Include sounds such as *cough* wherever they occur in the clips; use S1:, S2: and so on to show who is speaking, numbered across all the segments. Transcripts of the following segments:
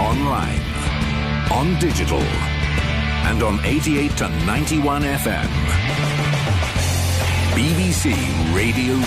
S1: online, on digital, and on 88 to 91 FM. BBC Radio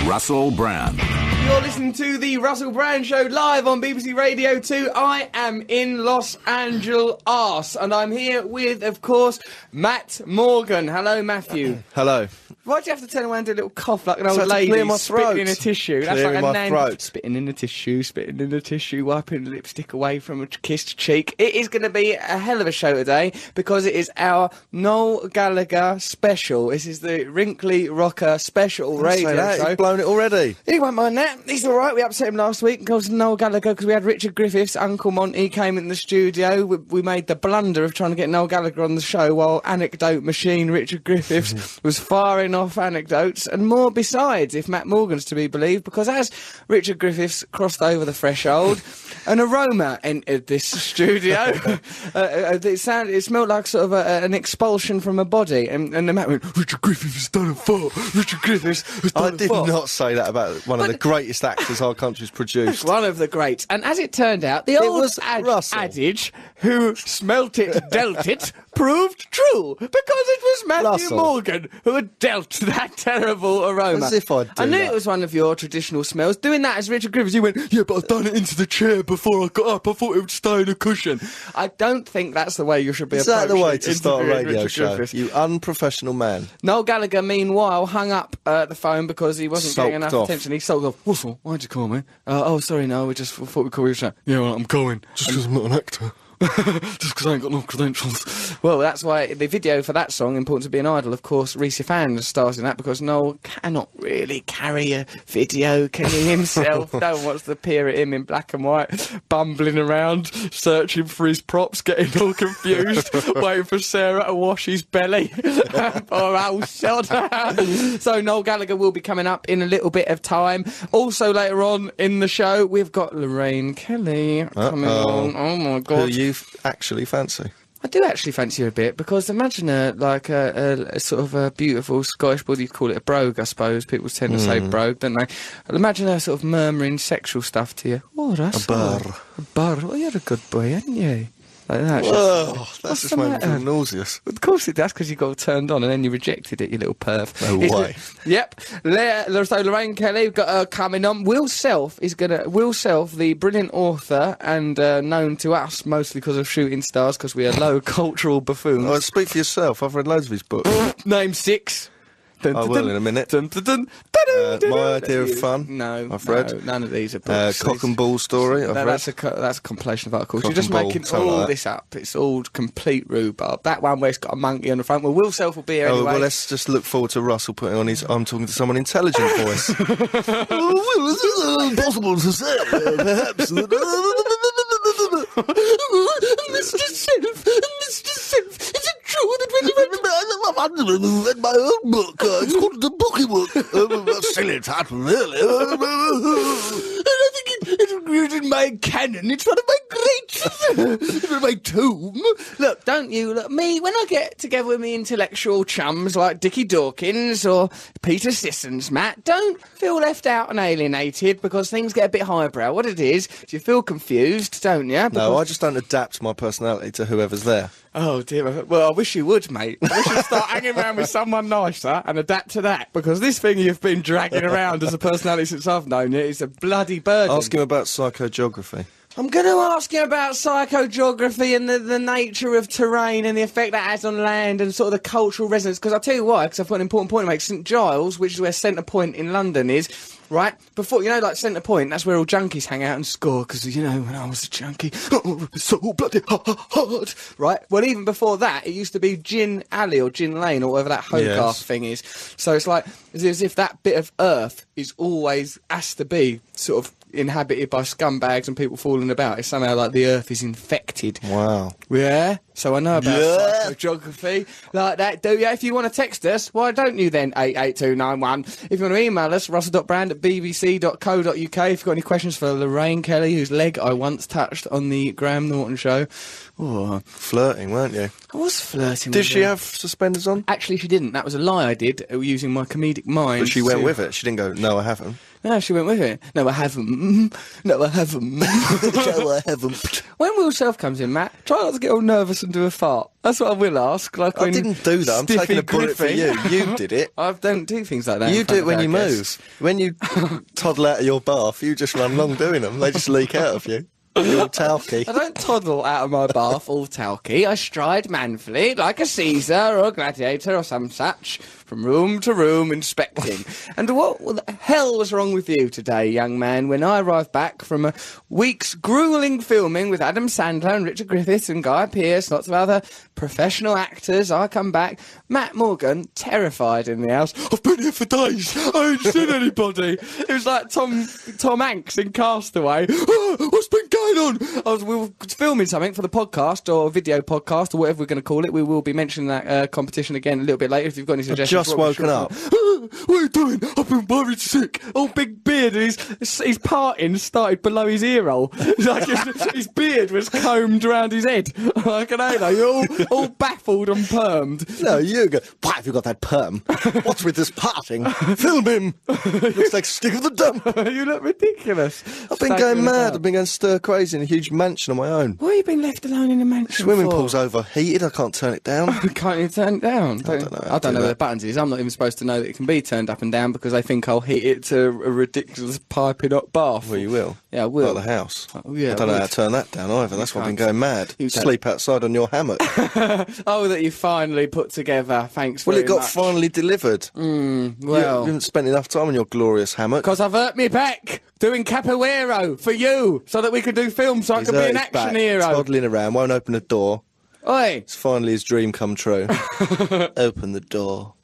S1: 2. Russell Brand.
S2: You're listening to the Russell Brand Show live on BBC Radio 2. I am in Los Angeles, arse, and I'm here with, of course, Matt Morgan. Hello, Matthew.
S3: *clears throat* Hello.
S2: Why do you have to turn around and do a little cough like an
S3: So I
S2: old
S3: had to
S2: lady
S3: clear my throat.
S2: spitting in a tissue?
S3: Clearing
S2: like a
S3: my
S2: nan
S3: throat.
S2: spitting in a tissue, spitting in a tissue, wiping lipstick away from a kissed cheek. It is going to be a hell of a show today because it is our Noel Gallagher special. This is the Wrinkly Rocker special radio
S3: Say that,
S2: show.
S3: He's blown it already.
S2: He won't mind that. He's all right. We upset him last week. Goes to Noel Gallagher because we had Richard Griffiths, Uncle Monty, came in the studio. We, we made the blunder of trying to get Noel Gallagher on the show while anecdote machine Richard
S3: Mm-hmm.
S2: Griffiths was firing off anecdotes and more besides, if Matt Morgan's to be believed, because as Richard Griffiths crossed over the threshold,
S3: *laughs*
S2: an aroma entered this studio. *laughs* uh, uh, it sounded, it smelled like sort of a, an expulsion from a body, and, and the Matt went, "Richard Griffiths has done a fart. Richard Griffiths has done
S3: I
S2: a
S3: did
S2: fart."
S3: not say that about one of the greatest actors our country's produced.
S2: One of the greats. And as it turned out, the old
S3: was
S2: ad-
S3: Russell.
S2: adage, who smelt it, dealt
S3: *laughs*
S2: it, proved true. Because it was Matthew
S3: Russell.
S2: Morgan who had dealt that terrible aroma.
S3: As if I'd do
S2: I knew
S3: that.
S2: it was one of your traditional smells. Doing that as Richard Griffiths, you went, yeah, but I've done it into the chair before I got up. I thought it would stay in a cushion. I don't think that's the way you should be
S3: *laughs* Is that the way
S2: approaching
S3: to start a
S2: interviewing
S3: radio
S2: Richard
S3: show?
S2: Griffiths.
S3: You unprofessional man.
S2: Noel Gallagher, meanwhile, hung up uh, the phone because he wasn't getting
S3: Sulked
S2: enough
S3: off.
S2: attention. He sulked off. Russell, why'd you call me? Uh, oh, sorry, no, we just thought we'd call you. Chat. Yeah, well, I'm going. Just because I'm not an actor. *laughs* just because I ain't got no credentials. Well, that's why the video for that song, Important to Be an Idol, of course, Reese Fan stars in that because Noel cannot really carry a video, can he
S3: *laughs*
S2: himself? no one wants to peer at him in black and white, bumbling around, searching for his props, getting all
S3: *laughs*
S2: confused, waiting for Sarah to wash his belly. *laughs* Poor old sod. *laughs* so Noel Gallagher will be coming up in a little bit of time. Also later on in the show, we've got Lorraine Kelly coming
S3: Uh-oh.
S2: on. Oh my
S3: Who
S2: god.
S3: you f- actually fancy?
S2: I do actually fancy her a bit because imagine her like a, a, a sort of a beautiful Scottish, what do you call it, a brogue, I suppose. People tend to say
S3: Hmm.
S2: brogue, don't they? Imagine her sort of murmuring sexual stuff to you. Oh, that's
S3: A
S2: all right.
S3: burr.
S2: A burr. Well, you're a good boy, aren't you? Like that. She's-
S3: Oh,
S2: What's
S3: that's
S2: the
S3: just made me feel
S2: matter?
S3: nauseous.
S2: of course it does, because you got turned on and then you rejected it, you little perv.
S3: No
S2: It's-
S3: way.
S2: *laughs* Yep. Le- Le- so Lorraine Kelly we've got her coming on. Will Self is gonna. Will Self, the brilliant author and uh, known to us mostly because of Shooting Stars, because we are low *laughs* cultural buffoons.
S3: Oh, speak for yourself. I've read loads of his books.
S2: Name six. Dun,
S3: I
S2: dun,
S3: will
S2: dun,
S3: in a minute.
S2: dun, dun, dun, dun,
S3: Uh,
S2: dun,
S3: My
S2: dun.
S3: Idea of Fun,
S2: No,
S3: I've
S2: no,
S3: read.
S2: none of these are
S3: Uh,
S2: books.
S3: cock and ball story. I've
S2: No,
S3: read.
S2: that's a co- that's a compilation of articles.
S3: Cock
S2: You're just
S3: and ball,
S2: making
S3: something
S2: all
S3: like that.
S2: this up. It's all complete rhubarb. That one where it's got a monkey on the front. Well, Will Self will be here
S3: Oh,
S2: anyway.
S3: well, let's just look forward to Russell putting on his I'm talking to someone intelligent *laughs* voice. well, this is impossible to say, perhaps.
S2: *laughs*
S3: *laughs*
S2: Mr. Self, Mr. Self, is it true that when you went
S3: I've read my own book. it's called The Bookie Book. silly title, really.
S2: And I think it, it was in my canon. It's one of my greats. it's my tomb. Look, don't you look me when I get together with me intellectual chums like Dickie Dawkins or Peter Sissons, Matt. Don't feel left out and alienated because things get a bit highbrow. What it is, you feel confused, don't you?
S3: no, I just don't adapt my personality to whoever's there.
S2: Oh dear. Well, I wish you would, mate. I wish you'd start hanging around with someone nicer and adapt to that because this thing you've been dragging around as a personality since I've known you is a bloody burden.
S3: Ask him about psychogeography.
S2: I'm going to ask you about psychogeography and the, the nature of terrain and the effect that has on land and sort of the cultural resonance. Because I'll tell you why, because I've got an important point to make. St Giles, which is where Centre Point in London is, right? Before, you know, like Centre Point, that's where all junkies hang out and score, because, you know, when I was a junkie, *laughs* oh, it was so bloody ha- ha- hard, right? Well, even before that, it used to be Gin Alley or Gin Lane or whatever that Hogarth
S3: Yes.
S2: thing is. So it's like it's as if that bit of earth is always has to be sort of inhabited by scumbags and people falling about. It's somehow like the earth is infected.
S3: Wow.
S2: Yeah. So I know about
S3: Yeah.
S2: geography like that, do you? If you want to text us, why don't you then? 88291. If you want to email us, russell.brand at bbc.co.uk. If you've got any questions for Lorraine Kelly, whose leg I once touched on the Graham Norton show. Oh,
S3: Flirting, weren't you?
S2: I was flirting
S3: Did
S2: with
S3: she
S2: her.
S3: have suspenders on?
S2: Actually, she didn't. That was a lie I did uh, using my comedic mind.
S3: But she went
S2: to-
S3: with it. She didn't go, no, I haven't.
S2: No, she went with it. No, I haven't. *laughs* No, I haven't.
S3: *laughs* no, I haven't.
S2: *laughs* When Will Self comes in, Matt, try not to get all nervous and do a fart. That's what I will ask. Like
S3: *laughs* I
S2: when
S3: didn't do that. I'm taking
S2: Stiffy
S3: a bullet for you.
S2: Griffin-
S3: *laughs* You did it.
S2: I don't do things like that. in
S3: You do
S2: front
S3: it
S2: of
S3: when
S2: our
S3: you
S2: guests.
S3: move. When *laughs* you toddle out of your bath, you just run long doing them. They just leak out of you. You're all talky.
S2: I don't toddle out of my bath all talky. I stride manfully like a Caesar or a gladiator or some such, from room to room inspecting. and what the hell was wrong with you today, young man, when I arrived back from a week's grueling filming with Adam Sandler and Richard Griffiths and Guy Pearce, lots of other professional actors? I come back, Matt Morgan, terrified in the house. I've been here for days. I haven't seen anybody. It was like Tom Tom Hanks in Castaway. "Ah, what's been going on? I was we were filming something for the podcast or video podcast or whatever we're going to call it. We will be mentioning that uh, competition again a little bit later if you've got any suggestions.
S3: just
S2: for what we should
S3: woken up.
S2: "Ah, What are you doing? I've been worried sick. Oh, big beard. And his, his parting started below his ear roll. *laughs* Like his, his beard was combed round his head. *laughs* Like an halo. All, all baffled and permed. *laughs*
S3: No, you go. Why have you got that perm? What's with this parting? Film him. Looks like stick of the dump.
S2: you look ridiculous.
S3: I've been going mad. I've been going stir crazy in a huge mansion on my own.
S2: Why have you been left alone in a mansion?
S3: Swimming
S2: for?
S3: pool's overheated. I can't turn it down.
S2: *laughs* Can't you turn it down? I
S3: don't know how
S2: I don't
S3: to do
S2: know where
S3: that.
S2: the buttons is. I'm not even supposed to know that it can be turned up and down because I think I'll heat it to a ridiculous piping hot bath.
S3: Well, you will.
S2: Yeah, I will.
S3: Like the house.
S2: Oh, yeah,
S3: I don't
S2: I
S3: know how
S2: would.
S3: to turn that down either. That's why I've been
S2: can't.
S3: going mad.
S2: You don't.
S3: Sleep outside on your
S2: *laughs*
S3: hammock.
S2: Oh, that you finally put together. Thanks.
S3: well,
S2: very
S3: it got
S2: much. Mm,
S3: finally delivered. You- you
S2: Well,
S3: haven't spent enough time on your glorious hammock.
S2: because I've hurt me back doing capoeira for you, so that we could do films, so I
S3: He's
S2: could be
S3: hurt
S2: an
S3: his
S2: action
S3: back,
S2: hero.
S3: Toddling around, won't open a door.
S2: Oi,
S3: It's finally his dream
S2: *laughs*
S3: come true. open the door.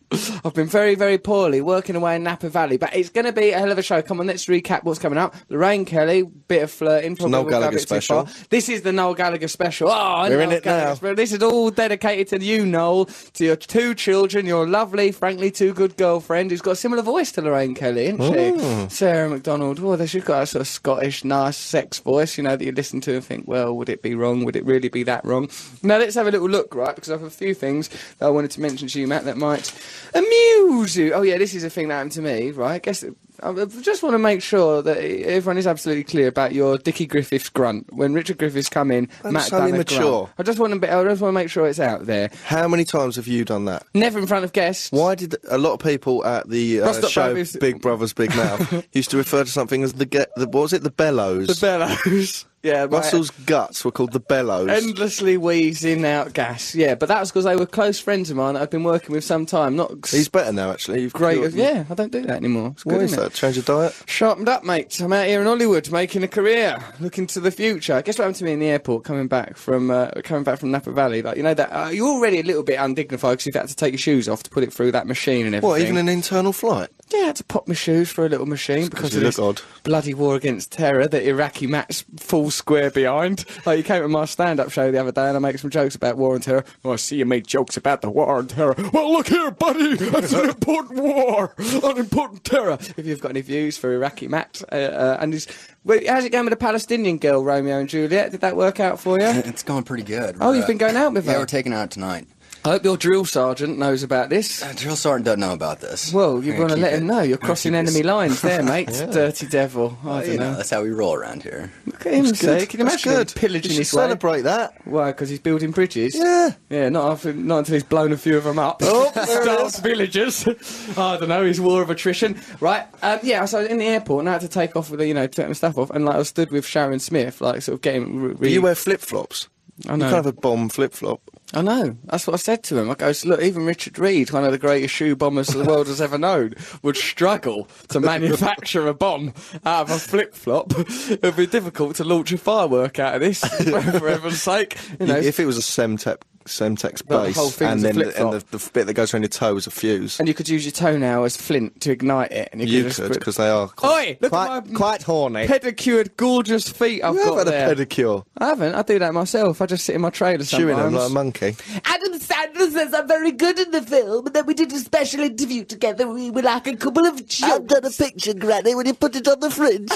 S2: I've been very, very poorly working away in Napa Valley, but it's going to be a hell of a show. Come on, let's recap what's coming up. Lorraine Kelly, bit of flirting. Probably
S3: Noel
S2: we've gone a
S3: Gallagher
S2: bit too far. This is the Noel Gallagher special. Oh,
S3: We're
S2: Noel
S3: in it
S2: Gallagher
S3: now.
S2: special. This is all dedicated to you, Noel, to your two children, your lovely, frankly, too good girlfriend who's got a similar voice to Lorraine Kelly, isn't she? Sarah McDonald. Well, she's got a sort of Scottish, nice sex voice, you know, that you listen to and think, well, would it be wrong? Would it really be that wrong? Now, let's have a little look, right? Because I have a few things that I wanted to mention to you, Matt, that might amuse you. Oh, yeah, this is a thing that happened to me, right? Guess it, I just want to make sure that everyone is absolutely clear about your Dickie Griffiths grunt. When Richard Griffiths come in,
S3: I'm
S2: Matt
S3: so
S2: done a
S3: immature.
S2: grunt. I just want to be, I just want to make sure it's out there.
S3: How many times have you done that?
S2: Never in front of guests.
S3: Why did a lot of people at the
S2: That's
S3: uh,
S2: not
S3: show
S2: Brothers-
S3: Big Brothers Big
S2: *laughs*
S3: Mouth used to refer to something as the get the what was it the bellows?
S2: The bellows. *laughs* yeah, my-
S3: Russell's guts were called the bellows.
S2: endlessly wheezing out gas. Yeah, but that was because they were close friends of mine that I've been working with some time. Not
S3: He's better now, actually. You've
S2: great.
S3: cured-
S2: Yeah, I don't do that anymore. It's
S3: What
S2: good,
S3: is
S2: isn't it?
S3: that? Change your diet?
S2: Sharpened up, mate. I'm out here in Hollywood making a career, looking to the future. Guess what happened to me in the airport coming back from uh, coming back from Napa Valley? Like you know that uh, you're already a little bit undignified because you've had to take your shoes off to put it through that machine and everything.
S3: What, even an internal flight?
S2: Yeah, I had to pop my shoes for a little machine because
S3: you
S2: of
S3: look
S2: this
S3: odd.
S2: bloody war against terror that Iraqi Matt's full square behind. Like, he came to my stand-up show the other day and I make some jokes about war and terror. Oh, I see you made jokes about the war and terror. Well, look here, buddy, that's an important war, an important terror. If you've got any views for Iraqi Matt, uh, uh, and his... Wait, how's it going with the Palestinian girl, Romeo and Juliet? Did that work out for
S4: *laughs*
S2: you?
S4: It's going pretty good.
S2: Oh,
S4: We're,
S2: you've
S4: uh,
S2: been going out with
S4: Yeah,
S2: her?
S4: we're taking her out tonight.
S2: I hope your drill sergeant knows about this.
S4: Uh, Drill Sergeant doesn't know about this.
S2: Well, you're
S4: We're
S2: going to
S4: keep
S2: let
S4: it-
S2: him know. You're
S4: we're gonna
S2: crossing
S4: keep this-
S2: enemy lines there, mate. Dirty devil. I
S4: You
S2: don't
S4: know,
S2: know.
S4: that's how we roll around here.
S2: Look at him, say. Can you
S3: That's
S2: imagine him
S3: good.
S2: pillaging
S3: You should
S2: his way?
S3: celebrate that.
S2: Why? Because he's building bridges?
S3: Yeah.
S2: Yeah, not, after, not until he's blown a few of them up. *laughs* Oh, Starts villagers. *laughs* I don't know, his war of attrition. Right, um, yeah, so I was in the airport and I had to take off with the, you know, take my stuff off and like I stood with Sharon Smith, like sort of getting re-
S3: Do
S2: really...
S3: you wear flip flops?
S2: I
S3: You
S2: know.
S3: can't have a bomb flip flop.
S2: I know. That's what I said to him. I go, look, even Richard Reed, one of the greatest shoe bombers the world has ever known, would struggle to manufacture a bomb out of a flip flop. it *laughs*
S3: *laughs*
S2: would be difficult to launch a firework out of this, for heaven's sake. You know,
S3: If it was a semtech Semtex
S2: The
S3: base,
S2: whole thing's
S3: and
S2: a
S3: then the,
S2: flip-flop.
S3: and the, the bit that goes around your toe is a fuse.
S2: And you could use your toenail as flint to ignite it. And you,
S3: you
S2: could, just
S3: could,
S2: put-
S3: because they are.
S2: Oi! Look at
S5: Quite,
S2: my
S5: quite horny.
S2: pedicured, gorgeous feet I've
S3: You have
S2: got
S3: had
S2: there.
S3: a pedicure,
S2: I haven't. I do that myself. I just sit in my trailer
S3: chewing
S2: sometimes.
S3: them like a monkey.
S6: Adam Sandler says I'm very good in the film, and then we did a special interview together. We were like a couple of jokes. I've done a picture, Granny, when you put it on the *laughs* fridge.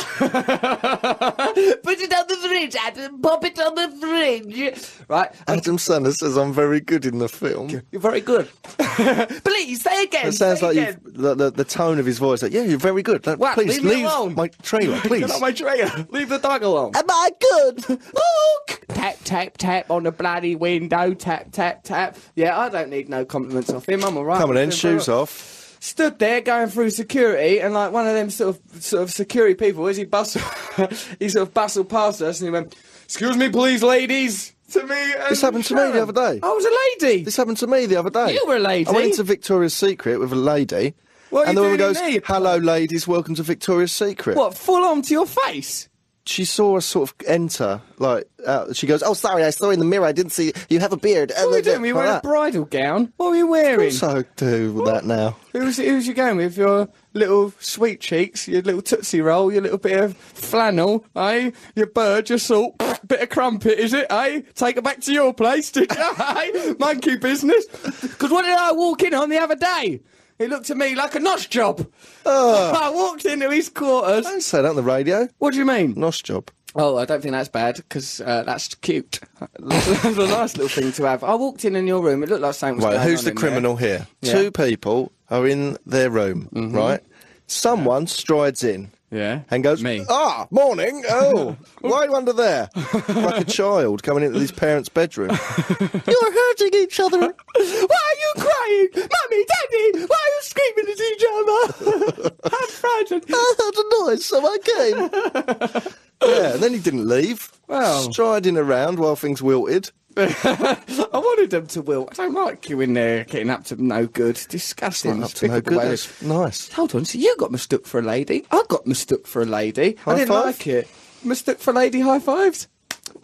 S6: put it on the fridge, Adam. Pop it on the fridge.
S2: right?
S3: Adam Sandler says I'm very good in the film.
S2: You're very good.
S6: Please say again.
S3: It sounds
S6: say
S3: like
S6: again.
S3: you've, the, the the tone of his voice. Like, yeah, you're very good. Like,
S2: What?
S3: Please
S2: Leave me alone.
S3: my
S2: *laughs*
S3: trailer, please.
S2: Not my trailer. Leave the dog alone.
S6: Am I *laughs* good? Look.
S2: tap, tap, tap on the bloody window. Tap, tap, tap. Yeah, I don't need no compliments off him. I'm all right.
S3: Come on
S2: I'm
S3: then,
S2: doing very
S3: shoes
S2: well.
S3: off.
S2: Stood there going through security, and like one of them sort of sort of security people, as he bustled, *laughs* he sort of bustled past us, and he went, "Excuse me, please, ladies." To me, and
S3: This happened to me the
S2: Sharon.
S3: other day.
S2: I was a lady.
S3: This happened to me the other day.
S2: You were a lady.
S3: I went into Victoria's Secret with a lady.
S2: What are
S3: and
S2: you
S3: the woman
S2: doing in
S3: goes,
S2: there, you
S3: "Hello, ladies, welcome to Victoria's Secret."
S2: What? Full on to your face?
S3: She saw us sort of enter, like out. She goes, "Oh, sorry, I saw in the mirror. I didn't see you have a beard."
S2: What were you doing? Were you wearing a bridal gown? What were you wearing?
S3: So do that now.
S2: Who's who's you going with? Your little sweet cheeks, your little tootsie roll, your little bit of flannel, eh? Your bird, your salt, *sniffs* bit of crumpet, is it? Eh? Take it back to your place, did *laughs* you? eh? Monkey business. Because what did I walk in on the other day? It looked to me like a notch job. *laughs* I walked into his quarters.
S3: Don't say that on the radio.
S2: What do you mean?
S3: Nos job.
S2: Oh, I don't think that's bad because uh, that's cute. *laughs* that's a nice little thing to have. I walked in in your room. It looked like something was
S3: Right,
S2: going
S3: who's
S2: on
S3: the
S2: in there.
S3: criminal here?
S2: Yeah. Mm-hmm.
S3: Two people are in their room, right? Someone strides in.
S2: Yeah.
S3: And goes,
S2: Me.
S3: ah, morning.
S2: *laughs*
S3: Oh, why are you under there? like a child coming into his
S2: *laughs*
S3: parents' bedroom. You're hurting each other. *laughs*
S2: Why are you crying? Mummy, Daddy, why are you screaming at each other? I'm frightened. *laughs*
S3: I heard a noise, Oh, so I came. yeah, and then he didn't leave.
S2: Well.
S3: Striding around while things wilted.
S2: *laughs* I wanted them to wilt. I don't like you in there getting up to no good. Disgusting.
S3: Not up to no
S2: despicable
S3: good.
S2: way.
S3: That's nice.
S2: Hold on, so you got mistook for a lady. I got mistook for a lady. I
S3: High
S2: didn't
S3: five?
S2: like it. Mistook for a lady high fives.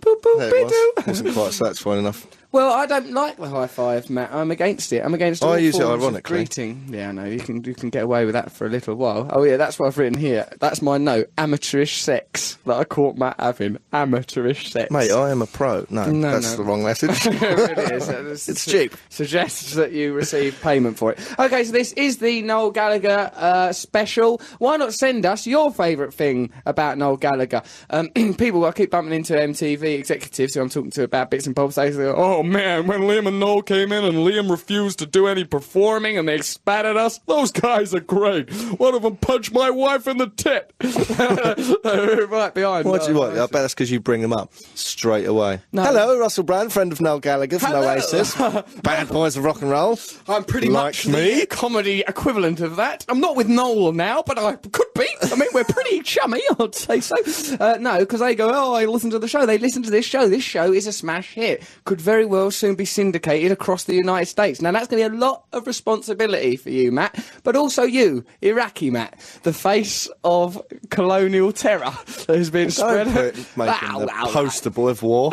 S2: Boop, boop,
S3: There it was.
S2: biddle.
S3: Wasn't quite satisfying enough.
S2: Well, I don't like the high five, Matt. I'm against it. I'm against. All
S3: Oh, I use it
S2: forms of
S3: ironically.
S2: Greeting. Yeah, I know. You can you can get away with that for a little while. Oh yeah, that's what I've written here. That's my note. Amateurish sex that I caught Matt having. Amateurish sex.
S3: Mate, I am a pro. No,
S2: No,
S3: that's
S2: no.
S3: the wrong message.
S2: *laughs* it
S3: *laughs*
S2: is. That is-
S3: It's cheap.
S2: Suggests that you receive payment for it. Okay, so this is the Noel Gallagher uh, special. Why not send us your favourite thing about Noel Gallagher? Um, *clears throat* people, I keep bumping into MTV executives who I'm talking to about bits and bobs. They go, "Oh man, when Liam and Noel came in and Liam refused to do any performing and they spat at us, those guys are great. One of them punched my wife in the tit, *laughs* right behind." uh,
S3: Why do you
S2: Noel.
S3: what? I bet that's because you bring them up straight away. Hello, Russell Brand, friend of Noel Gallagher from
S2: Hello. *laughs*
S3: Oasis, Bad Boys of Rock and Roll.
S2: I'm pretty
S3: Like
S2: much
S3: me?
S2: the comedy equivalent of that. I'm not with Noel now, but I could be. I mean, we're
S3: *laughs*
S2: pretty chummy, I'd say so. Uh, no, because they go, oh, I listen to the show. They listen to this show. This show is a smash hit. Could very well soon be syndicated across the United States. Now, that's going to be a lot of responsibility for you, Matt, but also you, Iraqi Matt, the face of colonial terror that has been spread.
S3: Don't put making
S2: Ow,
S3: the
S2: ow, ow.
S3: poster boy
S2: *laughs*
S3: of war.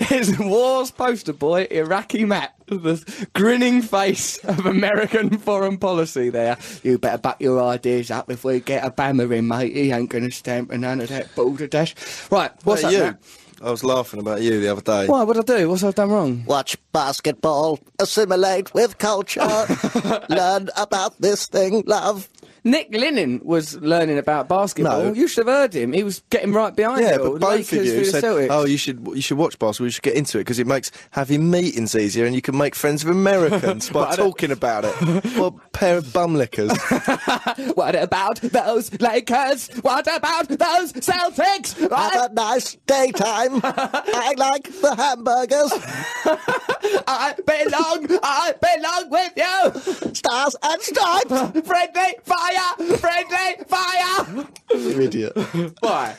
S2: His war's poster boy, Iraqi Matt, the grinning face of American foreign policy there. You better back your ideas up if we get Obama in, mate. He ain't going to stand for none of that balderdash. Right, what's
S3: About
S2: up,
S3: you?
S2: Matt?
S3: I was laughing about you the other day.
S2: Why, what'd I do? What's I done wrong?
S5: Watch basketball, assimilate with culture, learn about this thing, love.
S2: Nick Linen was learning about basketball.
S3: No.
S2: You should have heard him. He was getting right behind
S3: Yeah,
S2: it all.
S3: but both
S2: Lakers
S3: of you
S2: through the
S3: said,
S2: Celtics.
S3: "Oh, you should you should watch basketball. You should get into it because it makes having meetings easier, and you can make friends
S2: *laughs*
S3: with Americans by talking about it." well, pair of bum lickers.
S2: What about those Lakers? What about those Celtics?
S5: Have a nice
S2: *laughs*
S5: daytime. I like the hamburgers,
S2: I belong, I belong with you!
S5: stars and
S2: *laughs*
S5: stripes.
S2: Friendly fire! Friendly fire!
S3: you idiot.
S2: Why?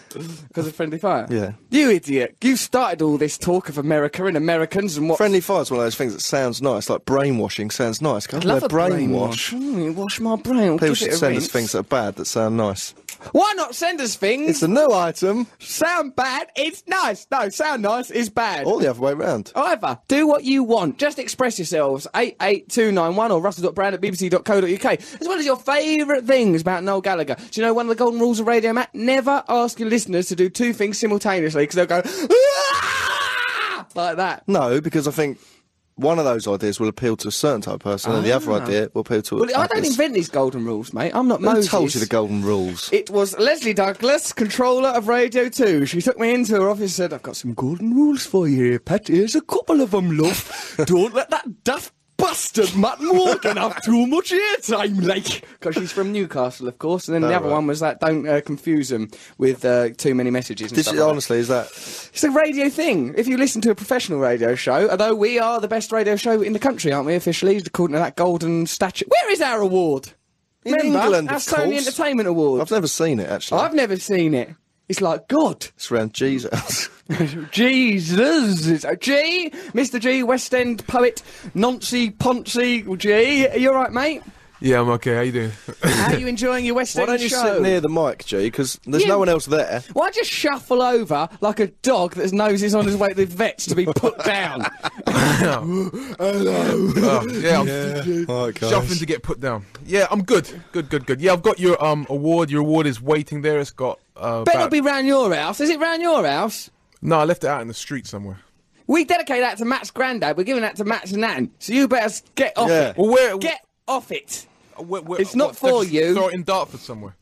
S2: Because of friendly fire?
S3: Yeah.
S2: You idiot. You started all this talk of America and Americans and what.
S3: Friendly fire is one of those things that sounds nice, like brainwashing sounds nice. Go,
S2: Love
S3: "They're
S2: a
S3: brainwash.
S2: Mm, wash my brain. I'll
S3: People
S2: give it
S3: should
S2: a
S3: send us
S2: rinse.
S3: things that are bad that sound nice.
S2: Why not send us things?
S3: It's a new item.
S2: sound bad, it's nice. No, sound nice is bad.
S3: All the other way round.
S2: However, do what you want. Just express yourselves. 88291 or russell.brand at bbc.co.uk. As well as your favourite things about Noel Gallagher. Do you know one of the golden rules of radio, Matt? Never ask your listeners to do two things simultaneously because they'll go, "Ah!" like that.
S3: No, because I think one of those ideas will appeal to a certain type of person, and the other idea will appeal to.
S2: Ah. Well, I don't
S3: others.
S2: invent these golden rules, mate. I'm not
S3: Who
S2: Moses.
S3: told you the golden rules?
S2: It was Leslie Douglas, controller of Radio 2. She took me into her office and said, I've got some golden rules for you, here, Pat. Here's a couple of them, love. Don't let that daft bastard Matt Morgan have too much airtime, like. Because she's from Newcastle, of course. And then the other
S3: Oh, right.
S2: one was that don't uh, confuse them with uh, too many messages and
S3: Did
S2: stuff
S3: you,
S2: like that.
S3: honestly, is that
S2: It's a radio thing. If you listen to a professional radio show, although we are the best radio show in the country, aren't we, officially, according to that golden statue. Where is our award?
S3: in
S2: Remember?
S3: England?
S2: Our
S3: Of
S2: Sony
S3: course.
S2: Entertainment Award.
S3: I've never seen it actually.
S2: I've never seen it. It's like God. *laughs*
S3: It's around Jesus.
S2: Jesus. It's a G, Mr. G, West End poet, Nancy Poncy G. Are you alright, mate?
S7: Yeah, I'm okay. How you doing?
S2: How are you enjoying your West
S3: Why
S2: End
S3: don't you
S2: show?
S3: sit near the mic, G? Because there's
S2: You-
S3: no one else there.
S2: Why just shuffle over like a dog that's nose is on his way to the vets to be put
S7: *laughs*
S2: down?
S7: *coughs* Oh, yeah, I'm *laughs* shuffling to get put down. Yeah, I'm good. Good, good, good. Yeah, I've got your um award. Your award is waiting there. It's got. Uh,
S2: Better
S7: about-
S2: be round your house. Is it round your house?
S7: No, I left it out in the street somewhere.
S2: We dedicate that to Matt's granddad. We're giving that to Matt's nan. So you better s- get off
S3: Yeah.
S2: it.
S7: Well, where-
S2: Get off it.
S7: Where, where,
S2: It's not
S7: what,
S2: for
S7: just
S2: you.
S7: Throw it in Dartford somewhere.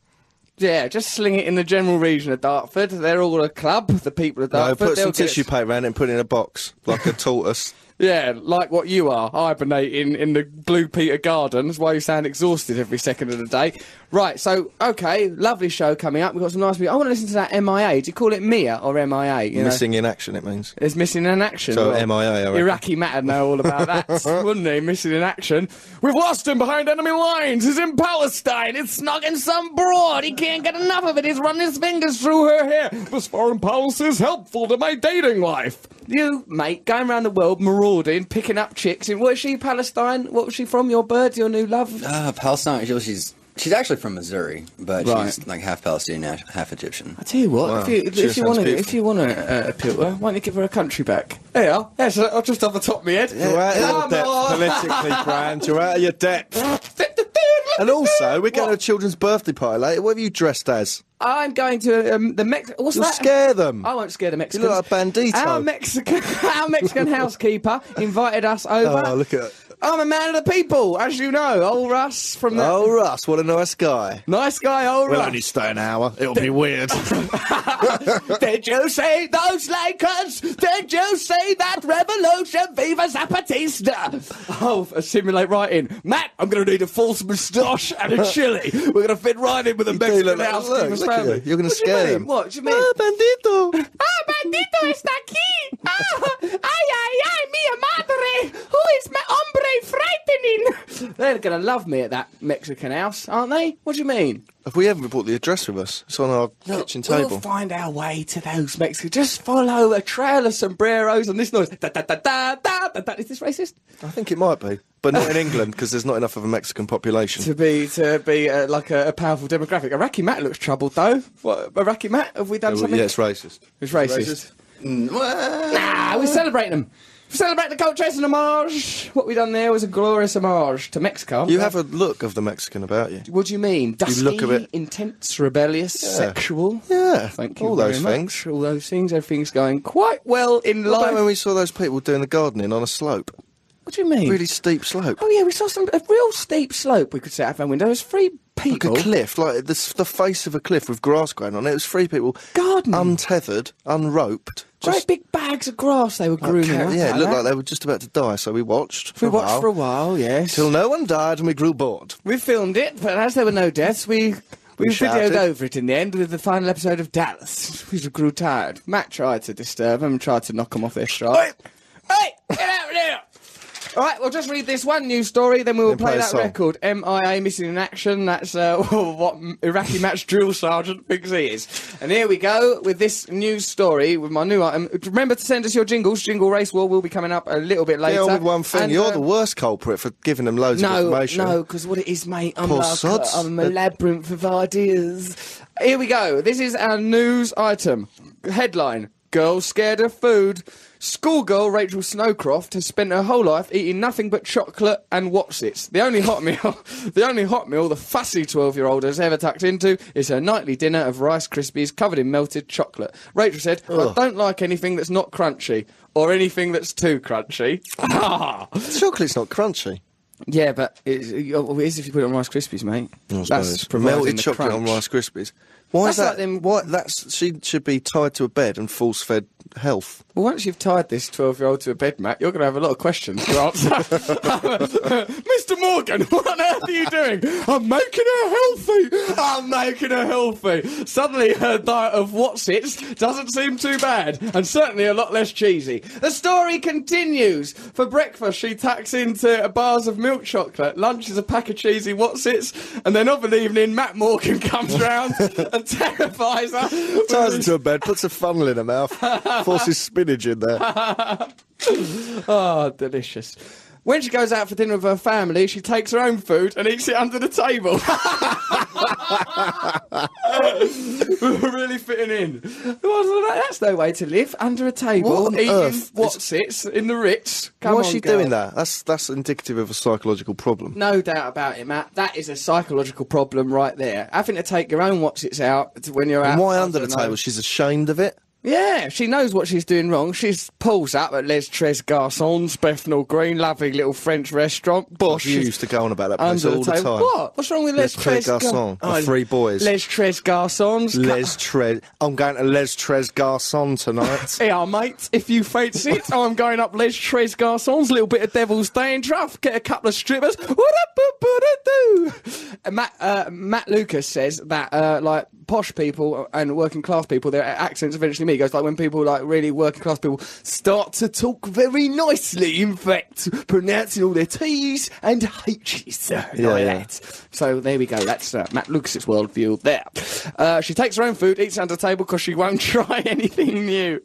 S2: Yeah, just sling it in the general region of Dartford. They're all a club, the people of
S3: No,
S2: Dartford.
S3: put
S2: They'll
S3: some
S2: get it.
S3: tissue paper around it and put it in a box like a tortoise.
S2: Yeah, like what you are, hibernating in the Blue Peter Gardens, why you sound exhausted every second of the day. Right, so, okay, lovely show coming up. We've got some nice music. I want to listen to that MIA. Do you call it MIA or MIA? You know?
S3: Missing in action, it means.
S2: It's missing in action.
S3: So MIA, I reckon.
S2: Iraqi Matter know all about that,
S3: *laughs*
S2: wouldn't he? Missing in action. We've lost him behind enemy lines. He's in Palestine. It's snogging some broad. He can't get enough of it. He's running his fingers through her hair. This foreign policy is helpful to my dating life. You, mate, going around the world marauding, picking up chicks. And was she Palestine? What was she from? Your bird, your new love?
S4: Uh, Palestine. she- She's she's actually from Missouri, but
S2: Right.
S4: she's like half Palestinian, half Egyptian.
S2: I tell you what,
S3: Wow,
S2: if you,
S3: she
S2: if you
S3: sounds
S2: want to,
S3: beautiful.
S2: if you want to uh, appeal to her, why don't you give her a country back? There you are. Yes, I'll just off the top of my head.
S3: You're out of your
S2: Come
S3: depth
S2: on. *laughs*
S3: politically, Brand. You're out of your depth. And also, we're going to a children's birthday party later. What have you dressed as?
S2: I'm going to um, the Mex. What's
S3: You'll
S2: that? Oh,
S3: scare them.
S2: I won't scare the Mexicans.
S3: look like a bandito.
S2: Our Mexican, *laughs* our
S3: *laughs*
S2: Mexican housekeeper invited us over.
S3: Oh, look at.
S2: I'm a man of the people, as you know. Old Russ from the
S3: Oh, Russ, what a nice guy.
S2: nice guy, old Russ.
S3: stay an hour. It'll be weird.
S2: *laughs* Did you see those Lakers? Did you see that revolution? Viva Zapatista! Oh, a simulate right in. Matt, I'm going to need a false moustache and
S3: *laughs*
S2: a chili. We're going to fit right in with a
S3: do
S2: Mexican
S3: look like-
S2: house.
S3: look, look at you. You're gonna scare them.
S2: What do you mean?
S3: ah, bandito.
S2: ¡Ah, bendito está aquí! ¡Ah! ¡Ay, ay, ay, mia madre! Who is my hombre frightening? They're gonna love me at that Mexican house, aren't they? What do you mean?
S3: Have we ever brought the address with us? It's
S2: *gasps*
S3: on our kitchen
S2: We'll
S3: table.
S2: find our way to those Mexicans. Just follow a trail of sombreros and this noise. Da, da, da, da, da, da, da. Is this racist?
S3: I think it might be, but not in England because there's not enough of a Mexican population.
S2: *laughs* To be to be uh, like a, a powerful demographic. Iraqi Matt looks troubled though. What, Iraqi Matt, have we done
S3: Yeah, Uh, well,
S2: something?
S3: yeah,
S2: *laughs*
S3: it's racist. Mm.
S2: It's racist. Nah, we're celebrating them. We celebrate the culture as an homage. What we done there was a glorious homage to Mexico.
S3: You have a look of the Mexican about you.
S2: What do you mean? Dusky,
S3: look a bit-
S2: intense, rebellious, sexual.
S3: Yeah,
S2: Thank you.
S3: all
S2: very
S3: those
S2: much.
S3: things.
S2: All those things. Everything's going quite well in
S3: What
S2: life.
S3: about when we saw those people doing the gardening on a slope?
S2: What do you mean?
S3: Really steep slope.
S2: Mm. Oh yeah, we saw some a real steep slope. We could sit out of our window. There's three
S3: Like a
S2: people.
S3: cliff, like the, s- the face of a cliff with grass growing on it. It was three people.
S2: Gardening.
S3: Untethered, unroped.
S2: Great
S3: Just
S2: big bags of grass they were
S3: like
S2: grooming.
S3: ca-
S2: up
S3: yeah, it looked
S2: that.
S3: like they were just about to die, so we watched. For
S2: we
S3: a
S2: watched
S3: while,
S2: for a while. Yes.
S3: Till no one died and we grew bored.
S2: We filmed it, but as there were no deaths, we we, videoed
S3: shouted.
S2: over it in the end with the final episode of Dallas. We just grew tired. Matt tried to disturb him, tried to knock him off their stride. Hey, get out of there! All right, we'll just read this one news story, then we will
S3: Then
S2: play,
S3: play a
S2: that
S3: song.
S2: record. MIA missing in action. That's uh, *laughs* what Iraqi match drill sergeant thinks he is. And here we go with this news story with my new item. Remember to send us your jingles. Jingle race war will be coming up a little bit later.
S3: Get on with one thing.
S2: And,
S3: You're
S2: uh,
S3: the worst culprit for giving them loads of
S2: no,
S3: information.
S2: no, because what it is, mate, I'm
S3: Poor
S2: like,
S3: sods.
S2: I'm a
S3: Uh,
S2: labyrinth of ideas. Here we go. This is our news item. Headline Girl scared of food. Schoolgirl Rachel Snowcroft has spent her whole life eating nothing but chocolate and Watsits. The only hot meal, *laughs* the only hot meal the fussy 12-year-old has ever tucked into is her nightly dinner of Rice Krispies covered in melted chocolate. Rachel said, "I don't like anything that's not crunchy or anything that's too
S3: *laughs*
S2: crunchy." *laughs*
S3: Chocolate's not crunchy.
S2: yeah, but it's- it is if you put it on Rice Krispies, mate. Mm, That's providing
S3: melted
S2: the
S3: chocolate on
S2: crunch.
S3: Rice Krispies. Why
S2: That's
S3: is that?
S2: like them-
S3: why that's she should be tied to a bed and force-fed health.
S2: Well, once you've tied this 12 year old to a bed mat, you're going to have a lot of questions to answer. *laughs* Mr. Morgan, what on earth are you doing? I'm making her healthy. I'm making her healthy. Suddenly, her diet of Watsits doesn't seem too bad, and certainly a lot less cheesy. The story continues. For breakfast, she tucks into bars of milk chocolate. Lunch is a pack of cheesy Watsits, and then of an evening, Matt Morgan *laughs* comes round and terrifies her. with
S3: Ties
S2: his-
S3: into a bed, puts a funnel in her mouth, forces spinach in there.
S2: Oh, delicious. When she goes out for dinner with her family, she takes her own food and eats it under the table. *laughs* We're really fitting in. Well, that- That's no way to live. Under a table,
S3: What on
S2: eating
S3: earth?
S2: what's it's in the Ritz. Come
S3: Why is
S2: on,
S3: she
S2: girl.
S3: doing that? That's that's indicative of a psychological problem.
S2: No doubt about it, Matt. That is a psychological problem right there. Having to take your own what's it's out to- when you're out.
S3: And why
S2: I
S3: under the
S2: don't know.
S3: table? She's ashamed of it.
S2: Yeah, she knows what she's doing wrong. She pulls up at Les Tres Garçons, Bethnal Green, lovely little French restaurant. Bosh.
S3: You used to go on about that place
S2: Under
S3: all the,
S2: table.
S3: time.
S2: What? What's wrong with
S3: Les
S2: Les,
S3: Tres
S2: Gar- Oh,
S3: Garçons, the three boys.
S2: Les Tres Garçons. Come-
S3: Les Tres. I'm going to Les Tres Garçon
S2: *laughs*
S3: tonight.
S2: Yeah, mate, if you fancy it, I'm going up Les Tres Garçons, little bit of devil's dandruff, get a couple of strippers. What-a-boo-boo-da-doo. And Matt, uh, Matt Lucas says that, uh, like, posh people and working class people, their accents eventually me goes like when people, like, really working class people start to talk very nicely, in fact, pronouncing all their T's and H's. uh,
S3: Yeah,
S2: like
S3: yeah.
S2: that. So there we go. That's uh, Matt Lucas's worldview there. Uh, she takes her own food, eats under the table because she won't *laughs* try anything new.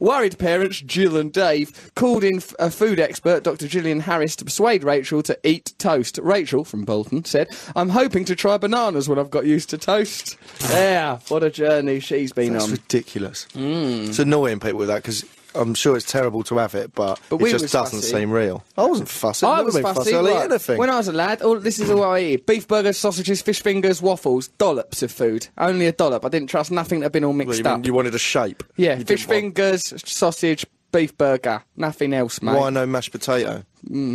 S2: Worried parents Jill and Dave called in f- a food expert, Dr. Gillian Harris, to persuade Rachel to eat toast. Rachel from Bolton said, "I'm hoping to try bananas when I've got used to toast." yeah, what a journey she's been
S3: That's
S2: on.
S3: ridiculous.
S2: Mm.
S3: It's annoying people with that because I'm sure it's terrible to have it, but,
S2: But we
S3: it just
S2: was
S3: doesn't
S2: fussy.
S3: seem real. I wasn't fussy. I've
S2: I
S3: never
S2: was
S3: been
S2: fussy.
S3: I'll eat
S2: right.
S3: anything.
S2: When I was a lad, all, this is all I eat. Beef burgers, sausages, fish fingers, waffles, dollops of food. Only a dollop. I didn't trust nothing that had been all
S3: What,
S2: mixed
S3: you, mean
S2: up.
S3: you wanted a shape.
S2: Yeah,
S3: You
S2: fish
S3: didn't want-
S2: fingers, sausage, beef burger, nothing else, mate. Mm.
S3: Why no mashed potato?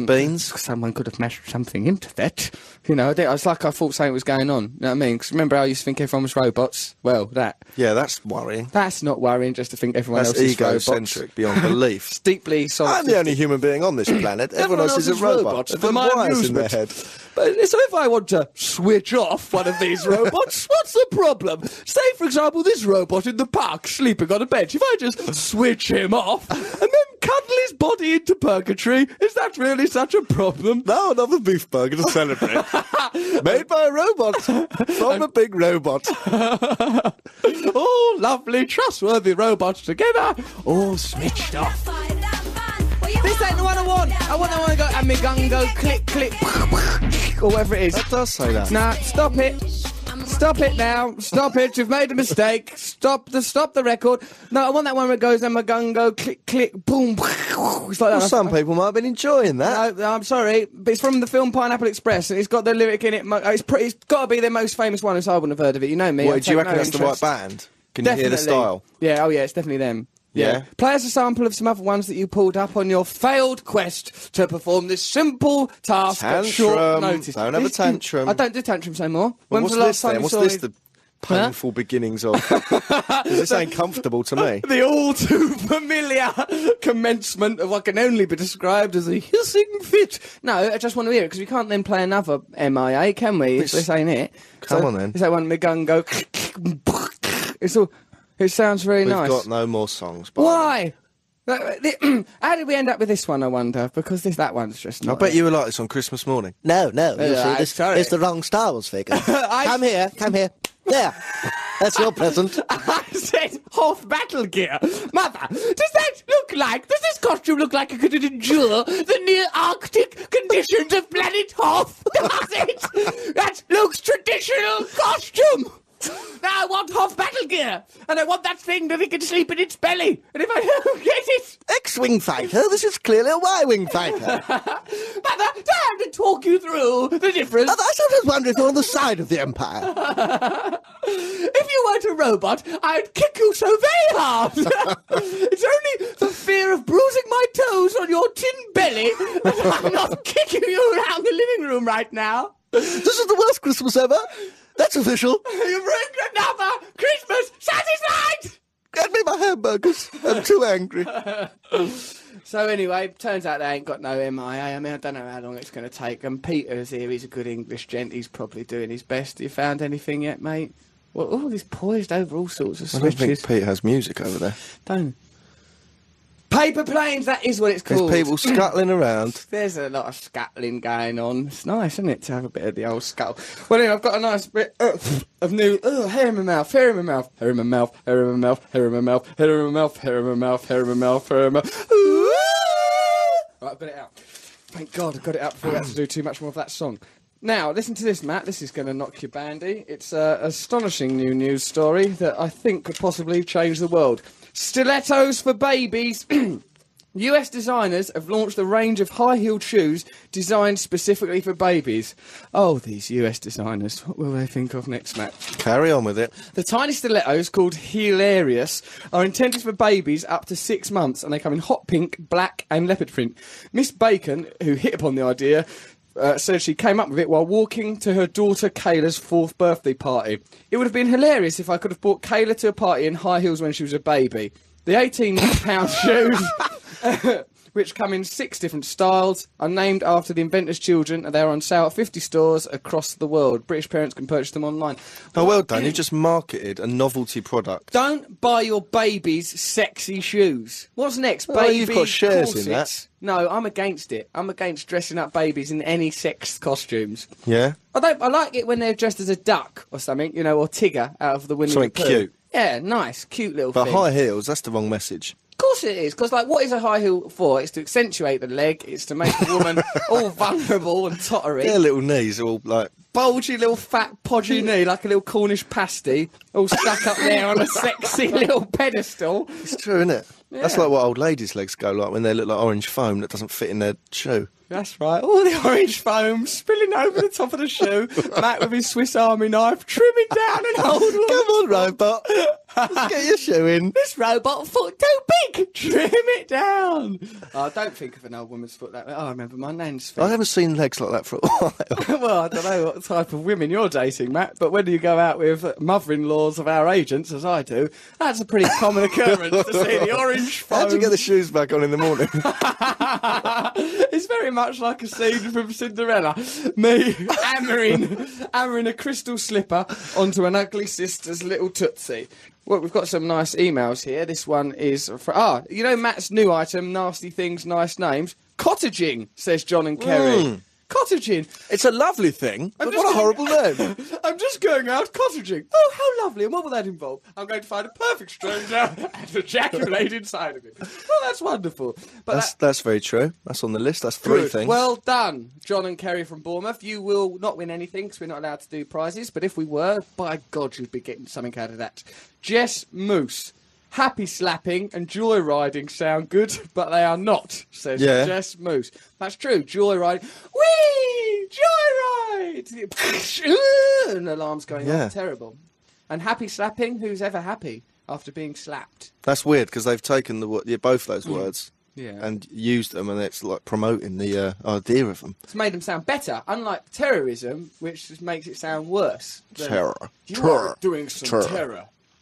S3: Beans?
S2: Someone could have mashed something into that. You know, I did- it's like I thought something was going on. You know what I mean? 'Cause remember how I used to think everyone was robots? Well, that.
S3: Yeah, that's worrying.
S2: That's not worrying just to think everyone
S3: That's
S2: else is robots.
S3: egocentric beyond belief.
S2: *laughs* It's deeply
S3: I'm
S2: solid.
S3: the only human being on this planet. Everyone, else is a robot.
S2: for
S3: Everyone
S2: my
S3: wires in their
S2: amusement.
S3: head.
S2: But so if I want to switch off one of
S3: *laughs*
S2: these robots, what's the problem? Say, for example, this robot in the park sleeping on a bench. If I just switch him off and then cuddle his body into purgatory, is that really such a problem?
S3: Now another beef burger to celebrate. Made by a robot. From a big robot.
S2: *laughs* All lovely, trustworthy robots together, all switched off. This ain't the one I want. I want the one to go and me gun go click click or whatever it is.
S3: That does say that.
S2: Nah, stop it. Stop it now. Stop it. You've made a mistake. Stop the stop the record. No, I want that one where it goes and my gun go click click boom. It's like that.
S3: *laughs* Well, some people might have been enjoying that.
S2: No, no, I'm sorry, but it's from the film Pineapple Express, and it's got the lyric in it. mo- It's, pretty, it's got to be their most famous one, so I wouldn't have heard of it. You know me. I
S3: What, do
S2: take
S3: you reckon
S2: no
S3: that's the right
S2: interest.
S3: band? Can
S2: Definitely.
S3: you hear the style?
S2: Yeah, oh yeah, it's definitely them.
S3: Yeah.
S2: Play us a sample of some other ones that you pulled up on your failed quest to perform this simple task at short
S3: Tantrum.
S2: notice.
S3: Don't have a
S2: This-
S3: tantrum.
S2: I don't do tantrums anymore.
S3: Well,
S2: when was
S3: what's
S2: the last
S3: this
S2: time
S3: then?
S2: you
S3: What's
S2: saw
S3: this?
S2: me-
S3: The painful beginnings of. 'Cause this ain't comfortable to me.
S2: the all too familiar *laughs* commencement of what can only be described as a hissing fit. No, I just want to hear it because we can't then play another MIA, can we? If
S3: It's-
S2: this ain't it.
S3: Come
S2: So,
S3: on, then.
S2: Is that one gun go? *laughs* It's all. It sounds very
S3: We've
S2: nice.
S3: got no more songs. by the
S2: Why?
S3: way.
S2: Uh,
S8: *clears throat*
S2: the- How did we end up with this one? I wonder because this that one's just.
S3: I
S8: *laughs*
S2: Not
S3: bet you were like this on Christmas morning.
S5: No, no. You
S2: Yeah, I'm
S5: see, this,
S2: sorry.
S5: it's the wrong Star Wars figure. come here, come here. There. That's your present.
S2: I said half battle gear. Mother, does that look like? Does this costume look like it could endure the near Arctic conditions *laughs* of planet Hoth? Does it? That looks traditional costume.
S8: Now I want half battle gear, and I want that thing that it can sleep in its belly. And if
S2: *laughs*
S8: I don't get it,
S5: X-wing fighter. This is clearly a Y-wing fighter. I,
S8: Mother, I have to talk you through the difference.
S5: I sometimes wonder if you're on the side of the empire.
S8: If you weren't a robot, I'd kick you so very hard. *laughs* it's only the fear of bruising my toes on your tin belly that I'm not *laughs* kicking you around the living room right now.
S5: This is the worst Christmas ever. That's official.
S8: You've ruined another Christmas satisfied.
S5: Get me my hamburgers. I'm too angry.
S2: So anyway, turns out they ain't got no MIA. I mean, I don't know how long it's going to take. And Peter's here. He's a good English gent. He's probably doing his best. You found anything yet, mate? Well, all this poised over all sorts of
S3: I don't
S2: switches.
S3: think Pete has music over there.
S2: Don't. Paper planes. That is what it's
S3: There's
S2: called.
S3: people scuttling around.
S2: There's a lot of scuttling going on. It's nice, isn't it, to have a bit of the old scuttle? Well, anyway, I've got a nice bit uh, of new uh, hair in my mouth, hair in my mouth, hair in my mouth, hair in my mouth, hair in my mouth, hair in my mouth, hair in my mouth, hair in my mouth, hair in my mouth. Ooh! Right, I've got it out. Thank God I got it out before I had to do too much more of that song. Now, listen to this, Matt. This is going to knock your bandy. It's uh, an astonishing new news story that I think could possibly change the world. Stilettos for babies. *clears throat* US designers have launched a range of high heeled shoes designed specifically for babies. Oh, these US designers. What will they think of next, Matt?
S3: Carry on with it.
S2: The tiny stilettos, called Hilarious, are intended for babies up to six months and they come in hot pink, black, and leopard print. Miss Bacon, who hit upon the idea, uh, said she came up with it while walking to her daughter Kayla's fourth birthday party. It would have been hilarious if I could have brought Kayla to a party in high heels when she was a baby. The 18 pound shoes. *laughs* Which come in six different styles, are named after the inventor's children, and they are on sale at 50 stores across the world. British parents can purchase them online.
S3: Oh, well done. You just marketed a novelty product.
S2: Don't buy your babies sexy shoes. What's next?
S3: Well,
S2: Baby
S3: you've got shares in
S2: corsets? No, I'm against it. I'm against dressing up babies in any sex costumes.
S3: Yeah?
S2: I don't. I like it when they're dressed as a duck or something, you know, or Tigger out of the window.
S3: Something
S2: of the poo.
S3: cute.
S2: Yeah, nice, cute little
S3: But
S2: thing.
S3: high heels, that's the wrong message.
S2: Of course it is, because like, what is a high heel for? It's to accentuate the leg. It's to make the
S3: *laughs*
S2: woman all vulnerable and tottering.
S3: Their little knees are all like,
S2: bulgy little fat podgy knee like a little Cornish pasty, all stuck up there on a sexy *laughs* little pedestal.
S3: it's true, isn't it? That's
S2: Yeah.
S3: like what old ladies' legs go like when they look like orange foam that doesn't fit in their shoe.
S2: That's right. All the *laughs* orange foam spilling over the top of the shoe. Matt with his Swiss Army knife trimming down an old
S3: Come
S2: one.
S3: on, robot. Let's get your shoe in.
S2: This robot foot too big. Trim it down. I Oh, don't think of an old woman's foot that way. Oh, I remember my nan's
S3: I
S2: feet.
S3: haven't seen legs like that for a while.
S2: well, I don't know what type of women you're dating, Matt, but whether you go out with mother-in-laws of our agents, as I do, that's a pretty common occurrence to see the orange foam.
S3: How'd you get the shoes back on in the morning?
S2: it's very much like a scene from Cinderella. Me hammering, hammering a crystal slipper onto an ugly sister's little tootsie. Well, we've got some nice emails here. This one is fr ah, you know Matt's new item, nasty things, nice names. Cottaging, says John and Kerry. Cottaging.
S3: *laughs* it's a lovely thing, *laughs* but
S2: just
S3: what a
S2: gonna-
S3: horrible name.
S2: I'm just going out cottaging. Oh, how lovely! And what will that involve? I'm going to find a perfect stranger *laughs* and ejaculate inside of him. Well, that's wonderful. But that-
S3: That's, that's very true. That's on the list. That's three
S2: Good.
S3: things.
S2: Well done, John and Kerry from Bournemouth. You will not win anything because we're not allowed to do prizes. But if we were, by God, you'd be getting something out of that. Jess Moose. Happy slapping and joyriding sound good, *laughs* but they are not, says
S3: Yeah.
S2: Jess Moose. That's true. Joyriding. Whee! *laughs* Joyride! Ooh, and alarms going
S3: Yeah.
S2: off. Terrible. And happy slapping. Who's ever happy after being slapped?
S3: That's weird because they've taken the wo- yeah, both those words
S2: Mm. Yeah.
S3: and used them, and it's like promoting the uh, idea of them.
S2: It's made them sound better, unlike terrorism, which just makes it sound worse. than-
S3: Terror.
S2: You
S3: Terror.
S2: are doing some
S3: Terror.
S2: terror.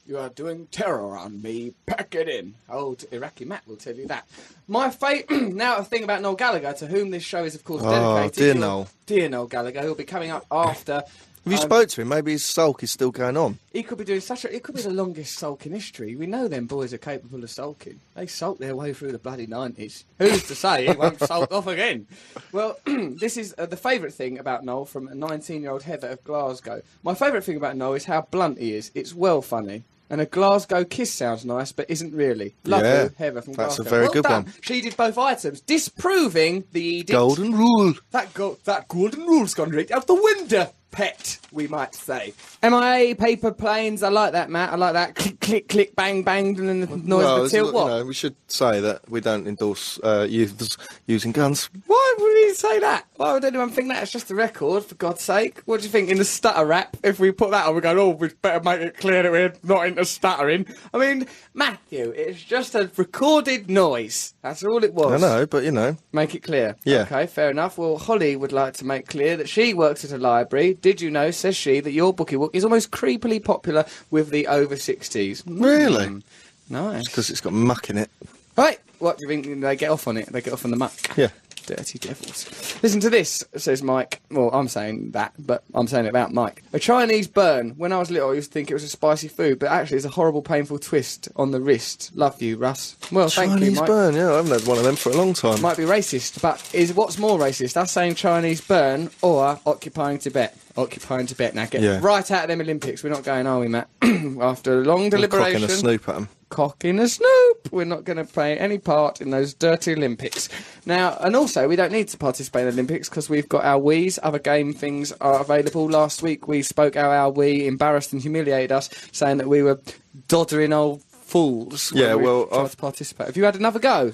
S2: You are doing terror on me. Pack it in. Old Iraqi Matt will tell you that. My fate. *clears throat* now a thing about Noel Gallagher, to whom this show is of course
S3: Oh,
S2: dedicated.
S3: dear
S2: He'll-
S3: Noel.
S2: Dear Noel Gallagher, who'll be coming up after.
S3: Have you
S2: um,
S3: spoke to him? Maybe his sulk is still going on.
S2: He could be doing such a. It could be the longest sulk in history. We know them boys are capable of sulking. They sulk their way through the bloody nineties. Who's to say he won't sulk off again? Well, *clears throat* this is uh, the favourite thing about Noel from a 19-year-old Heather of Glasgow. My favourite thing about Noel is how blunt he is. It's well funny. And a Glasgow kiss sounds nice, but isn't really. Love
S3: Yeah,
S2: you, Heather from
S3: that's a
S2: Glasgow.
S3: very
S2: well
S3: good
S2: done.
S3: one.
S2: She did both items, disproving the edict.
S3: Golden rule.
S2: That go- that golden rule's gone right out the window. pet, we might say. MIA paper planes. I like that, Matt. I like that. Click, click, click, bang, bang, and then the noise
S3: Well,
S2: of the
S3: it's
S2: tilt.
S3: not-
S2: What?
S3: you know, we should say that we don't endorse uh, youths using guns.
S2: Why would he say that? Why would anyone think that? It's just a record, for God's sake. What do you think? In the stutter rap, if we put that on, we go, oh, we'd better make it clear that we're not into stuttering. I mean, Matthew, it's just a recorded noise. That's all it was.
S3: I know, but you know,
S2: Make it clear.
S3: Yeah.
S2: Okay, fair enough. Well, Holly would like to make clear that she works at a library. Did you know, says she, that your bookie book is almost creepily popular with the over 60s?
S3: Really?
S2: Mm, Nice.
S3: because it's got muck in it.
S2: Right. What do you think? They get off on it. They get off on the muck.
S3: Yeah.
S2: Dirty devils. Listen to this, says Mike. Well, I'm saying that, but I'm saying it about Mike. A Chinese burn. When I was little, I used to think it was a spicy food, but actually, it's a horrible, painful twist on the wrist. Love you, Russ. Well, thank you,
S3: Chinese
S2: Mike.
S3: burn. Yeah, I haven't had one of them for a long time.
S2: Might be racist, but is what's more racist? Us saying Chinese burn or occupying Tibet? Occupying Tibet. Now get
S3: Yeah.
S2: right out of them Olympics. We're not going, are we, Matt? *clears throat* After a long deliberation
S3: Cocking a snoop at 'em.
S2: cock in a snoop. We're not going to play any part in those dirty Olympics. Now, and also, we don't need to participate in the Olympics because we've got our Wii's. Other game things are available. Last week, we spoke how our Wii embarrassed and humiliated us, saying that we were doddering old fools. when
S3: Yeah,
S2: we
S3: well,
S2: tried
S3: I've-
S2: to participate. Have you had another go?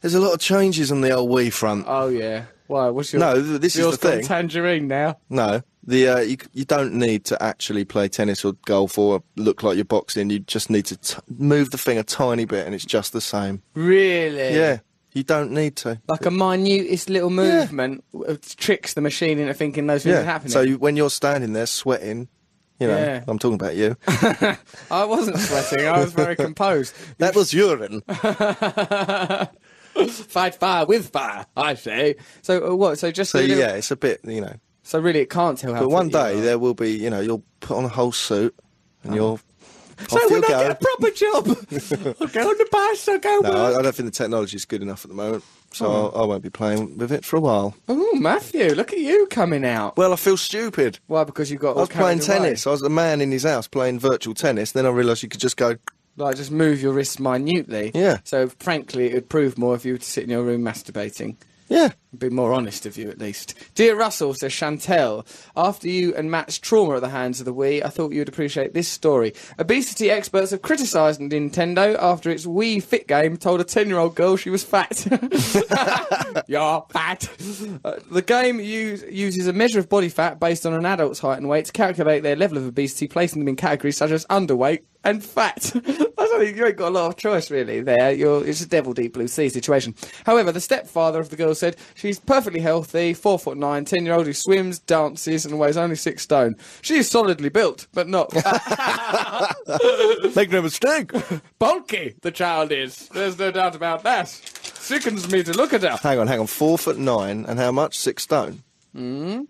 S3: There's a lot of changes on the old Wii front.
S2: Oh yeah. Why? What's your
S3: No, th- this is
S2: yours
S3: the
S2: gone
S3: thing.
S2: Tangerine now.
S3: No, the uh, you, you don't need to actually play tennis or golf or look like you're boxing. You just need to t- move the thing a tiny bit, and it's just the same.
S2: Really?
S3: Yeah, you don't need to.
S2: Like a minutest little
S3: Yeah.
S2: movement w- tricks the machine into thinking those things are
S3: yeah.
S2: happening.
S3: So you, when you're standing there sweating, you know,
S2: Yeah.
S3: I'm talking about you.
S2: I wasn't sweating. I was
S3: *laughs*
S2: very composed.
S3: that
S2: *laughs*
S3: was urine.
S2: Fight fire with fire, I say. So uh, what? So just
S3: So
S2: a little-
S3: yeah, it's a bit, you know.
S2: So really, it can't tell how.
S3: But one
S2: fit you
S3: day
S2: are.
S3: there will be, you know, you'll put on a whole suit and you'll.
S2: Oh. So
S3: off
S2: when
S3: you'll
S2: I
S3: go.
S2: get a proper
S3: *laughs*
S2: job, I'll go on the bus. I'll go.
S3: No,
S2: work.
S3: I, I don't think the technology is good enough at the moment, so I'll, I won't be playing with it for a while.
S2: Oh, Matthew, look at you coming out.
S3: Well, I feel stupid.
S2: Why? Because you got.
S3: I was playing tennis. I was the man in his house playing virtual tennis. Then I realised you could just go.
S2: Like just move your wrists minutely.
S3: Yeah.
S2: So frankly, it would prove more if you were to sit in your room masturbating.
S3: Yeah,
S2: be more honest of you at least. Dear Russell, says Chantel, after you and Matt's trauma at the hands of the Wii, I thought you would appreciate this story. Obesity experts have criticised Nintendo after its Wii Fit game told a 10 year old girl she was fat. *laughs* You're fat. Uh, the game use, uses a measure of body fat based on an adult's height and weight to calculate their level of obesity, placing them in categories such as underweight and fat. *laughs* That's only, you ain't got a lot of choice really there. You're, it's a devil deep blue sea situation. However, the stepfather of the girl said she's perfectly healthy, four foot nine, ten year old who swims, dances, and weighs only six stone. She is solidly built, but not
S3: *laughs* make
S2: *laughs*
S3: no mistake.
S2: bulky. The child is. There's no doubt about that. Sickens me to look at her.
S3: hang on, hang on. Four foot nine and how much? Six stone. Mm.
S2: Hmm.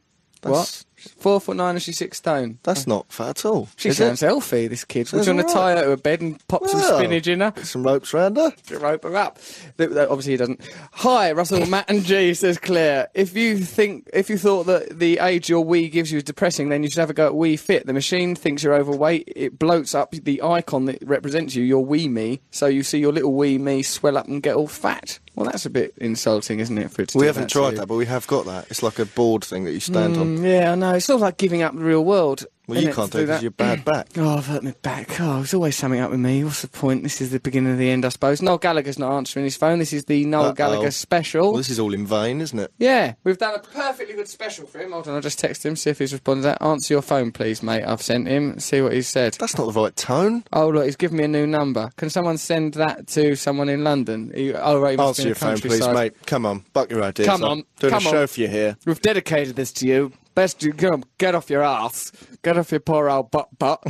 S2: What?
S3: That's,
S2: Four foot nine and she's six stone.
S3: That's not fat at all.
S2: She
S3: is
S2: sounds
S3: it?
S2: healthy, this kid. Would you
S3: Sounds
S2: want to tie
S3: alright.
S2: her to a bed and pop some
S3: Well.
S2: spinach in her?
S3: Some ropes round her.
S2: to rope her up. Th- th- Obviously, he doesn't. Hi, Russell, Matt, and G says Claire. If you think, if you thought that the age your Wii gives you is depressing, then you should have a go at Wii Fit. The machine thinks you're overweight. It bloats up the icon that represents you, your Wii me. So you see your little Wii me swell up and get all fat. Well, that's a bit insulting, isn't it? For it to
S3: We
S2: do
S3: haven't
S2: to
S3: tried
S2: you?
S3: that, but we have got that. It's like a board thing that you stand on.
S2: Mm, yeah, I know. It's sort of like giving up the real world.
S3: Well, you
S2: innit,
S3: can't
S2: to
S3: do it because
S2: *clears throat*
S3: you're bad back.
S2: Oh, I've hurt my back. Oh, it's always something up with me. What's the point? This is the beginning of the end, I suppose. Noel Gallagher's not answering his phone. This is the Noel
S3: Uh-oh.
S2: Gallagher special.
S3: Well, this is all in vain, isn't it?
S2: Yeah, we've done a perfectly good special for him. Hold on, I'll just text him, see if he's responded. That. Answer your phone, please, mate. I've sent him. See what he said.
S3: That's not the right tone.
S2: Oh, look, he's given me a new number. Can someone send that to someone in London? He- oh, right, he must be
S3: Answer
S2: in
S3: your
S2: the
S3: phone, please,
S2: countryside.
S3: mate. Come on, buck your ideas.
S2: Come
S3: up.
S2: on,
S3: doing
S2: come
S3: a
S2: on.
S3: show for you here.
S2: We've dedicated this to you. Best you get, get off your ass. Get off your poor old butt butt.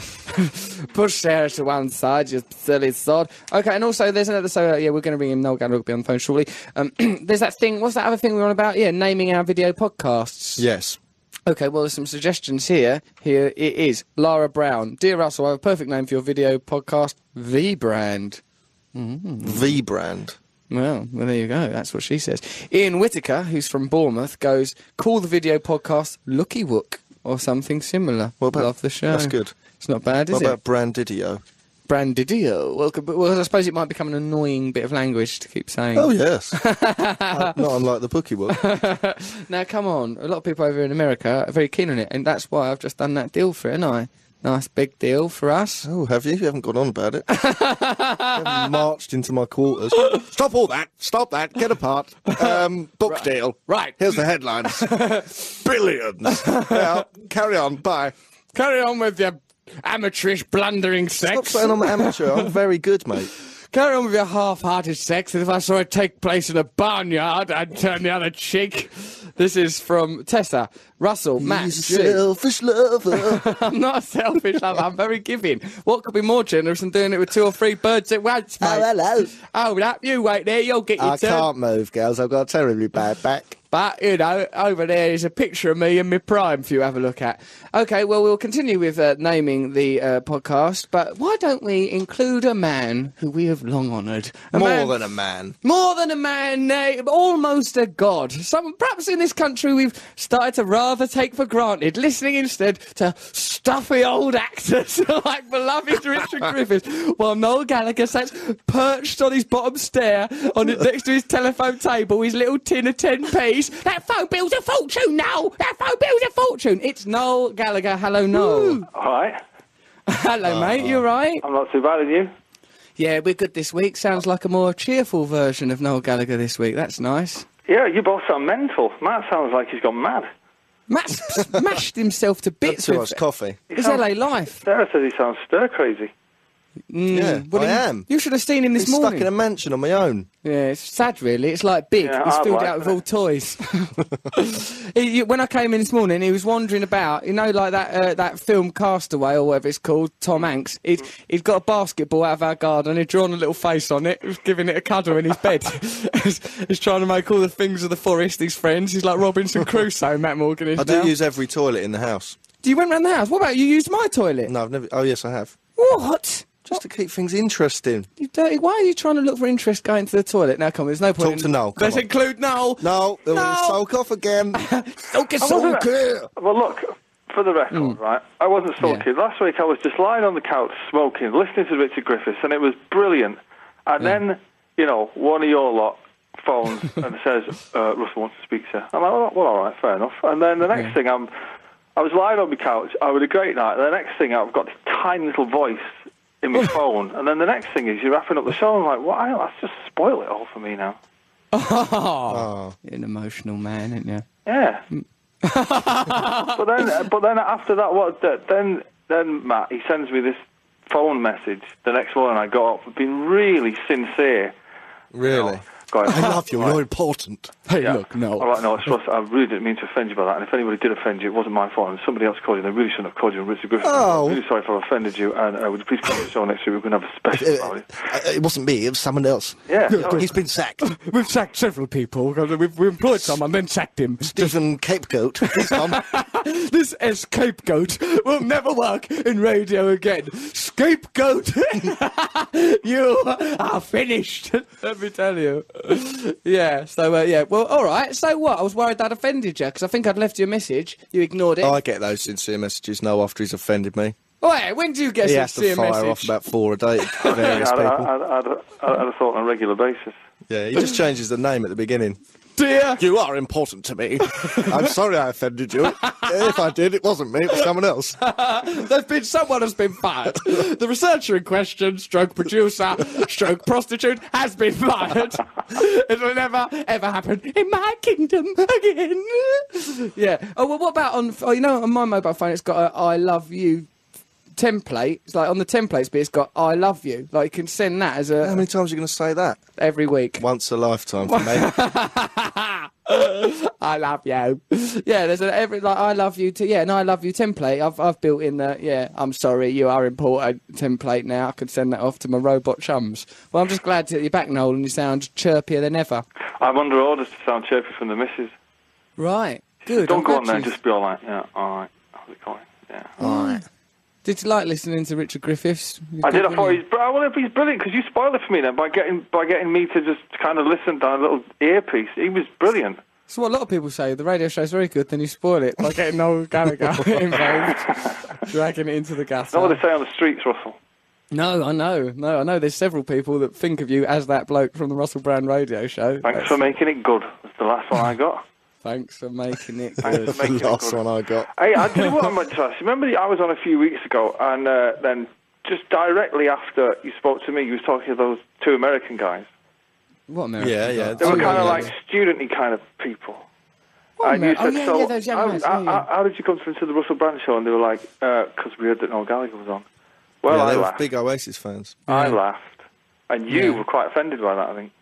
S2: *laughs* Push Sarah to one side, you silly sod. Okay, and also there's another. So uh, yeah, we're going to ring him. Noel Gallagher will be on the phone shortly. Um, *clears throat* there's that thing. What's that other thing we were on about? Yeah, naming our video podcasts.
S3: Yes.
S2: Okay, well, there's some suggestions here. Here it is. Lara Brown. Dear Russell, I have a perfect name for your video podcast, The Brand.
S3: V brand.
S2: Well, well, there you go. That's what she says. Ian Whitaker, who's from Bournemouth, goes, call the video podcast Looky Wook or something similar.
S3: What about-
S2: Love the show.
S3: that's good.
S2: It's not bad, is
S3: What
S2: it?
S3: about brandidio?
S2: brandidio. Well, c- but- well, I suppose it might become an annoying bit of language to keep saying.
S3: Oh yes,
S2: *laughs*
S3: Uh, not unlike the bookie book.
S2: Now, come on. A lot of people over in America are very keen on it, and that's why I've just done that deal for it, haven't I? Nice big deal for us.
S3: Oh, have you? You haven't gone on
S2: *laughs*
S3: about it. you haven't marched into my quarters. Stop all that. Stop that. Get apart.
S2: *laughs*
S3: Um, book deal.
S2: Right.
S3: Here's
S2: *laughs*
S3: the headlines. Billions. now, carry on. Bye.
S2: Carry on with your amateurish blundering
S3: Stop
S2: sex.
S3: saying I'm an amateur. I'm very good, mate.
S2: Carry on with your half-hearted sex, and if I saw it take place in a barnyard, I'd turn the other cheek. This is from Tessa, Russell, Matt,
S5: He's a
S2: Sue.
S5: selfish lover.
S2: *laughs* I'm not a selfish lover. I'm very giving. What could be more generous than doing it with two or three birds at once, mate?
S5: oh, hello.
S2: Oh, that you wait there. You'll get your
S5: I
S2: turn.
S5: can't move, girls. I've got a terribly bad back.
S2: But, you know, over there is a picture of me in my prime for you to have a look at. Okay, well, we'll continue with uh, naming the uh, podcast, but why don't we include a man who we have long honoured? A
S3: More
S2: man-
S3: than a man.
S2: More than a man, nay, almost a god. Some, perhaps in this country we've started to rather take for granted, listening instead to stuffy old actors *laughs* like beloved Richard Griffiths, while Noel Gallagher sits perched on his bottom stair on it next to his telephone table, his little tin of 10p's. That phone bill's a fortune, Noel! That phone bill's a fortune! It's Noel Gallagher. Hello, Noel.
S9: All right.
S2: Hello, mate. You alright?
S9: I'm not too bad at you.
S2: Yeah, we're good this week. Sounds like a more cheerful version of Noel Gallagher this week. That's nice.
S9: Yeah, you both sound mental. Matt sounds like he's gone mad.
S2: Matt smashed himself to bits
S3: Too
S2: with
S3: much coffee.
S2: his LA life.
S9: Sarah says he sounds stir crazy.
S2: Mm,
S3: Yeah,
S2: what
S3: I
S2: do you-
S3: am.
S2: You should have seen him this
S3: Stuck
S2: morning.
S3: in a mansion on my own.
S2: Yeah, it's sad, really. It's like big.
S9: Yeah,
S2: He's
S9: hard
S2: filled
S9: life,
S2: out with
S9: innit?
S2: all toys. *laughs* He- you- when I came in this morning, he was wandering about. You know, like that uh, that film Castaway or whatever it's called. Tom Hanks. He'd he'd got a basketball out of our garden. He'd drawn a little face on it. He was giving it a cuddle in his bed. *laughs* he's, he's trying to make all the things of the forest. His friends. He's like Robinson Crusoe. Matt Morgan is
S3: I do
S2: now.
S3: use every toilet in the house.
S2: Do you went round the house? What about you? Used my toilet.
S3: No, I've never. Oh yes, I have.
S2: What?
S3: Just to keep things interesting.
S2: You dirty. Why are you trying to look for interest going to the toilet? Now, come on, there's no point.
S3: Talk
S2: in-
S3: to Noel, come
S2: Let's
S3: on.
S2: include Noel.
S3: No, it
S2: No.
S3: was soak off
S9: *laughs*
S3: again. Oh,
S2: Don't get so
S9: wasn't- Well, look, for the record,
S2: Hmm.
S9: right, I wasn't sulky. Last week I was just lying on the couch smoking, listening to Richard Griffiths, and it was brilliant. And
S2: Hmm.
S9: then, you know, one of your lot phones *laughs* and says, uh, Russell wants to speak to you. I'm like, well, well, all right, fair enough. And then the next thing I'm, I was lying on my couch, I had a great night. The next thing I've got this tiny little voice
S2: *laughs*
S9: in my phone. And then the next thing is you're wrapping up the show. I'm like, well, I don't, that's just spoil it all for me now. Oh.
S3: Oh,
S2: You're an emotional man, aren't you?
S3: *laughs*
S9: Yeah. but then, but then after that, what? the- Then, then Matt he sends me this phone message the next morning. I got up, being really sincere.
S3: really?
S9: Going,
S3: I love you. You're important.
S2: Hey,
S9: yeah.
S2: look, Noel.
S9: All right, no, it's Russ. I really didn't mean to offend you by that. And if anybody did offend you, it wasn't my fault. And somebody else called you. They really shouldn't have called you. And Richard Griffin.
S3: Oh.
S9: I'm really sorry if I offended you. And uh, would you please come to the show next week? We're going to have a special about
S5: Uh,
S9: it.
S5: uh, it wasn't me, it was someone else.
S9: Yeah, sorry.
S5: He's been sacked.
S2: We've sacked several people. We've, we've employed someone, then sacked him.
S5: Stephen Capegoat. He's gone.
S2: This scapegoat will never work in radio again. Scapegoat, *laughs* you are finished. *laughs* Let me tell you. Yeah. So uh, yeah. Well, all right. So what? I was worried that offended you because I think I'd left you a message. You ignored it.
S3: Oh, I get those sincere messages now after he's offended me.
S2: Wait, when do you get
S3: He
S2: a
S3: has to
S2: sincere
S3: fire
S2: message?
S3: off about four a day
S9: *laughs*
S3: to various
S9: I'd,
S3: people.
S9: I'd, I'd, I'd, I'd have thought on a regular basis.
S3: Yeah, he just changes the name at the beginning.
S2: Dear
S3: You are important to
S9: *laughs*
S3: me. I'm sorry I offended you. If I did, it wasn't me, it was someone else.
S2: There's been someone has been fired. the researcher in question, stroke producer, stroke prostitute, has been fired. it will never ever happen in my kingdom again. yeah. Oh well, what about on? Oh, you know, on my mobile phone, it's got a "I love you template. It's like on the templates, but it's got "I love you." Like you can send that as
S3: How
S2: a
S3: many times are you going to say that?
S2: every week.
S3: Once a lifetime for
S9: *laughs*
S3: me. *laughs*
S2: I love you. Yeah, there's an every like I love you too. Yeah, and I love you template. I've I've built in the yeah. I'm sorry, you are important template now. I can send that off to my robot chums. Well, I'm just glad that you're back, Noel, and you sound chirpier than ever.
S9: I'm under orders to sound chirpy from the missus.
S2: Right, good.
S9: Don't
S2: I'm
S9: go
S2: glad
S9: on there and
S2: you-
S9: just be all like, yeah, all right, how's it going? Yeah.
S2: Did you like listening to Richard Griffiths? You
S9: I did.
S2: Oh, good,
S9: I thought
S2: weren't you?
S9: he's, br- well, if he's brilliant because you spoiled it for me then by getting by getting me to just kind of listen down a little earpiece. He was brilliant.
S2: So what a lot of people say, the radio show's very good, then you spoil it by getting
S9: *laughs*
S2: Noel Gallagher involved, dragging it into the gutter.
S9: That's what they say on the streets, Russell.
S2: No, I know. No, I know. There's several people that think of you as that bloke from the Russell Brand radio show.
S9: Thanks for making it good. That's the last one I got.
S2: Thanks for making it.
S9: Thanks
S2: good.
S9: for making it Last good. one
S3: I got.
S9: Hey, I tell you what
S2: *laughs*
S9: I'm interested. Remember, the- I was on a few weeks ago, and uh, then just directly after you spoke to me, you was talking to those two American guys.
S2: What American?
S3: Yeah, yeah.
S9: They
S2: Oh,
S9: were kind of like studenty kind of people. and you
S2: Amer- oh,
S9: said,
S2: yeah,
S9: so
S2: yeah, those young
S9: how,
S2: guys,
S9: how-
S2: yeah, yeah.
S9: how did you come through to the Russell Brand show? And they were like, because we heard that Noel Gallagher was on. Well,
S3: yeah,
S9: I
S3: they were
S9: laughed.
S3: big Oasis fans.
S9: I laughed, and you were quite offended by that. I think.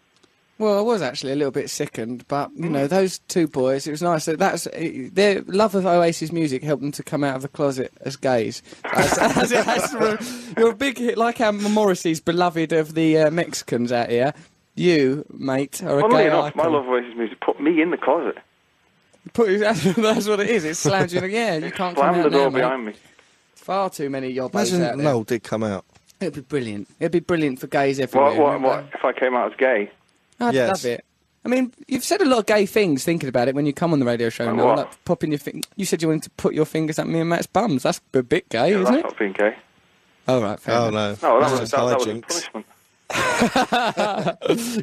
S2: Well, I was actually a little bit sickened, but you
S9: Mm.
S2: know, those two boys. It was nice that that's it, their love of Oasis music helped them to come out of the closet as *laughs* gays. That's, that's, that's r- you're a big hit, like our Morrissey's beloved of the uh, Mexicans out here. You, mate, are a
S9: Funnily
S2: gay
S9: enough,
S2: icon.
S9: my love of Oasis music put me in the closet.
S2: Put- that's, that's what it *laughs* is. It slams you in the yeah. You can't come
S9: Slammed
S2: out
S9: the
S2: now,
S9: door
S2: mate.
S9: behind me.
S2: Far too many yobbos out
S3: Imagine
S2: there.
S3: Noel did come out.
S2: It'd be brilliant. It'd be brilliant for gays everywhere.
S9: What, what,
S2: wouldn't
S9: what? If I came out as gay,
S2: it? I'd
S3: Yes.
S2: love it. I mean, you've said a lot of gay things thinking about it when you come on the radio show.
S9: Like
S2: Noel,
S9: what?
S2: like popping your fin- You said you wanted to put your fingers at me and Matt's bums. That's a bit gay,
S9: yeah,
S2: isn't
S9: that's
S2: it?
S9: not being gay.
S2: All right, fair
S3: Oh
S2: enough.
S3: no,
S9: No, that
S3: That's
S9: was,
S3: just
S9: that, that was a
S3: hijinks.
S9: punishment.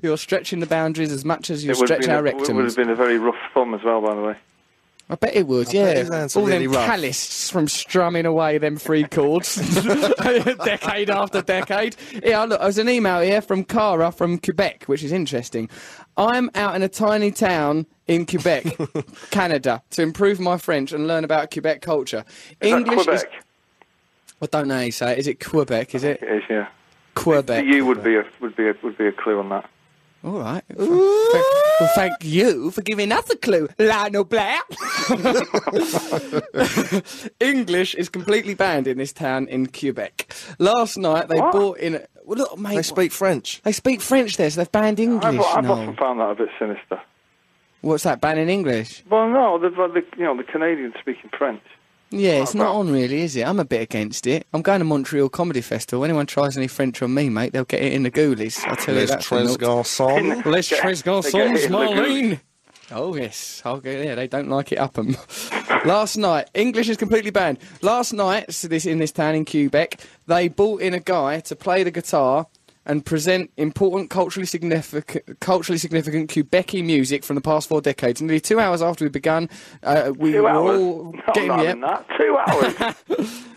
S2: You're stretching the boundaries as much as you
S9: It would, have
S2: stretch
S9: been
S2: our
S9: a, it would have
S2: rectums.
S9: been a very rough thumb as well, by the way.
S2: I bet it would, yeah.
S3: his hands are
S2: All
S3: really
S2: them
S3: rough.
S2: calluses from strumming away them three
S3: *laughs*
S2: chords, *laughs* decade after decade. Yeah, look, there's an email here from Cara from Quebec, which is interesting. I'm out in a tiny town in Quebec,
S3: *laughs*
S2: Canada, to improve my French and learn about Quebec culture.
S9: Is that
S2: is-
S9: Quebec?
S2: I don't know how you say it. Is it Quebec? Is it
S9: It is, yeah.
S2: Quebec?
S9: The U would be a would be a would be a clue on that.
S2: All right. Well, thank you for giving us a clue, Lionel Blair. *laughs* English is completely banned in this town in Quebec. Last night they
S9: What?
S2: brought in. A, well, look, mate.
S3: They speak French.
S2: they speak French there, so they've banned English.
S9: I've, I've
S2: Noel.
S9: often found that a bit sinister.
S2: What's that? Banning English?
S9: Well, no, the, the you know the Canadians speaking French.
S2: Yeah, it's not
S9: well.
S2: on really, is it? I'm a bit against it. I'm going to Montreal Comedy Festival. Anyone tries any French on me, mate, they'll get it in the ghoulies. I tell you
S3: There's
S2: that. for
S3: Trans
S2: naught.
S3: Garçon.
S2: Let's
S9: They get-
S2: trace
S9: they get
S2: Garçons,
S9: hit in the
S2: Marlene. Oh yes, I'll go there. They don't like it up 'em. *laughs* Last night, English is completely banned. Last night, so this in this town in Quebec, they brought in a guy to play the guitar and present important culturally significant, culturally significant Quebeci music from the past four decades. Nearly two hours after we began, uh, we
S9: Two
S2: were
S9: hours. *laughs*
S2: all
S9: No, I'm
S2: getting
S9: not
S2: yeah,
S9: having that. Two hours.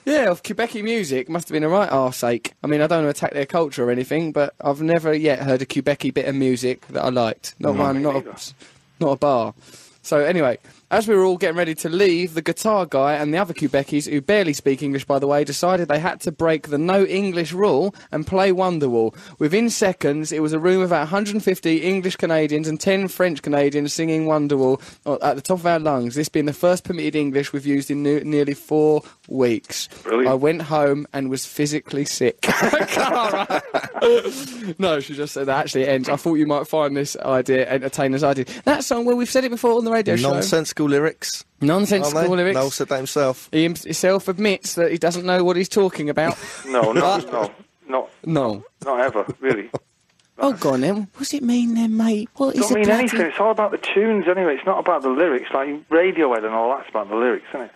S2: yeah, of Quebeci music must have been a right arseache. I mean, I don't want to attack their culture or anything, but I've never yet heard a Quebeci bit of music that I liked. Not one, not a, not a bar. So anyway, as we were all getting ready to leave, the guitar guy and the other Quebecis, who barely speak English by the way, decided they had to break the no English rule and play Wonderwall. Within seconds, it was a room of about 150 English Canadians and 10 French Canadians singing Wonderwall uh, at the top of our lungs. This being the first permitted English we've used in ne- nearly four weeks.
S9: Brilliant.
S2: I went home and was physically sick. Cara. *laughs* no, she just said that actually it ends. I thought you might find this idea entertaining as I did. That song, well, we've said it before on the radio show.
S3: Nonsensical lyrics. aren't
S2: Nonsensical
S3: they?
S2: lyrics.
S3: Noel said that himself.
S2: He him- himself admits that he doesn't know what he's talking
S3: *laughs*
S2: about. *laughs*
S9: no, no, no, not
S2: no.
S9: not ever really.
S2: Oh, go on then. What's it mean then, mate? What is
S9: Don't mean
S2: a bloody...
S9: anything. It's all about the tunes anyway. It's not about the lyrics. Like Radiohead and all that's about the lyrics, isn't it?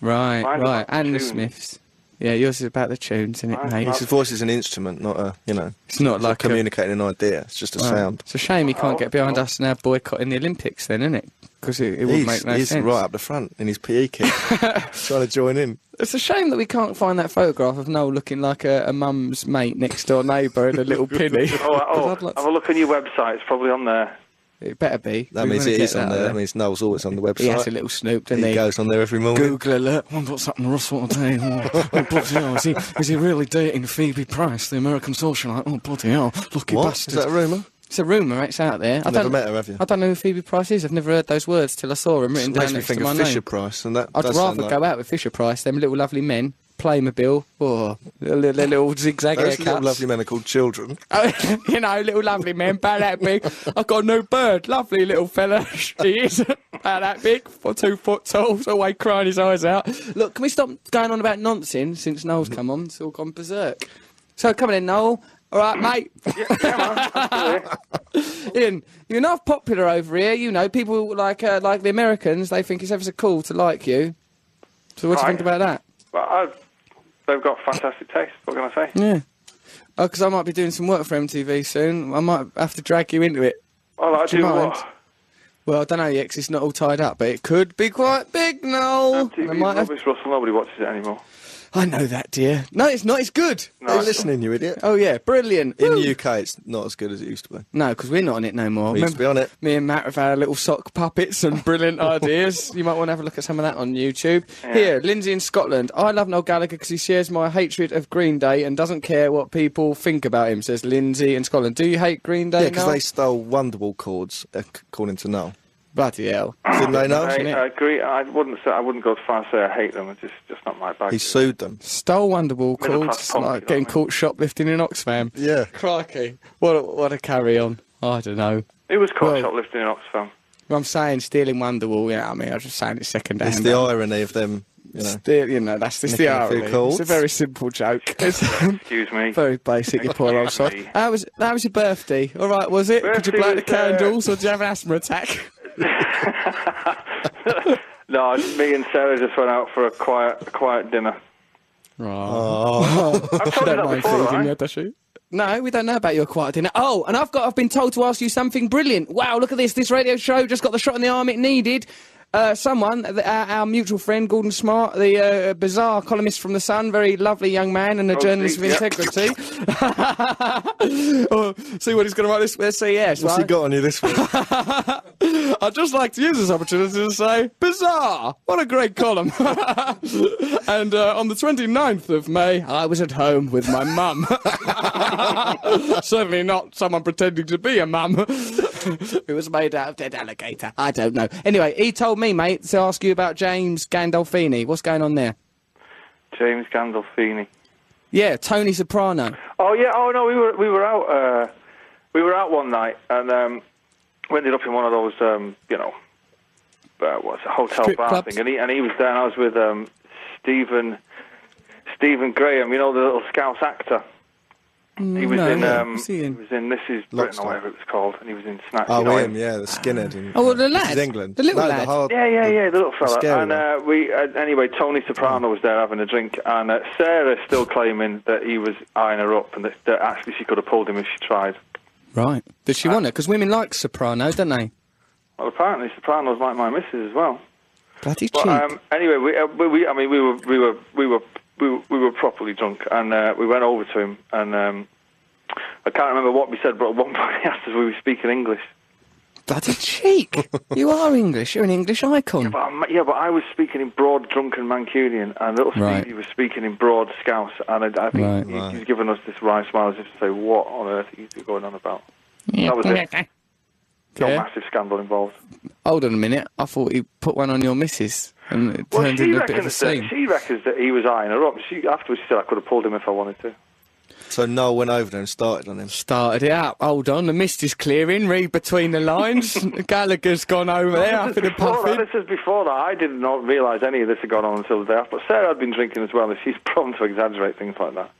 S2: Right,
S9: Mine's
S2: right.
S9: about the
S2: And the
S9: tunes.
S2: Smiths. Yeah, yours is about the tunes, isn't it,
S9: Mine's
S2: mate?
S9: about-
S3: His voice is an instrument, not a you know.
S2: It's not
S3: it's
S2: like a-
S3: communicating an idea. It's just a
S2: Wow.
S3: sound.
S2: It's a shame he
S9: Oh,
S2: can't get behind us now boycotting the Olympics then, isn't it? Because it, it would
S3: He's,
S2: make no
S3: he's
S2: sense.
S3: right up the front in his PE
S2: *laughs*
S3: kit, trying to join in.
S2: It's a shame that we can't find that photograph of Noel looking like a, a mum's mate next door neighbour in a
S9: *laughs*
S2: little pinny.
S9: Oh, oh
S2: 'Cause I'd like to-
S9: have a look on your website. It's probably on there.
S2: It better be.
S3: That
S2: We
S3: means
S2: wanna
S3: it
S2: get
S3: is on
S2: that
S3: there.
S2: out
S3: That means Noel's always on the
S2: He has
S3: website.
S2: a little snoop, doesn't
S3: he
S2: he?
S3: goes on there every morning.
S10: Google alert. I've got something Russ want to
S2: *laughs*
S10: do. Oh, oh, bloody hell. Is he, is he really dating Phoebe Price, the American socialite? Oh, bloody hell. Lucky
S3: What?
S10: bastard.
S3: Is that a rumour?
S2: It's a rumour, it's out there. I
S3: Never
S2: don't,
S3: met her, have you?
S2: I don't know who Phoebe Price is. I've never heard those words till I saw them written
S3: Makes
S2: down
S3: me
S2: next
S3: think
S2: to my
S3: of Fisher
S2: name.
S3: Price, and that.
S2: I'd
S3: does sound
S2: rather
S3: like-
S2: go out with Fisher Price, them little lovely men, Playmobil, or their Oh, little, their little zigzag
S3: Those
S2: haircuts.
S3: little lovely men are called children.
S2: Oh, *laughs* you know, little lovely man, about that big. I've got a new bird, lovely little fella. *laughs* he is about that big, for two foot tall, so away crying his eyes out. Look, can we stop going on about nonsense since Noel's come on? It's all gone berserk. So come on in, Noel. All right, mate. *laughs* Ian, you're not popular over here. You know, people like uh, like the Americans, they think it's ever so cool to like you. So what do you
S9: Right.
S2: think about that?
S9: uh,
S2: Mm.
S9: But I, they've got fantastic taste. What can I say?
S2: Yeah. Oh, because I might be doing some work for MTV soon. I might have to drag you into it.
S9: Oh, like,
S2: Do you
S9: do
S2: mind?
S9: what?
S2: Well, I don't know yet 'cause it's not all tied up, but it could be quite big, Noel. I
S9: TV
S2: Oh, might have-
S9: rubbish, Russell. Nobody watches it anymore.
S2: I know that, dear. No, it's not. It's good.
S9: No, They're it's listening,
S3: you idiot.
S2: Oh yeah, brilliant.
S3: In
S2: Woo.
S3: the UK, it's not as good as it used to be.
S2: No, because we're not on it no more.
S3: We used to be on it.
S2: Me and Matt have had little sock puppets and
S9: *laughs*
S2: brilliant ideas. You might want to have a look at some of that on YouTube. Here, Lindsay in Scotland. I love Noel Gallagher because he shares my hatred of Green Day and doesn't care what people think about him, says Lindsay in Scotland. Do you hate Green Day?
S3: Yeah, because
S2: Noel?
S3: they stole Wonderwall chords, ac- according to Noel.
S2: Bloody hell.
S3: Didn't they, Noel?
S9: I, I agree. I wouldn't say I wouldn't go as far as say I hate them. It's just just not my bag.
S3: He sued them.
S2: Stole Wonderwall
S9: Middle
S2: called,
S9: class
S2: it's
S9: punk, you know
S2: like
S9: what
S2: getting
S9: I mean?
S2: caught shoplifting in Oxfam.
S3: Yeah.
S2: Crikey. What a, what a carry on. I don't know.
S9: Who was caught
S2: Well-
S9: shoplifting in Oxfam?
S2: I'm saying stealing Wonderwall, yeah, I mean, I'm just saying it's second hand.
S3: It's the irony of them, you know.
S2: Still, you know, that's just the
S3: Nicking a few
S2: irony. It's
S3: chords.
S2: a very simple
S3: *laughs*
S2: joke. It's *laughs*
S9: Excuse me.
S2: very basic, you poor old sod.
S9: Excuse me.
S2: How was, how was your birthday? All right, was it? Did you
S9: Birthday
S2: blow out the
S9: was, uh,
S2: candles or did you have an asthma attack? *laughs*
S9: No, me and Sarah just went out for a quiet a quiet dinner.
S2: *laughs*
S9: I've told you that before, right?
S2: No, we don't know about your quiet dinner. Oh, and I've got I've been told to ask you something brilliant. Wow, look at this. This radio show just got the shot in the arm it needed. Uh, someone, th- our, our mutual friend Gordon Smart, the uh, bizarre columnist from the Sun, very lovely young man
S3: Oh,
S2: and a journalist of
S9: yeah.
S2: integrity. *laughs* oh, see what he's going to write this. Let's see. Yes,
S3: What's he
S2: right?
S3: got on you this week?
S2: I'd just like to use this opportunity to say, bizarre! What a great column. *laughs* and uh, on the 29th of May, I was at home with my mum. *laughs* Certainly not someone pretending to be a mum. *laughs* it was made out of dead alligator. I don't know. Anyway, he told me, mate, to ask you about James Gandolfini. What's going on there?
S9: James Gandolfini.
S2: Yeah, Tony Soprano.
S9: Oh yeah. Oh no, we were we were out uh, we were out one night and um, we ended up in one of those um, you know uh, what's a hotel
S2: Strip
S9: bar
S2: clubs.
S9: thing, and he and he was there and I was with um, Stephen Stephen Graham, you know the little Scouse actor. He was
S2: Mm, no,
S9: in
S2: no,
S9: um,
S2: who's he
S9: he
S2: in?
S9: was in This Is Britain
S3: Lockstock.
S9: or whatever it was called, and he was in Snatch.
S3: Oh,
S9: you know
S3: him, yeah, the skinhead. In,
S2: Oh, well, the
S3: This
S2: lad.
S3: is England.
S2: The little
S3: no,
S2: lad.
S3: The hard,
S9: Yeah, yeah, yeah, the little fella.
S3: scary Mm.
S9: and uh, we, uh, anyway, Tony Soprano was there having a drink, and uh, Sarah's still claiming that he was eyeing her up, and that, that actually she could have pulled him if she tried.
S2: Right. Did she want it? Because women like Soprano, don't they?
S9: Well, apparently Sopranos like my missus as well.
S2: Bloody cheap.
S9: But um, anyway, we, uh, we, we, I mean, we were, we were, we were, we were, we were properly drunk, and uh, we went over to him, and um, I can't remember what we said, but at one *laughs* point he asked us, "Were we speaking English?"
S2: Bloody cheek. you are English. You're an English icon.
S9: But um, yeah, but I was speaking in broad drunken Mancunian, and little Stevie
S2: Right.
S9: was speaking in broad Scouse, and I, I think
S2: Right.
S9: he, he's given us this wry smile as if to say, "What on earth are you two going on about?" That was it.
S2: *laughs*
S9: No
S2: Yeah.
S9: massive scandal involved.
S2: Hold on a minute. I thought he put one on your missus and it
S9: Well,
S2: turned
S9: she
S2: into a bit of a
S9: reckons that
S2: scene.
S9: she reckons that he was eyeing her up. She afterwards she said, "I could have pulled him if I wanted to."
S3: So Noel went over there and started on him.
S2: Started it up. Hold on. The mist is clearing. Read between the
S9: *laughs*
S2: lines. Gallagher's gone over there. Up
S9: this, is
S2: in a
S9: before that,
S2: puffin.
S9: this is before that. I did not realise any of this had gone on until the day after. But Sarah had been drinking as well, and she's *laughs* prone to exaggerate things like that.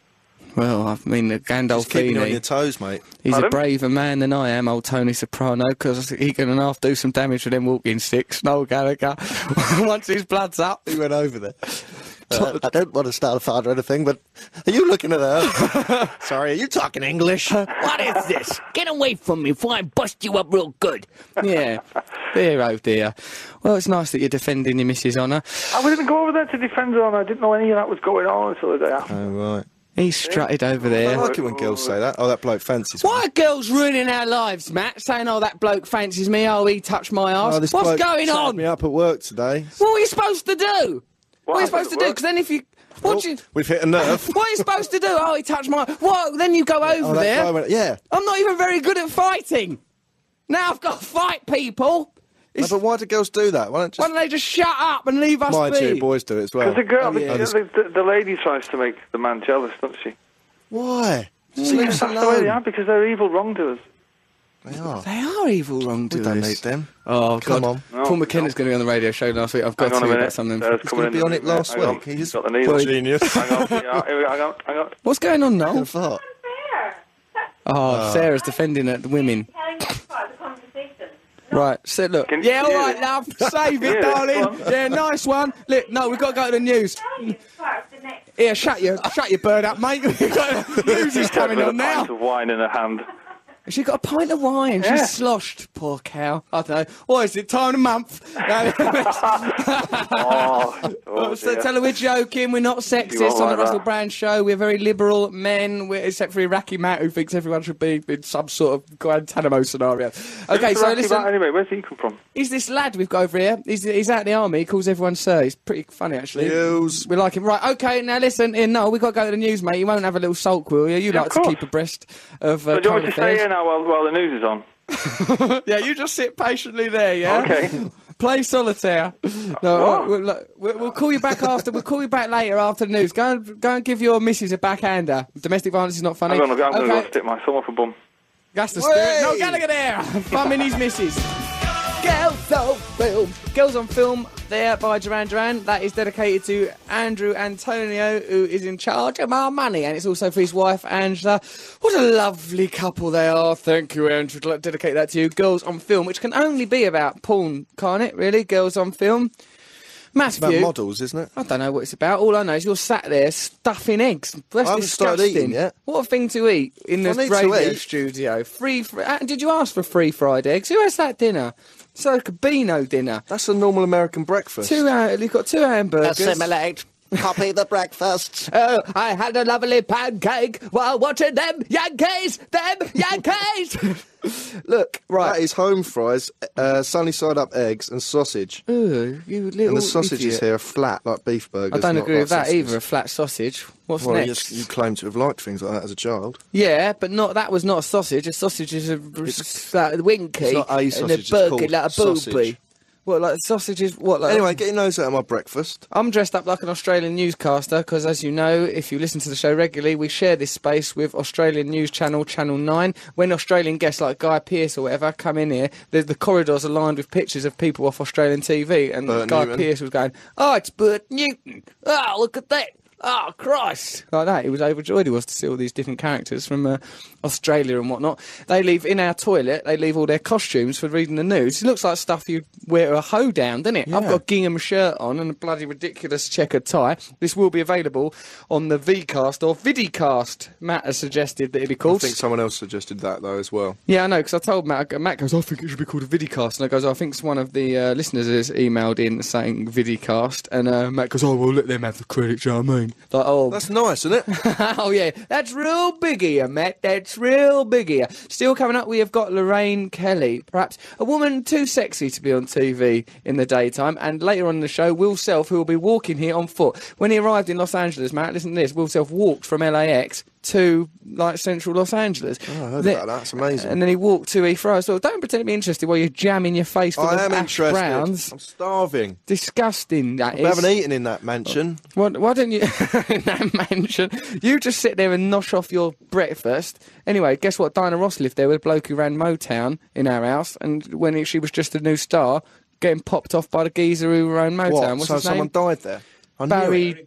S2: Well, I mean, the
S3: Just keeping you on your
S2: Gandolfini.
S3: toes, mate.
S2: He's a
S9: Pardon?
S2: braver man than I am, old Tony Soprano, because he can and half do some damage with them walking sticks. Noel Gallagher. *laughs* Once his blood's up,
S3: He went over there. *laughs*
S11: Uh, I don't want to start a fight or anything, but are you looking at her?
S3: *laughs* Sorry, are you talking English?
S1: What is this? Get away from me before I bust you up real good.
S9: *laughs*
S2: yeah. Dear, oh dear. Well, it's nice that you're defending your missus' honour.
S9: I didn't go over there to defend her, and I didn't know any of that was going on until the day after.
S3: oh, right.
S2: He strutted over there.
S3: I like it when girls say that. Oh, that bloke fancies me.
S2: Why are girls ruining our lives, Matt? Saying, oh, that bloke fancies me, oh, he touched my
S3: Oh,
S2: arse.
S3: this
S2: What's
S3: bloke
S2: going
S3: sat
S2: on?
S3: me up at work today.
S2: What are you supposed to do? What, are you
S9: happened
S2: supposed to
S9: at
S2: do?
S9: work?
S2: Because then if you... What do you...
S3: We've hit a nerve.
S2: What are you supposed to do? Oh, he touched my... Whoa, then you go *laughs* over
S3: oh, that
S2: there.
S3: guy went, yeah.
S2: I'm not even very good at fighting. Now I've got to fight people.
S3: No,
S2: It's-
S3: but why do girls do that? Why don't
S2: Why
S3: just
S2: don't they just shut up and leave us
S3: mind
S2: be?
S3: you, boys do it as well?
S9: Because the girl,
S3: Oh, yeah.
S9: the, the, the, the lady tries to make the man jealous, doesn't she?
S3: Why? Just leave us
S9: That's the way they are
S3: alone.
S9: because they're evil wrongdoers.
S3: They are.
S2: They are evil wrongdoers.
S3: We don't need them.
S2: Oh,
S3: Come
S2: God.
S3: on.
S2: Paul McKenna's going to be on the radio show last week. I've got
S9: Hang on
S2: to
S9: a
S2: hear
S9: minute. Uh,
S2: about something.
S9: Sarah's
S3: He's
S9: coming
S3: going to be
S9: in.
S3: on it last
S9: Hang on.
S3: week. He just
S9: got the
S3: *laughs*
S9: needle.
S3: genius.
S9: Hang on, yeah, here we- hang on, hang on.
S2: What's going on,
S3: *laughs*
S2: Noel?
S3: Fuck.
S2: Oh, Sarah's defending at the women. Right, so look.
S9: Can-
S2: yeah, all
S9: yeah.
S2: right,
S9: *laughs*
S2: love. Save it,
S9: Yeah,
S2: darling.
S9: go
S2: Yeah, nice one. Look, no, we've got to go to the news. Here, shut your shut your bird up, mate. *laughs* We've got
S9: *laughs*
S2: the news is coming
S12: with
S2: on
S12: a
S2: now.
S12: Pint of wine in her
S2: *laughs*
S12: hand.
S2: She got a pint of wine.
S12: Yeah.
S2: She's sloshed, poor cow. I don't know. What is it? Time of the month. *laughs*
S12: Oh,
S2: Well,
S12: oh
S2: so
S12: dear.
S2: tell her we're joking. We're
S12: *laughs*
S2: not
S12: You are
S2: sexist on the
S12: like
S2: Russell
S12: that.
S2: Brand show. We're very liberal men, we're, except for Iraqi Matt, who thinks everyone should be in some sort of
S12: *laughs*
S2: Guantanamo scenario. Okay,
S12: Who's
S2: so
S12: Iraqi
S2: listen.
S12: man Anyway, where's he come from?
S2: He's this lad we've got over here. He's, he's out in the army. He calls everyone sir. He's pretty funny, actually. We like him. Right, okay, now listen. Here, no, we've got to go to the news, mate. You won't have a little sulk, will you? You
S12: Yeah,
S2: like
S12: of
S2: to
S12: course.
S2: keep abreast of uh,
S12: So do you want
S2: current
S12: me to stay
S2: affairs.
S12: here now while, while the news is on?
S2: yeah, you just sit patiently there, yeah? *laughs*
S12: Okay.
S2: Play solitaire. No, uh, we'll, look, we'll, we'll call you back after. We'll call you back later after the news. Go and go and give your missus a backhander. Domestic violence is not funny.
S12: I'm going to I'm going to
S2: Okay,
S12: go stick my thumb up a bum.
S2: That's the spirit. No, Gallagher there. *laughs* Bumming his missus. Girls on film. Girls on film. There by Duran Duran. That is dedicated to Andrew Antonio, who is in charge of our money, and it's also for his wife Angela. What a lovely couple they are. Thank you, Andrew. I'd like to Dedicate that to you. Girls on film, which can only be about porn, can't it? Really, girls on film. Matthew.
S3: about models, isn't it?
S2: I don't know what it's about. All I know is you're sat there stuffing eggs. That's
S3: I haven't started
S2: disgusting.
S3: eating yet.
S2: What a thing to eat in
S3: I
S2: this
S3: need to
S2: radio
S3: eat.
S2: studio. Free, fr- uh, Did you ask for free fried eggs? Who has that dinner? It's like a Beano dinner.
S3: That's a normal American breakfast.
S2: Two, uh, you've got two hamburgers.
S5: Assimilate. Copy the breakfasts.
S2: Oh, I had a lovely pancake while watching them Yankees, them Yankees. *laughs* Look,
S3: That
S2: right.
S3: is home fries, uh, sunny side up eggs, and sausage.
S2: Ooh, you little
S3: and the sausages
S2: idiot.
S3: here are flat, like beef
S2: I
S3: burgers.
S2: don't
S3: not
S2: agree
S3: like
S2: with that
S3: sausages.
S2: either. A flat sausage. What's
S3: Well, you,
S2: next?
S3: you claim to have liked things like that as a child.
S2: Yeah, but not that was not a sausage. A sausage is a like a winky
S3: it's not a
S2: and
S3: sausage,
S2: a
S3: it's
S2: burger
S3: called
S2: like a
S3: sausage.
S2: booby. What like sausages? What like
S3: Anyway, getting those out of my breakfast.
S2: I'm dressed up like an Australian newscaster because, as you know, if you listen to the show regularly, we share this space with Australian News Channel, Channel 9. When Australian guests like Guy Pearce or whatever come in here, the, the corridors are lined with pictures of people off Australian TV. And
S3: Bert
S2: Guy
S3: Newman.
S2: Pearce was going, Oh, it's Bert Newton. Oh, look at that. Oh, Christ. Like that. He was overjoyed, he was, to see all these different characters from uh, Australia and whatnot. They leave in our toilet, they leave all their costumes for reading the news. It looks like stuff you wear a hoe down, doesn't it? I've got a gingham shirt on and a bloody ridiculous checkered tie. This will be available on the Vcast or Vidicast, Matt has suggested that it be
S3: I
S2: called.
S3: think someone else suggested that though as well.
S2: Yeah, I know, because I told Matt, I go- Matt goes, I think it should be called a Vidicast. And I goes, I think it's one of the uh, listeners has emailed in saying Vidicast. And uh, Matt goes, oh, well, let them have the credit, do you know what I mean? Like, oh,
S3: That's nice, isn't it?
S2: oh yeah, that's real big here, Matt. That's real big here. Still coming up, we have got Lorraine Kelly, perhaps a woman too sexy to be on TV in the daytime, and later on in the show, Will Self, who will be walking here on foot. When he arrived in Los Angeles, Matt, listen to this: Will Self walked from LAX to like central Los Angeles.
S3: Oh, I heard
S2: The-
S3: about that. That's amazing.
S2: And then he walked to Heathrow as well. Don't pretend to be interested while you're jamming your face full of
S3: I am
S2: hash
S3: interested.
S2: browns.
S3: I'm starving.
S2: Disgusting. That
S3: We
S2: is. Oh,
S3: haven't eaten in that mansion.
S2: Why, why don't you *laughs* in that mansion? You just sit there and nosh off your breakfast. Anyway, guess what? Diana Ross lived there with a bloke who ran Motown in our house, and when he, she was just a new star, getting popped off by the geezer who ran Motown.
S3: what?
S2: What's
S3: so
S2: his
S3: someone
S2: name?
S3: died there. I knew it.
S2: Barry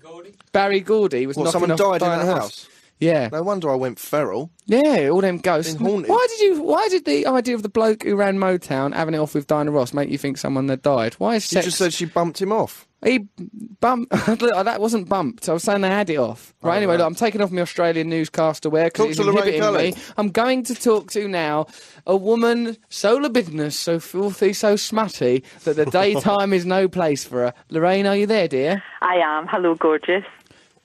S2: Barry Gordy was
S3: What,
S2: knocking
S3: someone
S2: off
S3: died in
S2: Diana
S3: that
S2: Ross.
S3: house?
S2: Yeah,
S3: No wonder I went feral.
S2: yeah, all them ghosts.
S3: Been haunted.
S2: Why did you? Why did the idea of the bloke who ran Motown having it off with Diana Ross make you think someone had died? Why is
S3: You
S2: sex?
S3: just said she bumped him off.
S2: He bumped. *laughs* that wasn't bumped. I was saying they had it off. Right. anyway, look, I'm taking off my Australian newscaster wear
S3: Talk
S2: because it's
S3: to Lorraine
S2: inhibiting
S3: Kelly.
S2: me. I'm going to talk to now a woman so libidinous, so filthy, so smutty that
S3: *laughs*
S2: the daytime is no place for her. Lorraine, are you there, dear?
S13: I am. Hello, gorgeous.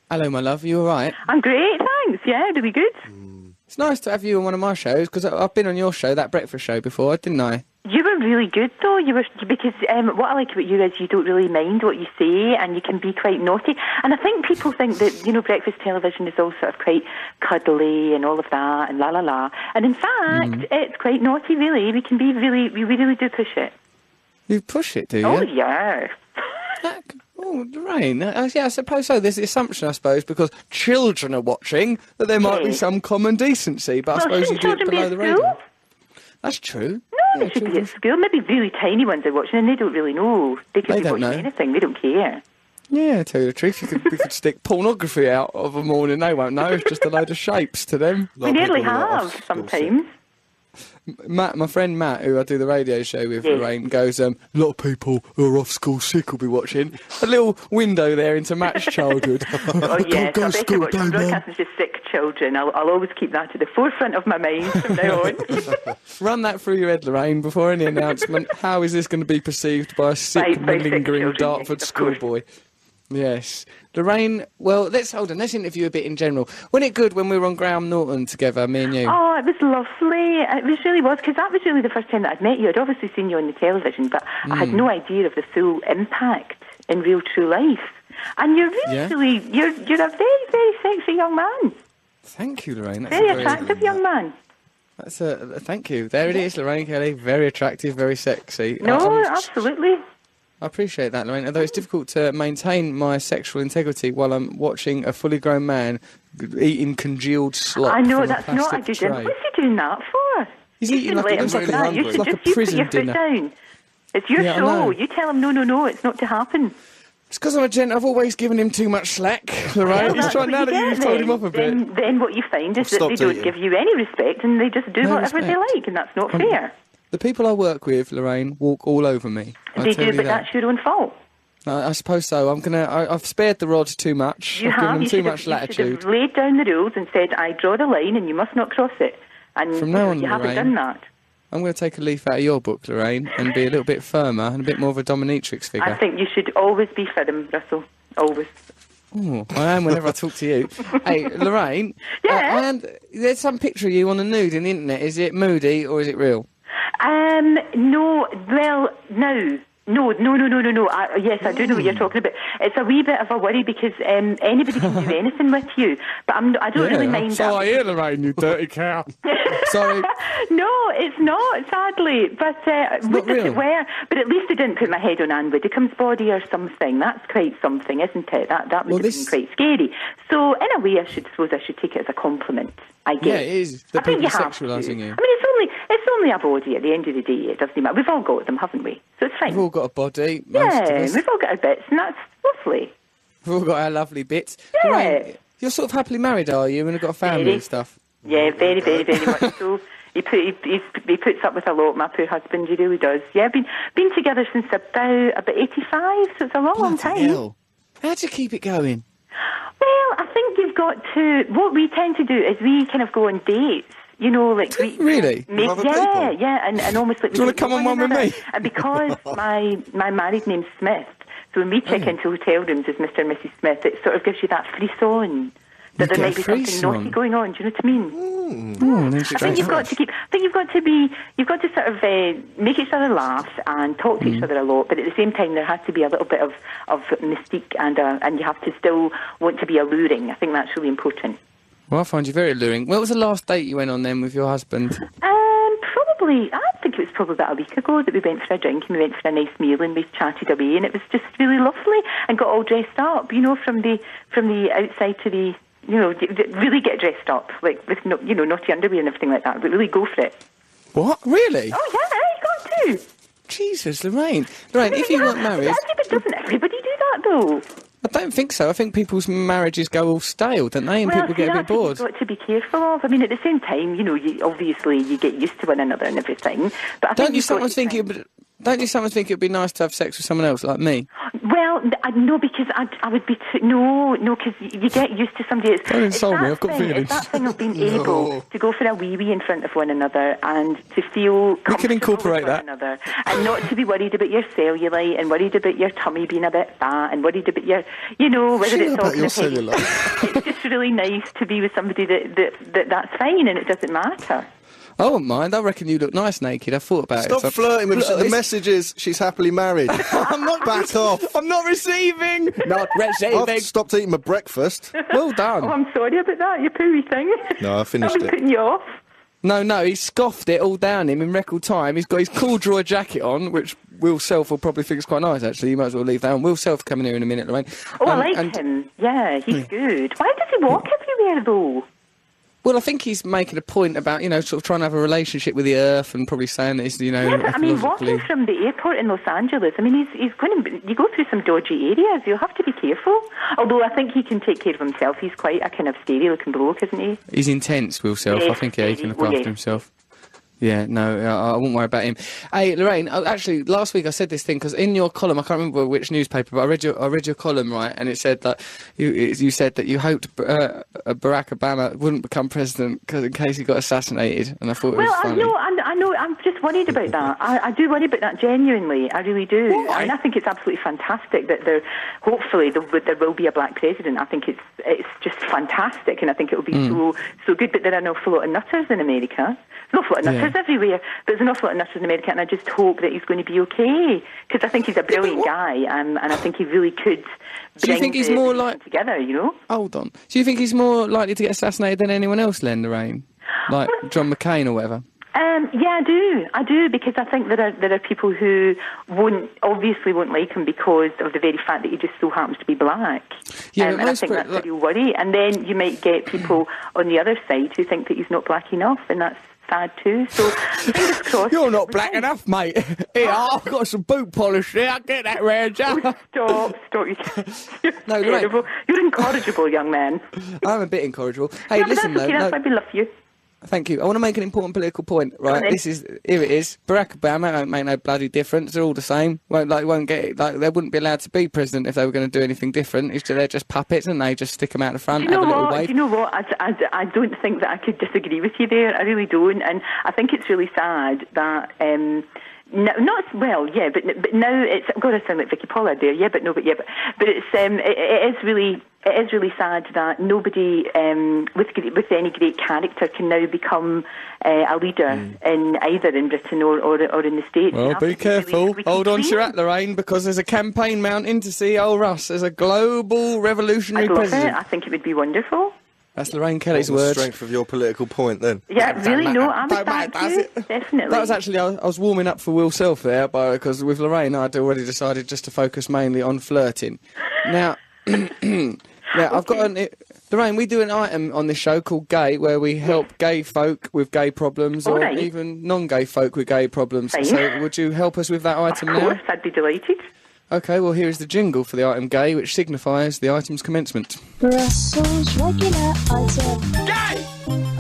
S2: Hello, my love. You all right?
S13: I'm great, thanks. Yeah, doing good.
S2: It's nice to have you on one of my shows because I've been on your show, that breakfast show, before, didn't I?
S13: You were really good, though. You were because um, what I like about you is you don't really mind what you say, and you can be quite naughty. And I think people think that you know breakfast television is all sort of quite cuddly and all of that, and la la la. And in fact, it's quite naughty, really. We can be really, we really do push it.
S2: You push it, do you?
S13: Oh yeah.
S2: Heck. Oh, Lorraine. uh, Yeah, I suppose so. There's the assumption, I suppose, because children are watching, that there might be
S13: Yes.
S2: some common decency, but I
S13: well,
S2: suppose you
S13: shouldn't
S2: do it
S13: children be
S2: below
S13: at
S2: the
S13: school?
S2: radar. That's true.
S13: No,
S2: Yeah,
S13: they should be
S2: children-
S13: at school. Maybe really tiny ones are watching, and they don't really know. They could
S2: They
S13: be
S2: don't
S13: watching
S2: know.
S13: anything. They don't care.
S2: Yeah, tell you the truth, you could, we could stick pornography out of a morning. They won't know. It's just a load of shapes to them.
S13: We nearly have sometimes.
S2: Matt, my friend Matt, who I do the radio show with,
S8: Mm.
S2: Lorraine, goes, um, a lot of people who are off school sick will be watching. A little window there into Matt's childhood.
S13: *laughs* Oh
S2: I can't *laughs*
S13: yes,
S2: go
S13: I
S2: to
S13: better
S2: school
S13: watch
S2: today, Mum.
S13: broadcasting to sick children. I'll, I'll always keep that at the forefront of my mind from now
S2: *laughs*
S13: on.
S2: Run that through your head, Lorraine, before any
S13: *laughs*
S2: announcement. How is this going to be perceived by a sick,
S13: By- by sick
S2: malingering
S13: children,
S2: Dartford schoolboy? Yes. Lorraine, well, let's hold on. Let's interview a bit in general. Wasn't it good when we were on Graham Norton together, me and you?
S13: Oh, it was lovely. It was really was because that was really the first time that I'd met you. I'd obviously seen you on the television, but I had
S2: Mm.
S13: no idea of the full impact in real true life. And you're really,
S2: Yeah.
S13: you're you're a very very sexy young man,
S2: Thank you, Lorraine. That's
S13: very
S2: a
S13: attractive young man.
S2: That's a thank you. There it is, Lorraine Kelly. Very attractive, very sexy.
S13: No,
S2: Um,
S13: absolutely.
S2: I appreciate that, Lorraine. Although it's difficult to maintain my sexual integrity while I'm watching a fully grown man g- eating congealed slop.
S13: I
S2: from
S13: know
S2: a
S13: that's not a
S2: plastic
S13: good.
S2: tray.
S13: What's he doing that for?
S2: He's
S13: you
S2: eating like
S13: shouldn't
S2: a-
S13: let him
S2: looks
S13: do
S2: like a
S13: that. You
S2: hungry-
S13: should
S2: like a
S13: just you put
S2: prison
S13: your foot
S2: dinner.
S13: down. It's your
S2: Yeah, I know.
S13: show. You tell him no, no, no. It's not to happen.
S2: It's because I'm a gent. I've always given him too much slack, *laughs* Lorraine.
S13: Well,
S2: He's
S13: that's
S2: trying
S13: what
S2: now
S13: you
S2: that
S13: get
S2: you've told
S13: then.
S2: him off a bit.
S13: Then, then what you find is
S2: I've
S13: that they
S2: stopped
S13: don't
S2: eating.
S13: give you any respect and they just do
S2: No
S13: whatever
S2: respect.
S13: they like, and that's not
S2: Um,
S13: fair.
S2: The people I work with, Lorraine, walk all over me. I
S13: they
S2: tell
S13: do,
S2: you
S13: but
S2: that.
S13: that's your own fault.
S2: I, I suppose so. I'm gonna. I, I've spared the rod too much.
S13: You
S2: I've given
S13: have.
S2: them
S13: You
S2: too
S13: should,
S2: much
S13: have, you should
S2: latitude.
S13: have laid down the rules and said, "I draw the line, and you must not cross it." And
S2: From now on,
S13: you haven't
S2: Lorraine,
S13: done that.
S2: I'm going to take a leaf out of your book, Lorraine, and be a little bit firmer and a bit more of a dominatrix figure.
S13: I think you should always be firm, Russell. Always.
S2: Oh, I am whenever I talk to
S13: *laughs*
S2: you. hey, Lorraine. Yeah. and there's some picture of you on the nude in the internet. Is it moody or is it real?
S13: Um, no, well, no. No, no, no, no, no, no. I, yes, I do know what
S2: Hmm.
S13: you're talking about. It's a wee bit of a worry because um, anybody can
S2: *laughs*
S13: do anything with you, but I'm, I don't really mind that.
S2: I hear, Lorraine, you dirty cow.
S13: *laughs*
S2: Sorry.
S13: No, it's not, sadly. But uh, would that
S2: real.
S13: it were. But at least they didn't put my head on Anne Widdicombe's body or something. That's quite something, isn't it? That that would have been quite scary. So in a way, I should suppose I should take it as a compliment. I guess.
S2: Yeah, it is. The
S13: I think
S2: people
S13: you have to.
S2: sexualising you.
S13: I mean, it's only it's only our body. At the end of the day, it doesn't matter. We've all got them, haven't we? So it's fine. We've all
S2: got a body. most of
S13: Yeah,
S2: us.
S13: we've all got our bits, and that's lovely.
S2: We've all got our lovely bits.
S13: Yeah.
S2: Lorraine, you're sort of happily married, are you? And have got a family
S13: Very.
S2: and stuff.
S13: Yeah, very, very, very much so. He, put, he, he, he puts up with a lot, my poor husband, he really does. Yeah, been been together since about, about 85, so it's a long, long time.
S2: How do you keep it going?
S13: Well, I think you've got to. What we tend to do is we kind of go on dates. You know, like we
S2: Really?
S13: make,
S2: With other
S13: yeah,
S2: people?
S13: yeah, and, and almost like
S2: Do you
S13: we
S2: wanna come
S13: know
S2: on one with
S13: another.
S2: me? *laughs*
S13: And because my my married name's Smith, so when we check
S2: Oh.
S13: into hotel rooms as Mr. and Mrs. Smith, it sort of gives you that frisson that
S2: You
S13: there
S2: get
S13: might be
S2: a
S13: something
S2: frisson.
S13: naughty going on. Do you know what I mean?
S2: Oh, an
S13: Hmm, I think
S2: interesting
S13: you've got to keep. I think you've got to be. You've got to sort of uh, make each other laugh and talk to each other a lot, but at the same time, there has to be a little bit of, of mystique, and uh, and you have to still want to be alluring. I think that's really important.
S2: Well, I find you very alluring. When was the last date you went on then with your
S13: *laughs*
S2: husband?
S13: Um, probably, I think it was probably about a week ago that we went for a drink and we went for a nice meal and we chatted away, and it was just really lovely and got all dressed up. You know, from the from the outside to the. You know, d- d- really get dressed up, like with no, you know naughty underwear and everything like that. But really go for it.
S2: What? Really?
S13: Oh yeah, you got to.
S2: Jesus, Lorraine. Lorraine, if you weren't married.
S13: But doesn't everybody do that though?
S2: I don't think so. I think people's marriages go all stale, don't they? And
S13: well,
S2: people
S13: see,
S2: get a bit
S13: that's what
S2: bored.
S13: You've got to be careful of. I mean, at the same time, you know, you, obviously you get used to one another and everything. But I
S2: Don't
S13: think
S2: you
S13: you've got
S2: sometimes
S13: to
S2: think it would. Don't you sometimes think it would be nice to have sex with someone else like me?
S13: Well, n- I, no, because I, I would be too, no, no, because you get used to somebody. It's,
S2: Don't insult
S13: it's that
S2: me, I've got
S13: thing,
S2: feelings.
S13: It's that thing of
S2: *laughs*
S13: being
S2: No.
S13: able to go for a wee wee in front of one another and to feel comfortable
S2: incorporate
S13: with
S2: that.
S13: one another and not to be worried about your cellulite and worried about your tummy being a bit fat and worried about your, you know, whether it's all kind of heavy it's just really nice to be with somebody that, that, that that's fine and it doesn't matter.
S2: I wouldn't mind. I reckon you look nice naked. I thought about it.
S3: Stop flirting with The message is she's happily
S2: *laughs*
S3: married.
S2: I'm not
S3: Back off.
S2: *laughs* I'm not receiving. Not
S3: I've stopped eating my breakfast.
S2: Well done.
S13: Oh, I'm sorry about that, you poor wee thing. *laughs*
S3: No, I finished
S13: I was
S3: it.
S13: putting you off.
S2: No, no, he scoffed it all down him in record time. He's got his corduroy jacket on, which Will Self will probably think is quite nice, actually. You might as well leave that on. Will Self coming here in a minute, Lorraine.
S13: Oh,
S2: Um,
S13: I like
S2: and-
S13: him. Yeah, he's good. Why does he walk everywhere though?
S2: Well, I think he's making a point about, you know, sort of trying to have a relationship with the earth and probably saying that it's, you know.
S13: Yeah, but I mean, walking
S2: ecologically-
S13: from the airport in Los Angeles, I mean, he's, he's going to, you go through some dodgy areas. You'll have to be careful. Although I think he can take care of himself. He's quite a kind of scary looking bloke, isn't he?
S2: He's intense, Will Self. I think, yeah, he can look
S13: Well,
S2: after
S13: yeah.
S2: himself. Yeah, no, I, I wouldn't worry about him. Hey, Lorraine, oh, actually, last week I said this thing because in your column, I can't remember which newspaper, but I read your I read your column right, and it said that you it- you said that you hoped uh, Barack Obama wouldn't become president 'cause in case he got assassinated, and I thought it was
S13: Well, I
S2: funny.
S13: know, I, I know, I'm just worried about that. I, I do worry about that genuinely. I really do. And I think it's absolutely fantastic that there, hopefully, there, will- there will be a black president. I think it's it's just fantastic, and I think it will be
S2: Hmm.
S9: Mm.
S13: so so good. But there are an awful lot of nutters in America. There's an awful lot of
S9: Yeah.
S13: nutters everywhere. There's an awful lot of nutters in America, and I just hope that he's going to be okay because I think he's a brilliant guy, um, and I think he really could.
S2: Do you
S13: bring
S2: think he's
S13: the
S2: more
S13: nation
S2: like-
S13: together? You know.
S2: Hold on. Do you think he's more likely to get assassinated than anyone else, Len Lorraine? Like John McCain or whatever?
S13: Um, yeah, I do. I do because I think there are there are people who won't obviously won't like him because of the very fact that he just so happens to be black.
S2: Yeah,
S13: um,
S2: but
S13: and I
S2: most
S13: think
S2: Brit-
S13: that's a real worry. And then you might get
S2: *clears throat*
S13: people on the other side who think that he's not black enough, and that's sad too. So
S2: *laughs*
S13: fingers crossed. You're not black
S2: enough, mate. *laughs* Here, I've got some boot polish there. I'll get that round you.
S13: *laughs* stop,
S2: *laughs*
S13: stop. You're,
S2: No, Lorraine.
S13: terrible. You're incorrigible, young man.
S2: I'm a bit incorrigible. Hey,
S13: No, but
S2: listen
S13: that's okay.
S2: though.
S13: That's
S2: no-
S13: why we love you.
S2: Thank you. I want to make an important political point,
S13: on
S2: right?
S13: then.
S2: This is here it is. Barack Obama won't make no bloody difference. They're all the same. Won't like won't get it. like they wouldn't be allowed to be president if they were going to do anything different. It's just, they're just puppets and they just stick them out the front,
S13: Do you know
S2: have a little
S13: what?
S2: wave.
S13: Do you know what? I, I, I don't think that I could disagree with you there. I really don't, and I think it's really sad that. Um, no, not well, yeah, but but now it's. I'm going to sound like Vicky Pollard there, yeah, but no, but yeah, but, but it's. Um, it, it is really. It is really sad that nobody um, with gre- with any great character can now become uh, a leader in either in Britain or or, or in the states.
S2: Hmm. Well,
S13: And I
S2: be
S13: think it's really-
S2: careful.
S13: we can
S2: Hold on to your
S13: clean-
S2: hat, Lorraine, because there's a campaign mountain to see old Russ as a global revolutionary
S13: I'd love
S2: president.
S13: it. I think it would be wonderful.
S2: That's Lorraine Kelly's
S3: What was the
S2: words.
S3: strength of your political point then?
S13: Yeah,
S2: Don't
S13: really. No,
S2: matter.
S13: I'm
S2: Don't
S13: a fan too. *laughs* Definitely.
S2: That was actually, I, I was warming up for Will Self there, because with Lorraine, I'd already decided just to focus mainly on flirting. Now, *clears throat* now I've got an. It, Lorraine, we do an item on this show called Gay, where we help gay folk with gay problems, or
S13: Alright.
S2: even non-gay folk with gay problems.
S13: Fine.
S2: So, would you help us with that item
S13: Of
S2: now?
S13: course, I'd be delighted.
S2: Okay, well, here is the jingle for the item gay, which signifies the item's commencement.
S14: Brussels regular item.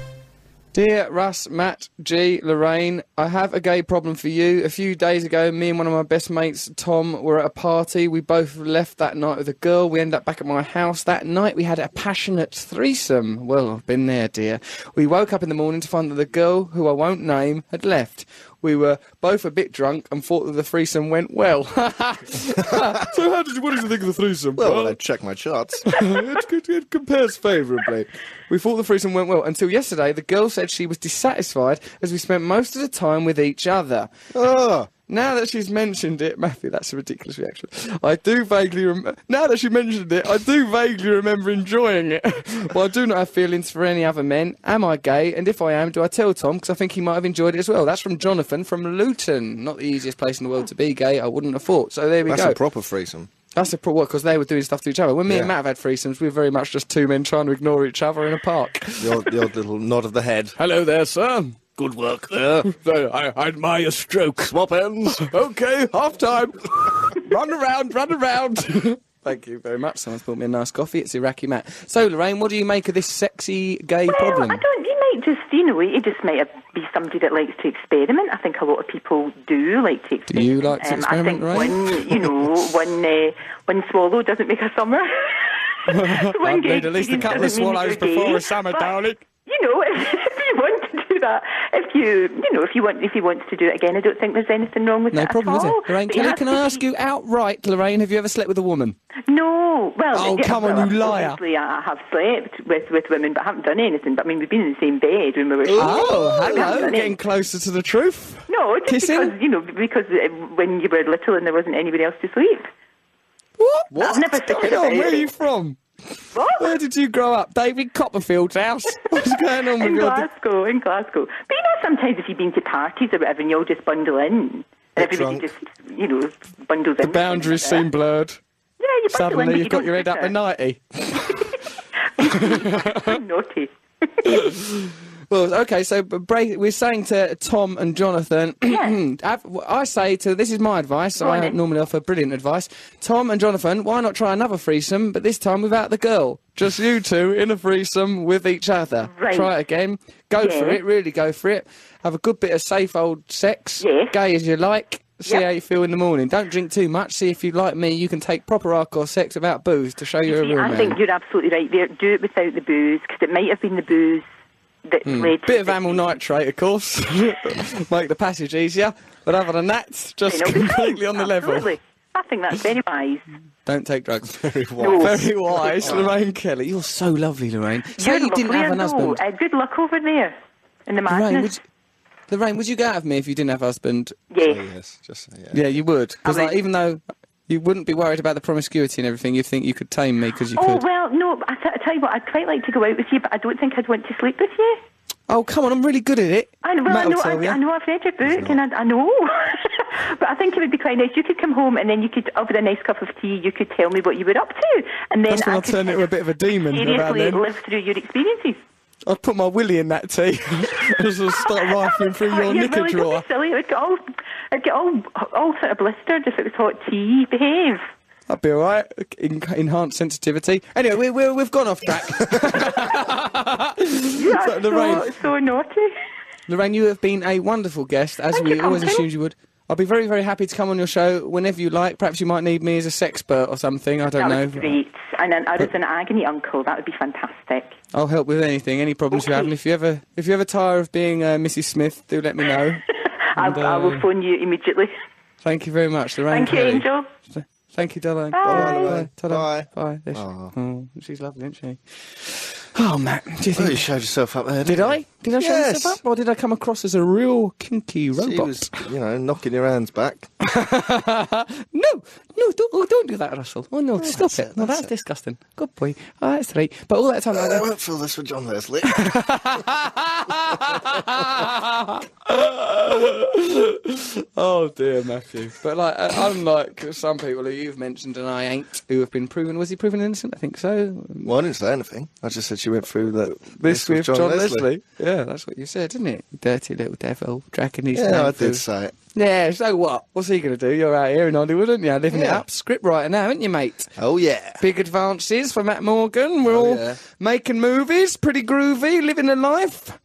S2: Dear Russ, Matt, G, Lorraine, I have a gay problem for you. A few days ago, me and one of my best mates, Tom, were at a party. We both left that night with a girl. We ended up back at my house. That night, we had a passionate threesome. Well, I've been there, dear. We woke up in the morning to find that the girl, who I won't name, had left. We were both a bit drunk and thought that the threesome went well. *laughs* so, how did you, what did you think of the threesome?
S3: Oh, Well, when I check my charts. *laughs* Ah,
S2: it, it- it compares favourably. We thought the threesome went well until yesterday. The girl said she was dissatisfied as we spent most of the time with each other.
S3: Oh.
S2: Now that she's mentioned it, *laughs* Matthew, that's a ridiculous reaction. I do vaguely rem- now that she mentioned it, I do vaguely remember enjoying it. *laughs* well, I do not have feelings for any other men. Am I gay? And if I am, do I tell Tom? Because I think he might have enjoyed it as well. That's from Jonathan from Luton. Not the easiest place in the world to be gay. I wouldn't have thought. So there we
S3: That's
S2: go.
S3: a proper threesome.
S2: That's the problem because they were doing stuff to each other. When me and
S3: Yeah.
S2: Matt have had threesomes, we we're very much just two men trying to ignore each other in a park.
S3: The odd, the odd little nod of the head.
S2: Hello there, sir.
S15: Good work there. I, I admire your stroke. Swap ends.
S2: okay, half time. run around, run around. *laughs* Thank you very much. Someone's bought me a nice coffee. It's Iraqi Matt. So, Lorraine, what do you make of this sexy gay problem?
S13: I don't. You might just, you know, you just might be somebody that likes to experiment. I think a lot of people do like to experiment.
S2: Do you like to
S13: Um,
S2: experiment,
S13: I
S2: Lorraine?
S13: think one, you
S2: *laughs*
S13: know, one uh, one swallow doesn't make a summer.
S2: I've
S13: gay
S2: made at least a
S13: experience
S2: couple of
S13: doesn't mean
S2: swallows
S13: you're
S2: before
S13: gay,
S2: a summer,
S13: but,
S2: darling.
S13: You know, *laughs* if, you want to do that, if you, you know, if you want, if he wants to do it again, I don't think there's anything wrong with
S2: No
S13: it
S2: problem,
S13: at
S2: is
S13: all.
S2: it? Lorraine
S13: But you
S2: Kelly,
S13: have
S2: can
S13: to
S2: I
S13: be-
S2: ask you outright, Lorraine, have you ever slept with a woman?
S13: no, well,
S2: Oh,
S13: yeah,
S2: come on,
S13: well,
S2: you liar.
S13: Obviously, I I have slept with, with women, but haven't done anything. But I mean, we've been in the same bed when we were.
S2: Oh,
S13: We haven't
S2: hello.
S13: done
S2: Getting
S13: anything.
S2: closer to the truth.
S13: No, just
S2: Kissing?
S13: because you know, because uh, when you were little and there wasn't anybody else to sleep.
S2: What?
S13: What? I've never
S2: Hang
S13: said
S2: on, where are you from? Where did you grow up? David Copperfield's house? *laughs* What's going on with
S13: in
S2: your...
S13: Glasgow, in Glasgow. But you know, sometimes if you've been to parties or whatever, and you'll just bundle in, and
S2: Get
S13: everybody
S2: drunk.
S13: just you know bundles in.
S2: The boundaries seem blurred.
S13: Yeah, you bundle in,
S2: Suddenly
S13: but
S2: you've
S13: you
S2: got
S13: don't
S2: your head up
S13: sit
S2: a 90.
S13: Naughty.
S2: Well, okay, so b- break, we're saying to Tom and Jonathan, *clears throat* have- I say to, this is my advice,
S13: Go on
S2: I
S13: then.
S2: normally offer brilliant advice. Tom and Jonathan, why not try another threesome, but this time without the girl? Just you two in a threesome with each other.
S13: Right.
S2: Try it again. Go for
S13: Yeah.
S2: it, really go for it. Have a good bit of safe old sex,
S13: Yes.
S2: gay as you like. See
S13: Yep.
S2: how you feel in the morning. Don't drink too much. See if you like me. You can take proper hardcore sex without booze to show you're a real
S13: I
S2: man.
S13: think you're absolutely right there. Do it without the booze, because it might have been the booze that
S2: Hmm.
S13: led
S2: Bit of amyl nitrate, of course, *laughs* make the passage easier. But other than that, just
S13: It'll be fine.
S2: completely on the level.
S13: Absolutely. I think that's very wise.
S2: Don't take drugs. *laughs* Very wise,
S13: wise.
S2: very wise, Lorraine Kelly. You're so lovely, Lorraine. Say
S13: Good
S2: you didn't
S13: luck,
S2: have an
S13: Leon, though.
S2: husband.
S13: Uh, good luck over there in the
S2: Lorraine, would
S13: madness.
S2: you, Lorraine, would you get out of me if you didn't have a husband?
S13: Yes.
S3: yes, just yeah.
S2: Yeah, you would. Because
S13: I
S2: like, even though you wouldn't be worried about the promiscuity and everything, you'd think you could tame me because you
S13: Oh
S2: could.
S13: well, no. I, t- I tell you what, I'd quite like to go out with you, but I don't think I'd want to sleep with you.
S2: Oh, come on, I'm really good at it.
S13: I, well, I
S2: Matt will
S13: know, I,
S2: tell you.
S13: I know, I've read your book, and I, I know. *laughs* but I think it would be quite nice. You could come home, and then you could, over a nice cup of tea, you could tell me what you were up to, and then
S2: That's when
S13: I
S2: I'll
S13: could
S2: turn into a bit of a demon around
S13: seriously
S2: then.
S13: live through your experiences.
S2: I'd put my willy in that tea *laughs* and just start rifling through
S13: Oh,
S2: your
S13: you're
S2: knicker
S13: really
S2: drawer.
S13: Don't be silly. It would get all, it'd get all, all sort of blistered if it was hot tea. Behave.
S2: That'd be all right. En- enhanced sensitivity. Anyway, we, we, we've gone off *laughs*
S13: *laughs*
S2: track.
S13: You are
S2: So,
S13: so,
S2: Lorraine-
S13: so, naughty.
S2: Lorraine, you have been a wonderful guest, as
S13: Thank
S2: we
S13: you,
S2: always
S13: Malcolm.
S2: assumed you would. I'll be very, very happy to come on your show whenever you like. Perhaps you might need me as a sexpert or something. I don't
S13: that
S2: know.
S13: would be great. And an I was an agony uncle. That would be fantastic.
S2: I'll help with anything, any problems you have. And if you ever, if you ever tire of being uh, Mrs. Smith, do let me
S13: *laughs*
S2: know.
S13: I,
S2: And,
S13: I
S2: uh,
S13: will phone you immediately. *laughs*
S2: Thank you very much, Lorraine.
S13: Thank you,
S2: Kelly.
S13: Angel.
S2: Th- Thank you, Delane.
S13: Bye.
S2: Bye. Bye. Bye. There she- oh, she's lovely, isn't she? Oh, Matt, do you think?
S3: you showed yourself up there.
S2: Did I? Did I show
S3: yes.
S2: myself up, or did I come across as a real kinky
S3: She
S2: robot? *laughs* Uh-huh.
S3: was, you know, knocking your
S2: *coughs*
S3: hands back.
S2: No, no, don't, oh, don't do that, Russell. Oh no, stop it. no,
S3: that's
S2: that's
S3: it.
S2: disgusting. Good boy. Oh, that's right. But all that time, I
S3: I
S2: go,
S3: won't fill this with John Leslie.
S2: *laughs* oh dear, Matthew. But like, uh, unlike some people who you've mentioned and I ain't, who have been proven, was he proven innocent? I think so.
S3: *coughs* well, I didn't say anything. I just said she went through that.
S2: This with John, Leslie. Yeah, that's what you said, didn't it? Dirty little devil, dragging his
S3: Yeah,
S2: name
S3: I
S2: through-
S3: did say it.
S2: Yeah, so what? What's he going to do? You're out here in Hollywood, aren't you? Living it
S3: Yeah.
S2: up. Script writer now, aren't you, mate?
S3: Oh yeah.
S2: Big advances for Matt Morgan. We're all
S3: Oh, yeah.
S2: making movies, pretty groovy, living a life.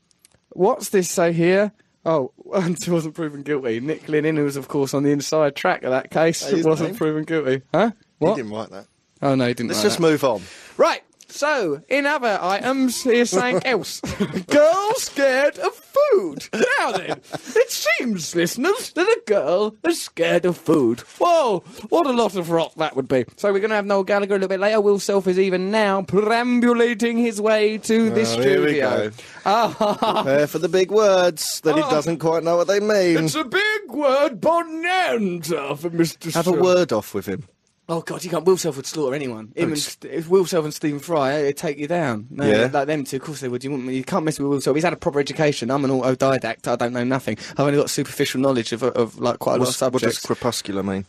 S2: What's this say here? Oh, *laughs* until wasn't proven guilty. Nick Linen, who was, of course, on the inside track of that case,
S3: Hey,
S2: *laughs*
S3: his
S2: wasn't
S3: name?
S2: proven guilty. Huh?
S3: He
S2: What?
S3: didn't write that.
S2: Oh, no, he didn't.
S3: Let's
S2: like
S3: just
S2: that.
S3: move on.
S2: Right. So, in other items, here's
S3: *laughs*
S2: something else. Girls scared of food. Now then, it seems, listeners, that a girl is scared of food. Whoa, what a lot of rot that would be. So we're going to have Noel Gallagher a little bit later. Will Self is even now perambulating his way to the
S3: Oh,
S2: studio. Ah.
S3: here we go. Prepare for the big words that he doesn't quite know what they mean.
S15: It's a big word bonanza for Mr.
S3: Have a
S15: Sir.
S3: word off with him.
S2: Oh God, you can't. Will Self would slaughter anyone. Him and St- if Will Self and Stephen Fry, eh, they'd take you down. No,
S3: Yeah.
S2: like them two. Of course they would. You, wouldn't, you can't mess with Will Self. He's had a proper education. I'm an autodidact. I don't know nothing. I've only got superficial knowledge of, of like quite a lot of
S3: What's- what does
S2: subjects.
S3: crepuscular mean?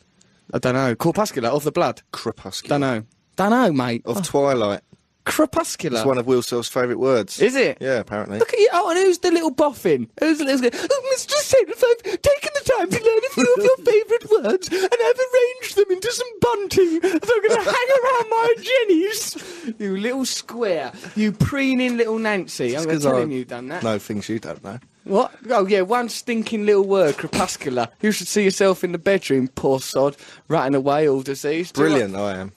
S2: I don't know. Corpuscular of the blood.
S3: Crepuscular.
S2: Don't know. Don't know, mate.
S3: Of
S2: Oh,
S3: twilight.
S2: crepuscular.
S3: It's one of Will Self's favourite words.
S2: Is it?
S3: Yeah, apparently.
S2: Look at you. Oh, and who's the little boffin? Who's the little... Oh, Mr. Sanders, I've taken the time to learn a few of your favourite words, and I've arranged them into some bunting that I'm going to hang around my jennies. You little square. You preening little Nancy. I'm going to
S3: 'cause
S2: tell
S3: I
S2: him you've done that.
S3: No things you don't know.
S2: What? Oh, yeah, one stinking little word, crepuscular. You should see yourself in the bedroom, poor sod, ratting away all disease. Do you
S3: Brilliant, I am.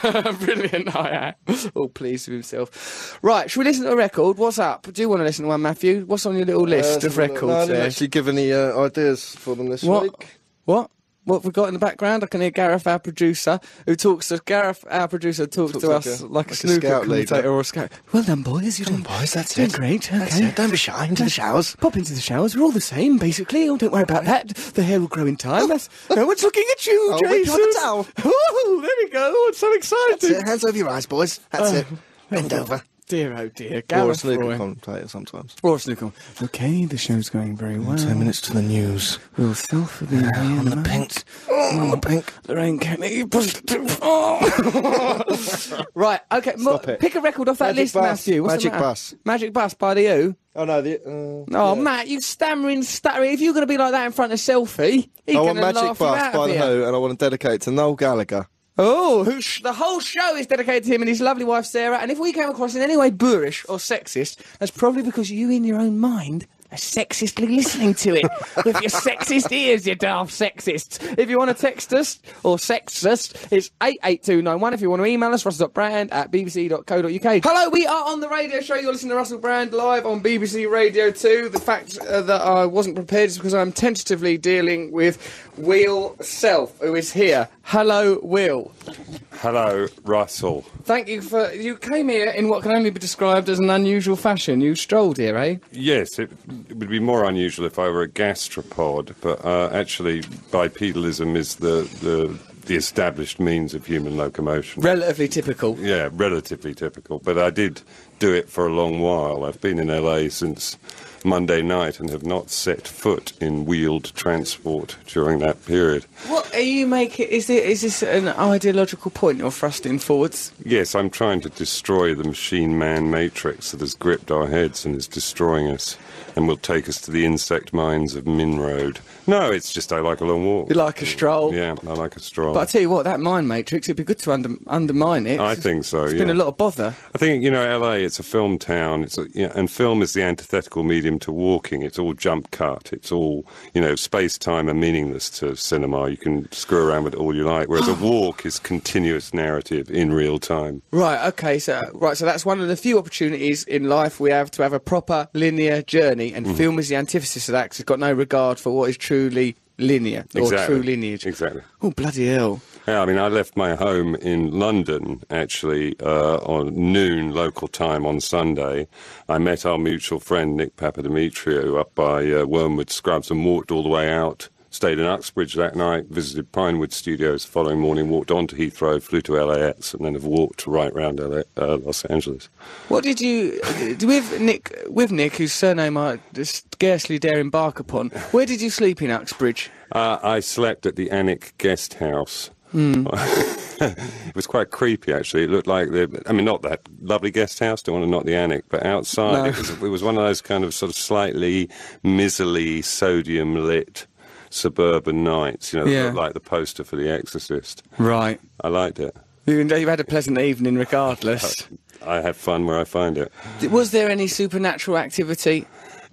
S2: Brilliant, I am. All pleased with himself. Right, should we listen to a record? What's up? Do you want to listen to one, Matthew? What's on your little list
S3: Uh,
S2: of
S3: No, I
S2: records
S3: didn't
S2: there?
S3: actually give any uh, ideas for them this
S2: What?
S3: week.
S2: What? What have we got in the background? I can hear Gareth, our producer, who talks to Gareth, our producer, talks,
S3: Talks
S2: to
S3: like
S2: us
S3: a-
S2: like,
S3: like
S2: a
S3: a
S2: snooker
S3: scout leader.
S2: commentator or a scout. Well done, boys. You're doing, boys. That's doing great. Okay.
S3: Don't be shy into the showers.
S2: Pop into the showers. We're all the same, basically. Oh, don't worry about that. The hair will grow in
S3: *laughs*
S2: time. That's... No one's looking at you,
S3: Oh, we
S2: Jason.
S3: got the
S2: *laughs*
S3: towel.
S2: Oh, there we go. I'm so excited.
S3: Hands over your eyes, boys. That's it. Bend over.
S2: dear, oh dear.
S3: Or a
S2: Gareth
S3: snooker
S2: Roy.
S3: commentator sometimes.
S2: Or a snooker. Okay, the show's going very well.
S3: Ten minutes to the news.
S2: We'll self be here
S3: on
S2: in a
S3: the
S2: moment.
S3: pink. Oh, on the pink.
S2: Lorraine
S3: *laughs*
S2: Kenny. positive. Oh. right, okay. mo-
S3: Stop it.
S2: Pick a record off that
S3: Magic
S2: list,
S3: Bus.
S2: Matthew. What's the
S3: Magic
S2: matter?
S3: Bus.
S2: Magic Bus by The Who.
S3: Oh no, the. Uh,
S2: Oh, Matt, you stammering, stuttering. If you're going to be like that in front of Selfie, he's
S3: I
S2: going
S3: want
S2: to
S3: Magic
S2: laugh you
S3: Bus
S2: out
S3: by
S2: of
S3: the
S2: here.
S3: Who, and I want to dedicate it to Noel Gallagher.
S2: Oh, who sh- the whole show is dedicated to him and his lovely wife Sarah. And if we came across in any way boorish or sexist, that's probably because you, in your own mind, are sexistly listening to it with your sexist ears, you daft sexists. If you want to text us or sexist, it's 88291. If you want to email us, russell.brand at bbc.co.uk. Hello, we are on the radio show. You're listening to Russell Brand live on BBC Radio 2. The fact uh, that I wasn't prepared is because I'm tentatively dealing with Will Self, who is here. Hello, Will.
S9: Hello, Russell.
S2: Thank you for. You came here in what can only be described as an unusual fashion. You strolled here, eh?
S9: Yes, it, it would be more unusual if I were a gastropod, but uh, actually, bipedalism is the, the the established means of human locomotion.
S2: Relatively typical.
S9: Yeah, relatively typical. But I did do it for a long while. I've been in LA since Monday night and have not set foot in wheeled transport during that period.
S2: What are you making? Is it? Is this an ideological point you're thrusting forwards?
S9: Yes, I'm trying to destroy the machine man matrix that has gripped our heads and is destroying us and will take us to the insect mines of Min Road. No, it's just I like a long walk.
S2: You like a stroll?
S9: Yeah, I like a stroll.
S2: But I tell you what, that mind matrix. It'd be good to under, undermine it.
S9: I think so.
S2: It's
S9: yeah.
S2: been a lot of bother.
S9: I think you know, LA. It's a film town. It's a, yeah, and film is the antithetical medium to walking. It's all jump cut. It's all you know, space time are meaningless to cinema. You can screw around with it all you like. Whereas
S2: *gasps*
S9: a walk is continuous narrative in real time.
S2: Right. Okay. So right. So that's one of the few opportunities in life we have to have a proper linear journey, and
S9: Mhm.
S2: film is the antithesis of that. 'cause it's got no regard for what is truly linear or
S9: exactly.
S2: true linear.
S9: Exactly.
S2: Oh bloody hell!
S9: Yeah, I mean, I left my home in London actually uh, on noon local time on Sunday. I met our mutual friend Nick Papadimitrio up by uh, Wormwood Scrubs and walked all the way out. Stayed in Uxbridge that night, visited Pinewood Studios the following morning, walked on to Heathrow, flew to LAX, and then have walked right round LA, uh, Los Angeles.
S2: What did you uh, with Nick? With Nick, whose surname I scarcely dare embark upon. Where did you sleep in Uxbridge?
S9: Uh, I slept at the Annick Guest House.
S2: Hmm.
S9: it was quite creepy, actually. It looked like the, I mean, not that lovely guest house, don't want to knock the Annick, but
S2: No.
S9: outside it, was, it was one of those kind of sort of slightly miserly, sodium lit suburban nights, you know, that
S2: Yeah.
S9: looked like the poster for The Exorcist.
S2: Right.
S9: I liked it.
S2: You, you had a pleasant evening, regardless.
S9: *laughs* I have fun where I find it.
S2: Was there any supernatural activity?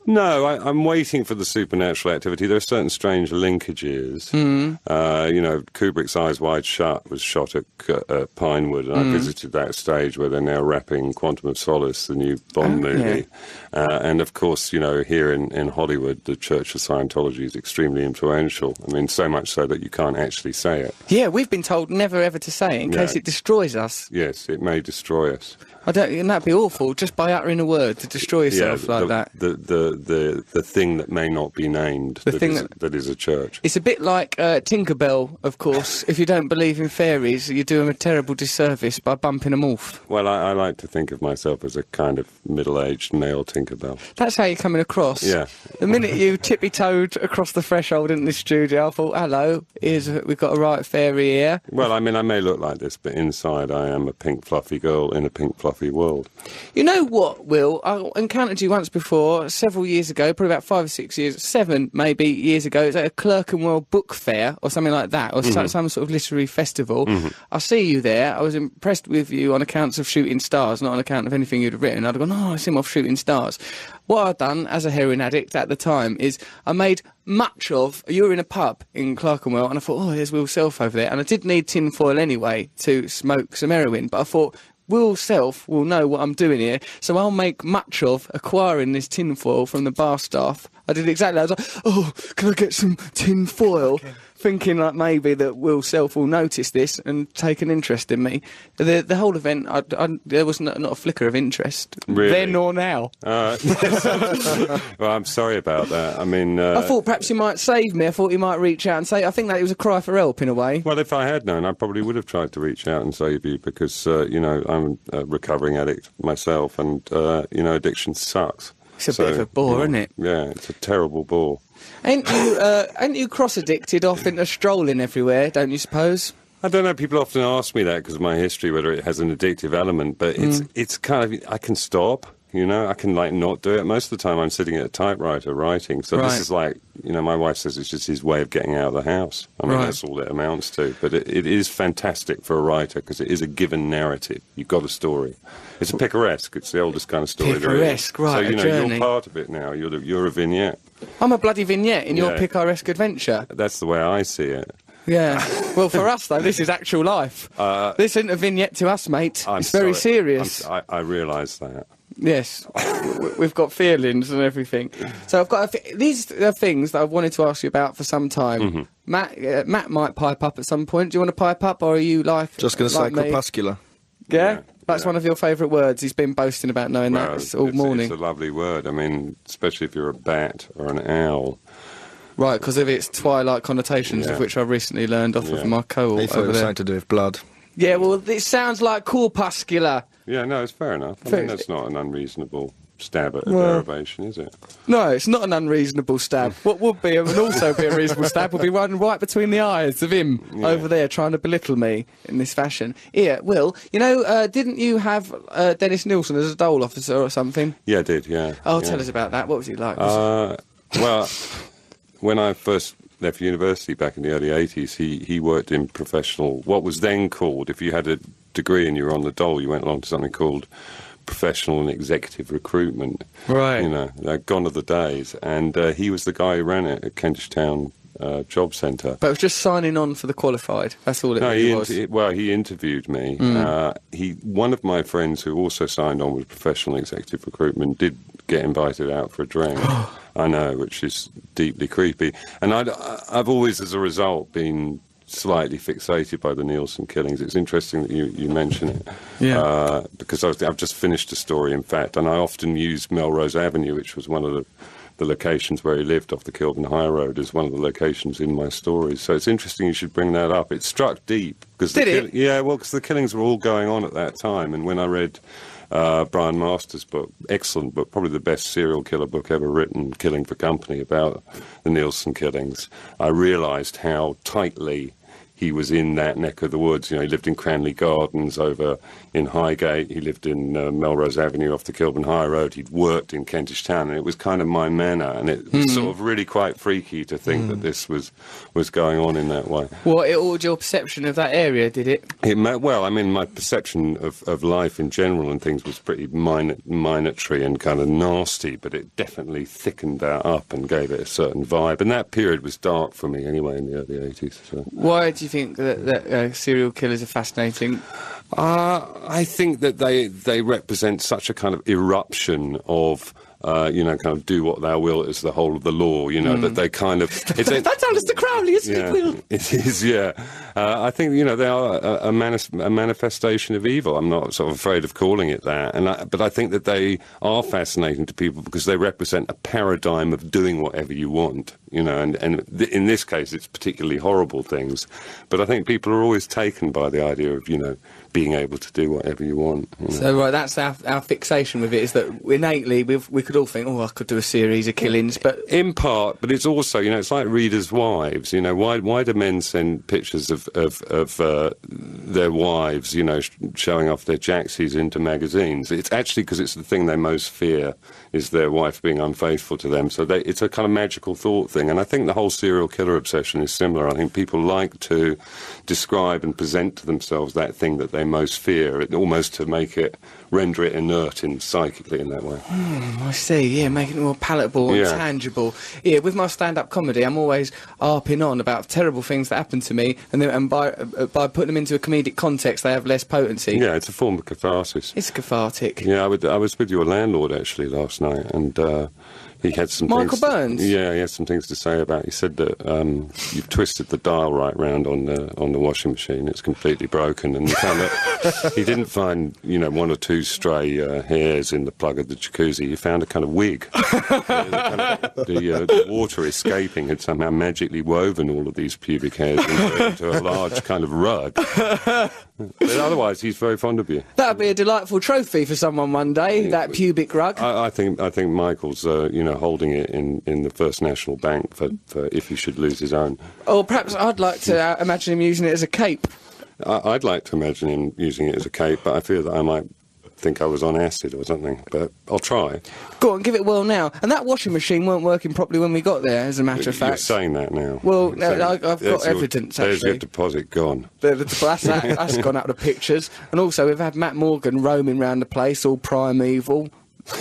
S9: No, I, I'm waiting for the supernatural activity. There are certain strange linkages.
S2: Hmm.
S9: Uh, you know, Kubrick's Eyes Wide Shut was shot at, C- uh Pinewood, and
S16: Mm.
S9: I
S2: Hmm.
S9: visited that stage where they're now wrapping Quantum of Solace, the new Bond
S16: Oh, yeah.
S9: movie. Uh, and of course, you know, here in, in Hollywood, the Church of Scientology is extremely influential. I mean, so much so that you can't actually say it.
S2: Yeah, we've been told never ever to say it in
S9: No.
S2: case it destroys us.
S9: Yes, it may destroy us.
S2: I don't. And that'd be awful just by uttering a word to destroy yourself
S9: the,
S2: like
S9: the,
S2: that.
S9: The, the, the, the thing that may not be named
S2: The
S9: that
S2: thing
S9: is-
S2: that-
S9: that is a church.
S2: It's a bit like uh, Tinkerbell, of course. if you don't believe in fairies, you do them a terrible disservice by bumping them off.
S9: Well, I, I like to think of myself as a kind of middle-aged male Tinkerbell.
S2: That's how you're coming across.
S9: Yeah.
S2: The minute you tippy-toed across the threshold in this studio, I thought, hello, here's a, we've got a right fairy here.
S9: Well, I mean, I may look like this, but inside I am a pink fluffy girl in a pink fluffy world.
S2: You know what, Will? I encountered you once before, several years ago, probably about five or six years, seven maybe years ago. It's at a Clerkenwell Book Fair or something like that, or so-
S9: Mhm.
S2: some sort of literary festival.
S9: Mhm.
S2: I see you there. I was impressed with you on accounts of Shooting Stars, not on account of anything you'd written. I'd gone, oh, I see him off Shooting Stars. What I'd done as a heroin addict at the time is I made much of, you were in a pub in Clerkenwell, and I thought, oh, there's Will Self over there. And I did need tinfoil anyway to smoke some heroin, but I thought, Will Self will know what I'm doing here, so I'll make much of acquiring this tinfoil from the bar staff. I did exactly that. I was like, oh, can I get some tinfoil? thinking like maybe that Will Self will notice this and take an interest in me. The the whole event, I, I- there was not, not a flicker of interest.
S9: Really?
S2: Then nor now.
S9: Uh, well, I'm sorry about that. I mean, uh,
S2: I thought perhaps you might save me. I thought you might reach out and say. I think that it was a cry for help in a way.
S9: Well, if I had known, I probably would have tried to reach out and save you because, uh, you know, I'm a recovering addict myself and, uh, you know, addiction sucks.
S2: It's a bit of a bore,
S9: yeah,
S2: isn't it?
S9: Yeah, it's a terrible bore.
S2: Ain't you uh, ain't you cross addicted off into strolling everywhere? Don't you suppose?
S9: I don't know. People often ask me that because of my history, whether it has an addictive element, but it's
S2: Mm.
S9: it's kind of I can stop. You know, I can like not do it. Most of the time, I'm sitting at a typewriter writing. So
S2: Right.
S9: this is like, you know, my wife says it's just his way of getting out of the house. I mean,
S2: Right.
S9: that's all it amounts to. But it, it is fantastic for a writer because it is a given narrative. You've got a story. It's a picaresque. It's the oldest kind of story
S2: Picaresque,
S9: there is.
S2: right,
S9: So
S2: a
S9: you know,
S2: journey.
S9: you're part of it now. You're the, you're a vignette.
S2: I'm a bloody vignette in your
S9: Yeah.
S2: picaresque adventure.
S9: That's the way I see it.
S2: Yeah. well, for us though, this is actual life.
S9: *laughs* Uh,
S2: This isn't a vignette to us, mate.
S9: I'm
S2: it's very
S9: sorry. I'm
S2: serious.
S9: s- I, I realise that.
S2: Yes, W- we've got feelings and everything. So I've got a f- these are things that I've wanted to ask you about for some time.
S9: Mm-hmm.
S2: Matt, uh, Matt might pipe up at some point. Do you want to pipe up, or are you like
S3: Just going to
S2: like
S3: say
S2: me?
S3: corpuscular.
S2: Yeah, that's one of your favourite words. He's been boasting about knowing
S9: Well,
S2: that s- all
S9: it's,
S2: morning,
S9: It's a lovely word. I mean, especially if you're a bat or an owl.
S2: right? Because of its twilight connotations,
S9: Yeah.
S2: of which I recently learned off
S9: Yeah.
S2: of my co
S9: He
S2: op
S9: thought it
S2: over
S9: was
S2: there.
S9: something
S3: to do with blood.
S2: Yeah, well, this sounds like corpuscular.
S9: Yeah, no, it's fair enough. I
S2: Fair-
S9: mean, that's not an unreasonable stab at a
S2: Well-
S9: derivation, is it?
S2: No, it's not an unreasonable stab.
S9: Mm.
S2: What would be and also be a reasonable stab would be one right between the eyes of him over there trying to belittle me in this fashion. Here, Will, you know, uh, didn't you have uh, Dennis Nielsen as a dole officer or something?
S9: Yeah, I did. Yeah.
S2: Oh,
S9: yeah.
S2: tell us about that. What was he like?
S9: Uh, well, when I first left university back in the early 80s, he, he worked in professional, what was then called, if you had a degree and you were on the dole, you went along to something called professional and executive recruitment. Right. You know, like gone are the days. And uh, he was the guy who ran it at Kentish Town uh, Job Centre.
S2: but it was just signing on for the qualified. That's all it
S9: No,
S2: really
S9: he
S2: was.
S9: inter- well, he interviewed me.
S2: Mm.
S9: Uh, he one of my friends who also signed on with professional executive recruitment did get invited out for a drink. I know, which is deeply creepy. And I'd, I- I've always, as a result, been slightly fixated by the Nielsen killings. It's interesting that you, you mention it.
S2: Yeah.
S9: Uh, because I was, I've just finished a story, in fact, and I often use Melrose Avenue, which was one of the, the locations where he lived off the Kilburn High Road, as one of the locations in my stories. So it's interesting you should bring that up. It struck deep. Cause the
S2: Did
S9: kill-
S2: it?
S9: Yeah, well, because the killings were all going on at that time, and when I read. Uh, Brian Masters' book, excellent book, probably the best serial killer book ever written, Killing for Company, about the Nielsen killings. I realised how tightly he was in that neck of the woods. You know, he lived in Cranley Gardens over in Highgate. He lived in uh, Melrose Avenue off the Kilburn High Road. He'd worked in Kentish Town, and it was kind of my manner. And it was
S2: Hmm.
S9: sort of really quite freaky to think that this was was going on in that way.
S2: What, it altered your perception of that area, did it?
S9: It ma- well, I mean, my perception of, of life in general and things was pretty min- minatory and kind of nasty, but it definitely thickened that up and gave it a certain vibe. And that period was dark for me anyway in the early 80s. So.
S2: Why do you think that, that uh, serial killers are fascinating?
S9: Uh, I think that they they represent such a kind of eruption of. Uh, you know, kind of do what thou wilt is the whole of the law. You know
S2: Mm.
S9: that they kind of it's a-
S2: That's Alistair Crowley, isn't
S9: yeah,
S2: it, Will?
S9: It is, yeah. Uh, I think you know they are a, a, manis- a manifestation of evil. I'm not sort of afraid of calling it that, and I, but I think that they are fascinating to people because they represent a paradigm of doing whatever you want. You know, and and th- in this case, it's particularly horrible things. But I think people are always taken by the idea of you know being able to do whatever you want. you know.
S2: So right, that's our, our fixation with it is that innately we we could all think, oh, I could do a series of killings, but
S9: in part, but it's also you know it's like readers' wives. You know why why do men send pictures of of, of uh, their wives? You know sh- showing off their jacksies into magazines. It's actually because it's the thing they most fear is their wife being unfaithful to them. So they, it's a kind of magical thought thing, and I think the whole serial killer obsession is similar. I think people like to describe and present to themselves that thing that they most fear, it, almost to make it render it inert in psychically in that way.
S2: Hmm, I see. Yeah, making it more palatable and
S9: Yeah.
S2: tangible. Yeah, with my stand-up comedy, I'm always harping on about terrible things that happen to me, and then and by uh, by putting them into a comedic context, they have less potency.
S9: Yeah, it's a form of catharsis.
S2: It's cathartic.
S9: Yeah, I, would, I was with your landlord actually last night, and uh, He had some
S2: Michael Burns?
S9: things yeah, he had some things to say about. He said that um, you've twisted the dial right round on the on the washing machine. It's completely broken, and he found that he didn't find you know one or two stray uh, hairs in the plug of the jacuzzi. He found a kind of wig. *laughs* the, uh, the water escaping had somehow magically woven all of these pubic hairs into, into a large kind of rug. But otherwise, he's very fond of you.
S2: That'd be a delightful trophy for someone one day, that pubic rug.
S9: I, I think I think Michael's uh, you know holding it in, in the First National Bank for, for if he should lose his own.
S2: Or perhaps I'd like to uh, imagine him using it as a cape.
S9: I, I'd like to imagine him using it as a cape, but I fear that I might think I was on acid or something. But I'll try.
S2: Go on, give it a whirl now. And that washing machine weren't working properly when we got there, as a matter of
S9: You're
S2: fact.
S9: saying that now.
S2: Well, no,
S9: Saying-
S2: I- I've got
S9: There's your-
S2: evidence,
S9: There's your
S2: actually.
S9: deposit gone.
S2: The- the- that's, that,
S9: *laughs*
S2: that's gone out of the pictures. And also, we've had Matt Morgan roaming round the place, all primeval,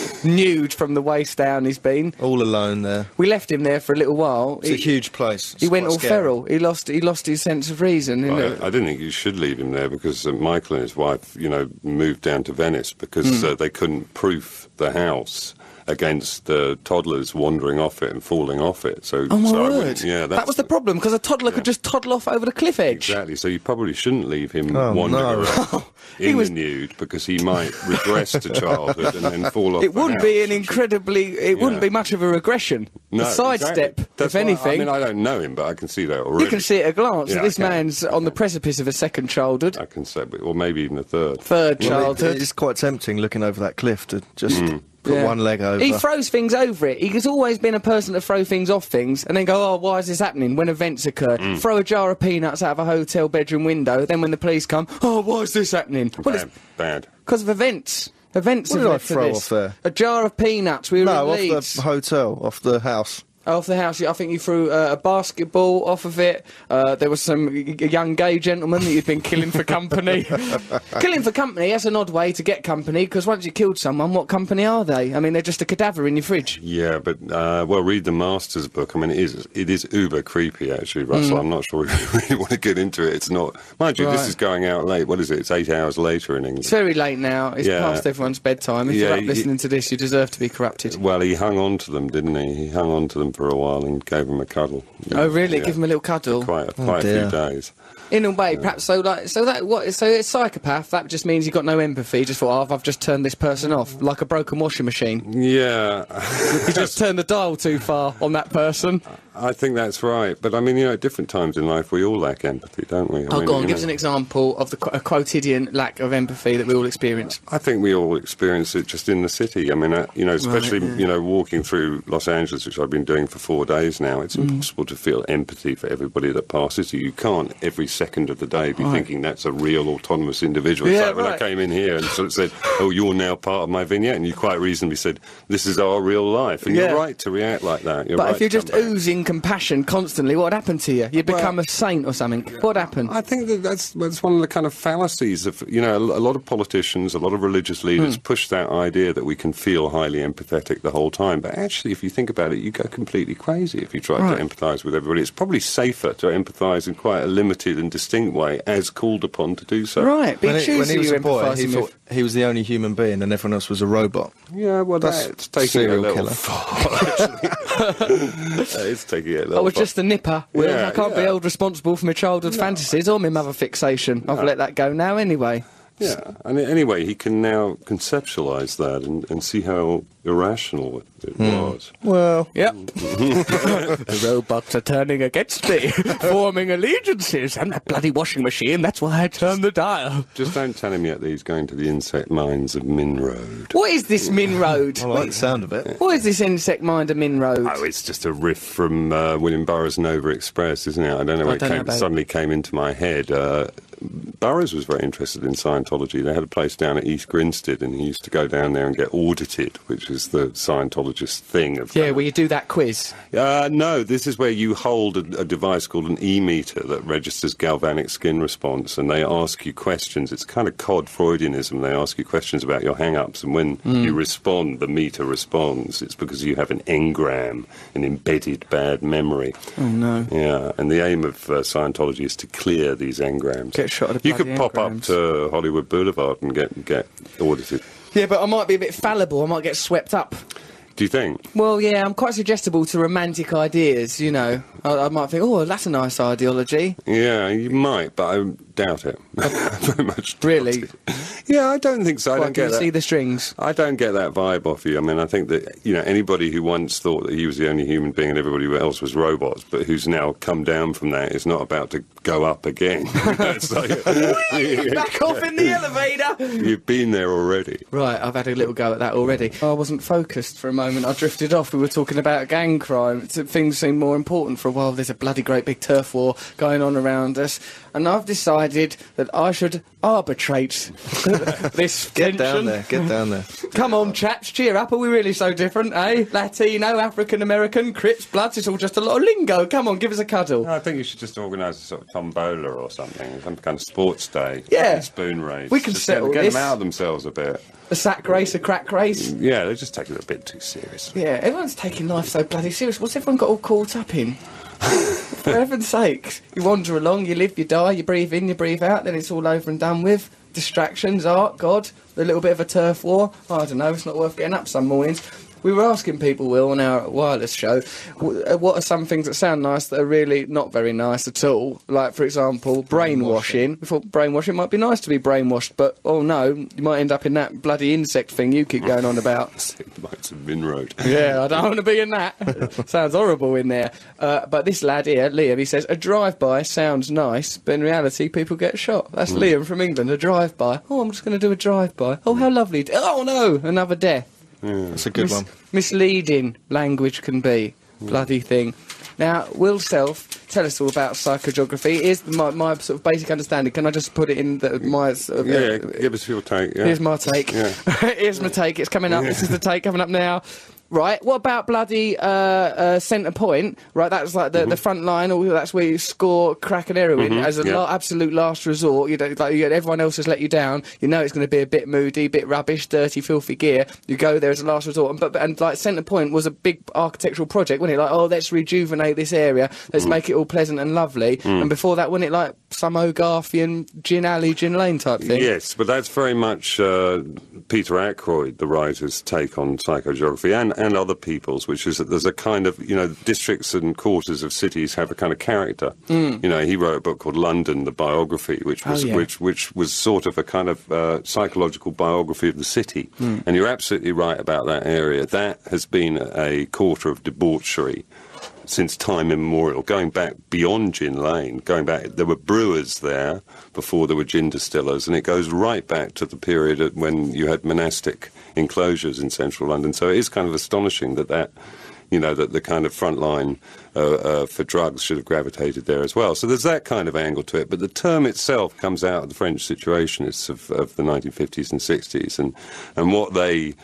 S2: *laughs* nude from the waist down. He's been
S3: all alone there.
S2: We left him there for a little while.
S3: It's a huge place.
S2: He
S3: It's
S2: went
S3: quite
S2: all
S3: scary.
S2: feral. He lost. He lost his sense of reason. you know.
S9: I, I didn't think you should leave him there because uh, Michael and his wife, you know, moved down to Venice because
S2: Mm.
S9: uh, they couldn't proof the house against uh, toddlers wandering off it and falling off it. So,
S2: oh my
S9: so I
S2: word!
S9: wouldn't- yeah,
S2: that was the problem because a toddler could just toddle off over the cliff edge.
S9: Exactly. So you probably shouldn't leave him
S2: Oh,
S9: wandering
S2: no.
S9: *laughs*
S2: *laughs*
S9: around in the nude because he might regress to childhood and then fall off.
S2: It
S9: the
S2: would
S9: house.
S2: be an incredibly. It wouldn't be much of a regression.
S9: No,
S2: a sidestep,
S9: exactly.
S2: if
S9: That's why-
S2: anything.
S9: I mean, I don't know him, but I can see that already.
S2: you can see at a glance
S9: Yeah,
S2: that this
S9: I can.
S2: man's on the precipice of a second childhood.
S9: I can say, or maybe even a third.
S2: Third childhood.
S3: It's quite tempting looking over that cliff to just
S9: Hmm.
S3: put
S2: Yeah.
S3: one leg over.
S2: He throws things over it. He's always been a person to throw things off things and then go, oh, why is this happening when events occur?
S3: Mm.
S2: Throw a jar of peanuts out of a hotel bedroom window. Then when the police come, oh, why is this happening? Well, it's
S9: bad, bad.
S2: because of events. Events
S3: What
S2: have
S3: did I
S2: led to
S3: throw
S2: this.
S3: off there?
S2: A jar of peanuts. We were
S3: no,
S2: in Leeds.
S3: off the hotel, off the house.
S2: Off the house, I think you threw uh, a basketball off of it. Uh, there was some y- y- young gay gentleman that you've been killing for
S9: *laughs*
S2: company. killing for company, that's an odd way to get company because once you killed someone, what company are they? I mean, they're just a cadaver in your fridge.
S9: Yeah, but uh, well, read the master's book. I mean, it is it is uber creepy, actually, Russell.
S2: Mm.
S9: I'm not sure *laughs* we really want to get into it. It's not, mind you,
S2: Right.
S9: this is going out late. What is it? It's eight hours later in England.
S2: It's very late now. It's
S9: Yeah.
S2: past everyone's bedtime. If
S9: Yeah,
S2: you're up
S9: y-
S2: listening to this, you deserve to be corrupted.
S9: Well, he hung on to them, didn't he? He hung on to them for a while and gave them a cuddle.
S2: Oh, really?
S9: Yeah.
S2: Give him a little cuddle.
S9: Quite, a-
S2: Oh,
S9: quite a
S2: dear.
S9: few days.
S2: In a way, perhaps so. Like so that what? So it's psychopath. That just means you got no empathy. You Just thought, oh, I've- I've just turned this person off like a broken washing machine.
S9: Yeah. *laughs*
S2: you just turned the dial too far on that person.
S9: I think that's right. But I mean, you know, at different times in life, we all lack empathy, don't we? I
S2: Oh,
S9: mean,
S2: go on.
S9: you
S2: Give us
S9: know.
S2: an example of the qu- a quotidian lack of empathy that we all experience.
S9: I think we all experience it just in the city. I mean, uh, you know, especially
S2: yeah.
S9: you know walking through Los Angeles, which I've been doing for four days now.
S2: Mm.
S9: It's impossible to feel empathy for everybody that passes you. You can't every second of the day be
S2: Right.
S9: thinking that's a real autonomous individual.
S2: Yeah,
S9: it's like when I
S2: right.
S9: came in here and sort of said, "Oh, you're now part of my vignette," and you quite reasonably said, "This is our real life," and
S2: Yeah.
S9: you're right to react like that. You're
S2: but
S9: right
S2: if you're
S9: to
S2: just oozing compassion constantly, what'd happen to you? You'd become a saint or something. What'd happen?
S9: I think that that's, that's one of the kind of fallacies of, you know, a lo- a lot of politicians, a lot of religious
S2: Hmm.
S9: leaders push that idea that we can feel highly empathetic the whole time. But actually, if you think about it, you go completely crazy if you try
S2: Right.
S9: to empathise with everybody. It's probably safer to empathise in quite a limited and distinct way as called upon to do so.
S3: when he, when he was a boy, he thought he was the only human being and everyone else was a robot.
S9: Yeah, well,
S3: That's
S9: that's taking it a
S3: serial
S9: little
S3: killer.
S9: far.
S2: *laughs*
S9: actually. it's taking it a little
S2: I was
S9: far.
S2: just a nipper. Will.
S9: Yeah,
S2: I can't be
S9: yeah.
S2: held responsible for my childhood fantasies or my mother fixation. I've let that go now anyway.
S9: Yeah, and anyway, he can now conceptualize that and, and see how irrational it, it
S2: Hmm.
S9: was.
S3: Well,
S2: yep. *laughs* the robots are turning against me, *laughs* forming allegiances. I'm that bloody washing machine. That's why I turned the dial.
S9: Just don't tell him yet that he's going to the insect mines of Min Road.
S2: What is this Min Road?
S3: sound of it.
S2: What is this insect minder Min Road?
S9: Oh, it's just a riff from uh, William Burroughs' Nova Express, isn't it? I don't know
S2: I
S9: where
S2: don't know
S9: it came,
S2: about it.
S9: suddenly came into my head. Uh, Burroughs was very interested in Scientology. They had a place down at East Grinstead, and he used to go down there and get audited, which is the Scientologist thing of
S2: Yeah, will you do that quiz?
S9: Uh, no, this is where you hold a, a device called an e-meter that registers galvanic skin response, and they ask you questions. It's kind of cod Freudianism. They ask you questions about your hang-ups, and when
S16: Mm.
S9: you respond, the meter responds. It's because you have an engram, an embedded bad memory.
S2: Oh no.
S9: Yeah, and the aim of uh, Scientology is to clear these engrams.
S2: Get shot at the
S9: You could
S2: bloody
S9: pop
S2: engrams.
S9: up to Hollywood Boulevard and get get audited.
S2: Yeah, but I might be a bit fallible. I might get swept up.
S9: Do you think?
S2: Well, yeah, I'm quite suggestible to romantic ideas, you know. I, I might think, oh, that's a nice ideology.
S9: Yeah, you might, but I doubt it. *laughs* Very much.
S2: Really?
S9: Yeah, I don't think so. I
S2: Well,
S9: don't
S2: can
S9: get
S2: you
S9: that.
S2: see the strings?
S9: I don't get that vibe off you. I mean, I think that you know anybody who once thought that he was the only human being and everybody else was robots, but who's now come down from that is not about to go up again. *laughs* It's like-
S2: Back off in the elevator!
S9: You've been there already.
S2: Right, I've had a little go at that already. I wasn't focused for a moment. I drifted off. We were talking about gang crime. T- Things seem more important for a while. There's a bloody great big turf war going on around us, and I've decided that I should arbitrate *laughs* this
S3: Get down
S2: tension.
S3: there. Get down there.
S2: Come on, chaps, cheer up. Are we really so different, eh? Latino, African American, Crips, Bloods, it's all just a lot of lingo. Come on, give us a cuddle.
S9: I think you should just organise a sort of tombola or something, some kind of sports day.
S2: Yeah.
S9: spoon race.
S2: We can
S9: Just get-
S2: settle
S9: get
S2: this.
S9: them out of themselves a bit.
S2: A sack race, a crack race.
S9: Yeah, they just take it a bit too seriously.
S2: Yeah, everyone's taking life so bloody serious. What's everyone got all caught up in? *laughs* For heaven's sakes. You wander along, you live, you die, you breathe in, you breathe out, then it's all over and done with. Distractions, art, God, a little bit of a turf war. Oh, I don't know, it's not worth getting up some mornings. We were asking people, Will, on our wireless show, w- uh, what are some things that sound nice that are really not very nice at all? Like, for example, brainwashing. We thought brainwashing might be nice to be brainwashed, but oh no, you might end up in that bloody insect thing you keep going on about.
S9: Might have been road.
S2: Yeah, I don't want to be in that. *laughs* sounds horrible in there. Uh, but this lad here, Liam, he says a drive-by sounds nice, but in reality, people get shot. That's
S8: Mm.
S2: Liam from England. A drive-by. Oh, I'm just going to do a drive-by. Oh, how lovely. Oh no, another death.
S3: That's a good
S2: Mis-
S3: one.
S2: Misleading language can be bloody thing. Now, Will Self, tell us all about psychogeography. Here's my, my sort of basic understanding. Can I just put it in the, my sort of, uh,
S9: Yeah, give us your take. Yeah.
S2: Here's my take.
S9: Yeah.
S2: *laughs* Here's my take. It's coming up. This is the take coming up now. Right. What about bloody uh, uh, centre point? Right. That's like the, the front line. Or that's where you score crack and heroin
S9: Mhm,
S2: as a
S9: yeah.
S2: la- absolute last resort. You don't, like you, everyone else has let you down. You know it's going to be a bit moody, bit rubbish, dirty, filthy gear. You go there as a last resort. And but and like centre point was a big architectural project, wasn't it? Like oh, let's rejuvenate this area. Let's make it all pleasant and lovely.
S9: Mm.
S2: And before that, wasn't it like some O'Garthian gin alley, gin lane type thing?
S9: Yes, but that's very much uh, Peter Ackroyd, the writer's take on psychogeography and, and other people's, which is that there's a kind of, you know, districts and quarters of cities have a kind of character.
S16: Mm.
S9: You know, he wrote a book called London, the biography, which
S16: Oh,
S9: was,
S16: yeah.
S9: which, which was sort of a kind of uh, psychological biography of the city.
S16: Mm.
S9: And you're absolutely right about that area. That has been a quarter of debauchery since time immemorial, going back beyond gin lane, going back, there were brewers there before there were gin distillers, and it goes right back to the period at when you had monastic enclosures in central London. So it is kind of astonishing that that, you know, that the kind of front line uh, uh, for drugs should have gravitated there as well. So there's that kind of angle to it. But the term itself comes out of the French situationists of, of the 1950s and 60s, and, and what they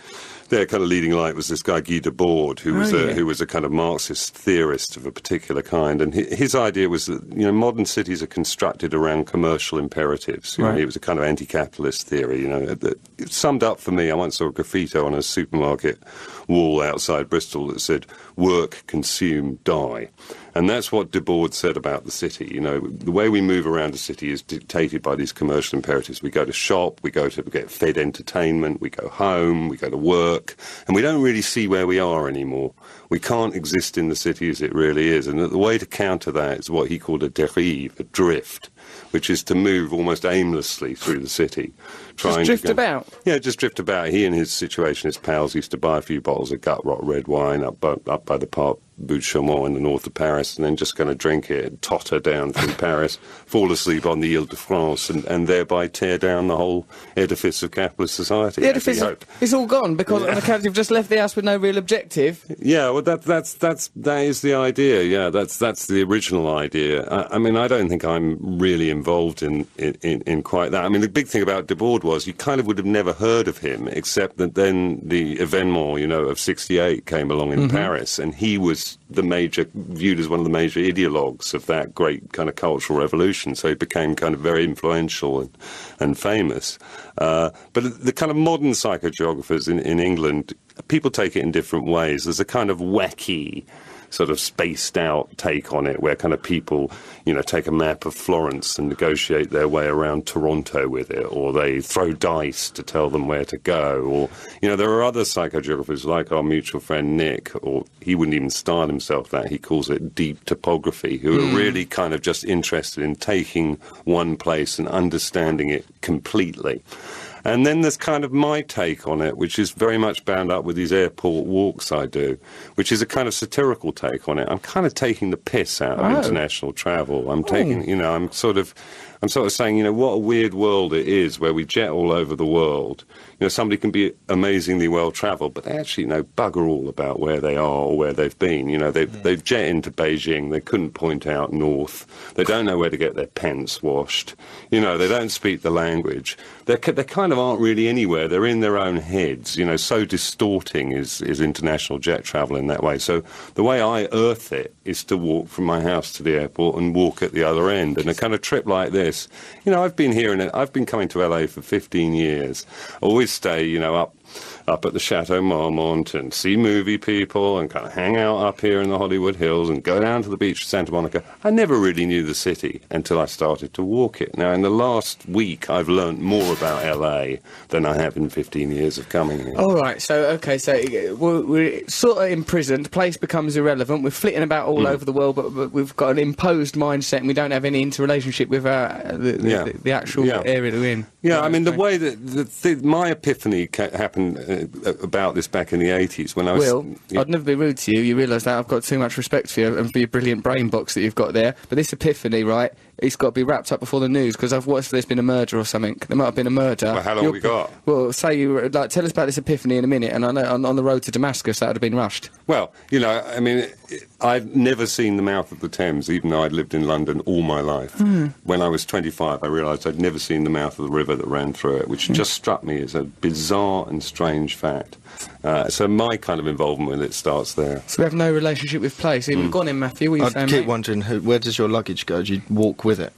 S9: their kind of leading light was this guy Guy Debord, who was
S16: Oh,
S9: a,
S16: yeah.
S9: who was a kind of Marxist theorist of a particular kind, and hi- his idea was that you know modern cities are constructed around commercial imperatives. You know,
S16: Right.
S9: it was a kind of anti-capitalist theory. You know, that it summed up for me. I once saw a graffito on a supermarket wall outside Bristol that said "Work, consume, die." And that's what Debord said about the city. You know, the way we move around a city is dictated by these commercial imperatives. We go to shop, we go to get fed entertainment, we go home, we go to work, and we don't really see where we are anymore. We can't exist in the city as it really is. And the way to counter that is what he called a derive, a drift, which is to move almost aimlessly through the city. Trying
S2: drift
S9: to go-
S2: about?
S9: yeah, just drift about. He and his situation, his pals, used to buy a few bottles of gut rot red wine up by, up by the park Bout Chaumont in the north of Paris, and then just kind of drink it, and totter
S2: *laughs*
S9: down through Paris, fall asleep on the Ile de France, and, and thereby tear down the whole edifice of capitalist society.
S2: The
S9: as he
S2: edifice
S9: hoped.
S2: is all gone because on account you've just left the house with no real objective.
S9: Yeah, well, that, that's that's that is the idea. Yeah, that's that's the original idea. I, I mean, I don't think I'm really involved in, in, in, in quite that. I mean, the big thing about Debord was you kind of would have never heard of him, except that then the événement, you know, of '68 came along in
S16: Mhm.
S9: Paris, and he was the major viewed as one of the major ideologues of that great kind of cultural revolution. So he became kind of very influential and and famous. Uh, but the kind of modern psychogeographers in, in England people take it in different ways. There's a kind of wacky sort of spaced out take on it, where kind of people, you know, take a map of Florence and negotiate their way around Toronto with it, or they throw dice to tell them where to go, or you know, there are other psychogeographers like our mutual friend Nick, or he wouldn't even style himself that. He calls it deep topography, who
S16: Mm.
S9: are really kind of just interested in taking one place and understanding it completely. And then there's kind of my take on it, which is very much bound up with these airport walks I do, which is a kind of satirical take on it. I'm kind of taking the piss out of
S16: Oh.
S9: international travel. I'm taking, you know, I'm sort of, I'm sort of saying, you know, what a weird world it is where we jet all over the world. You know, somebody can be amazingly well travelled, but they actually know bugger all about where they are or where they've been. You know, they've, they've jet into Beijing, they couldn't point out north, they don't know where to get their pants washed. You know, they don't speak the language. They're, ki- they kind of aren't really anywhere. They're in their own heads. You know, so distorting is, is international jet travel in that way. So the way I earth it is to walk from my house to the airport and walk at the other end. And a kind of trip like this, you know, I've been here and I've been coming to LA for 15 years. I always stay, you know, up up at the Chateau Marmont and see movie people and kind of hang out up here in the Hollywood Hills and go down to the beach of Santa Monica. I never really knew the city until I started to walk it. Now, in the last week, I've learnt more about LA than I have in 15 years of coming here.
S2: All right. So okay. So uh, we're, we're sort of imprisoned. Place becomes irrelevant. We're flitting about all
S9: Mm.
S2: over the world, but, but we've got an imposed mindset, and we don't have any interrelationship with uh, the, the,
S9: Yeah.
S2: the, the actual
S9: Yeah.
S2: area that we're in.
S9: Yeah, I mean, the way that the, th my epiphany ca- happened uh, about this back in the 80s when I was.
S2: Will, I'd never be rude to you. You realise that I've got too much respect for you and for your brilliant brain box that you've got there. But this epiphany, right? It's got to be wrapped up before the news because I've watched there's been a murder or something. There might have been a murder.
S9: Well, how long
S2: You'll
S9: we
S2: be-
S9: got?
S2: Well, say you were- like tell us about this epiphany in a minute, and I know on, on the road to Damascus that would have been rushed.
S9: Well, you know, I mean, it- it- I've never seen the mouth of the Thames, even though I'd lived in London all my life.
S2: Mm.
S9: When I was 25, I realised I'd never seen the mouth of the river that ran through it,
S2: Hmm.
S9: which just struck me as a bizarre and strange fact. Uh, so my kind of involvement with it starts there.
S2: So we have no relationship with place. Even
S9: Mm.
S2: gone in, Matthew. What are you saying? mate?
S9: wondering, where does your luggage go? Do you walk with it?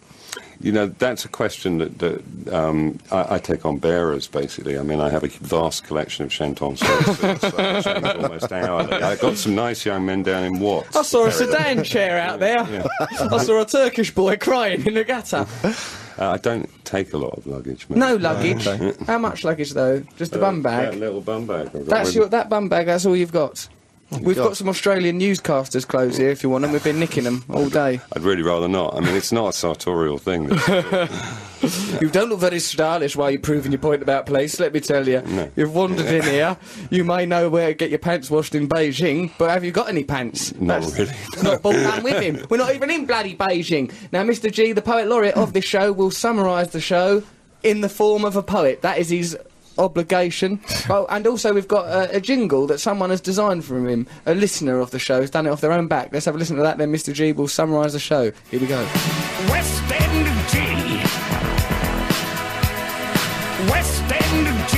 S9: You know, that's a question that, that um, I, I take on bearers, basically. I mean, I have a vast collection of Chanton services, so I change almost hourly. I've got some nice young men down in Watts.
S8: I saw a
S9: Very-
S8: sedan chair out there.
S9: Yeah.
S8: I saw a Turkish boy crying in the gutter.
S9: Uh, I don't take a lot of luggage. mate.
S2: No
S9: *laughs*
S2: luggage. How much luggage though? Just a
S9: Uh,
S2: bum
S9: That
S2: bag.
S9: little bum bag. I've got
S2: That's
S9: with
S2: your that bum bag. That's all you've got. We've
S9: God.
S2: got some Australian newscasters clothes here if you want them. We've been nicking them all day.
S9: I'd really rather not. I mean, it's not a sartorial thing.
S2: *laughs*
S9: this.
S2: You don't look very stylish while you're proving your point about place, let me tell you.
S9: No.
S2: You've wandered in here. You may know where to get your pants washed in Beijing, but have you got any pants?
S9: not really.
S2: *laughs* Not bought down with him. We're not even in bloody Beijing. Now, Mr. G, the poet laureate of this show, will summarise the show in the form of a poet. That is his obligation. oh, and also, we've got uh, a jingle that someone has designed for him. A listener of the show has done it off their own back. Let's have a listen to that, then Mr. G will summarise the show. Here we go.
S17: West End G. West End G.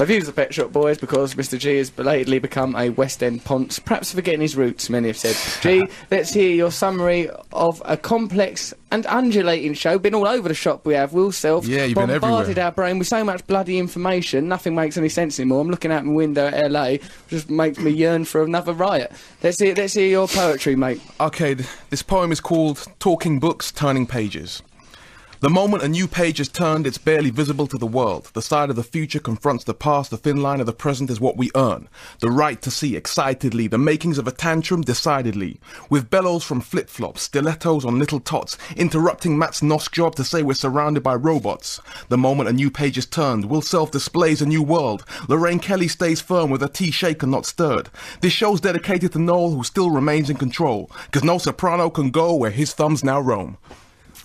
S2: I've used the Pet Shop Boys because Mr. G has belatedly become a West End ponce, perhaps forgetting his roots, many have said.
S7: *laughs*
S2: G, let's hear your summary of a complex and undulating show. Been all over the shop we have, Will Self.
S7: Yeah, you've been
S2: bombarded
S7: everywhere.
S2: our brain with so much bloody information, nothing makes any sense anymore. I'm looking out my window at LA, just makes me yearn for another riot. Let's hear, let's hear your poetry, mate.
S7: Okay, th- this poem is called Talking Books, Turning Pages. The moment a new page is turned, it's barely visible to the world. The side of the future confronts the past, the thin line of the present is what we earn. The right to see excitedly, the makings of a tantrum decidedly. With bellows from flip flops, stilettos on little tots, interrupting Matt's nos job to say we're surrounded by robots. The moment a new page is turned, Will Self displays a new world. Lorraine Kelly stays firm with her tea shaken, not stirred. This show's dedicated to Noel, who still remains in control, because no soprano can go where his thumbs now roam.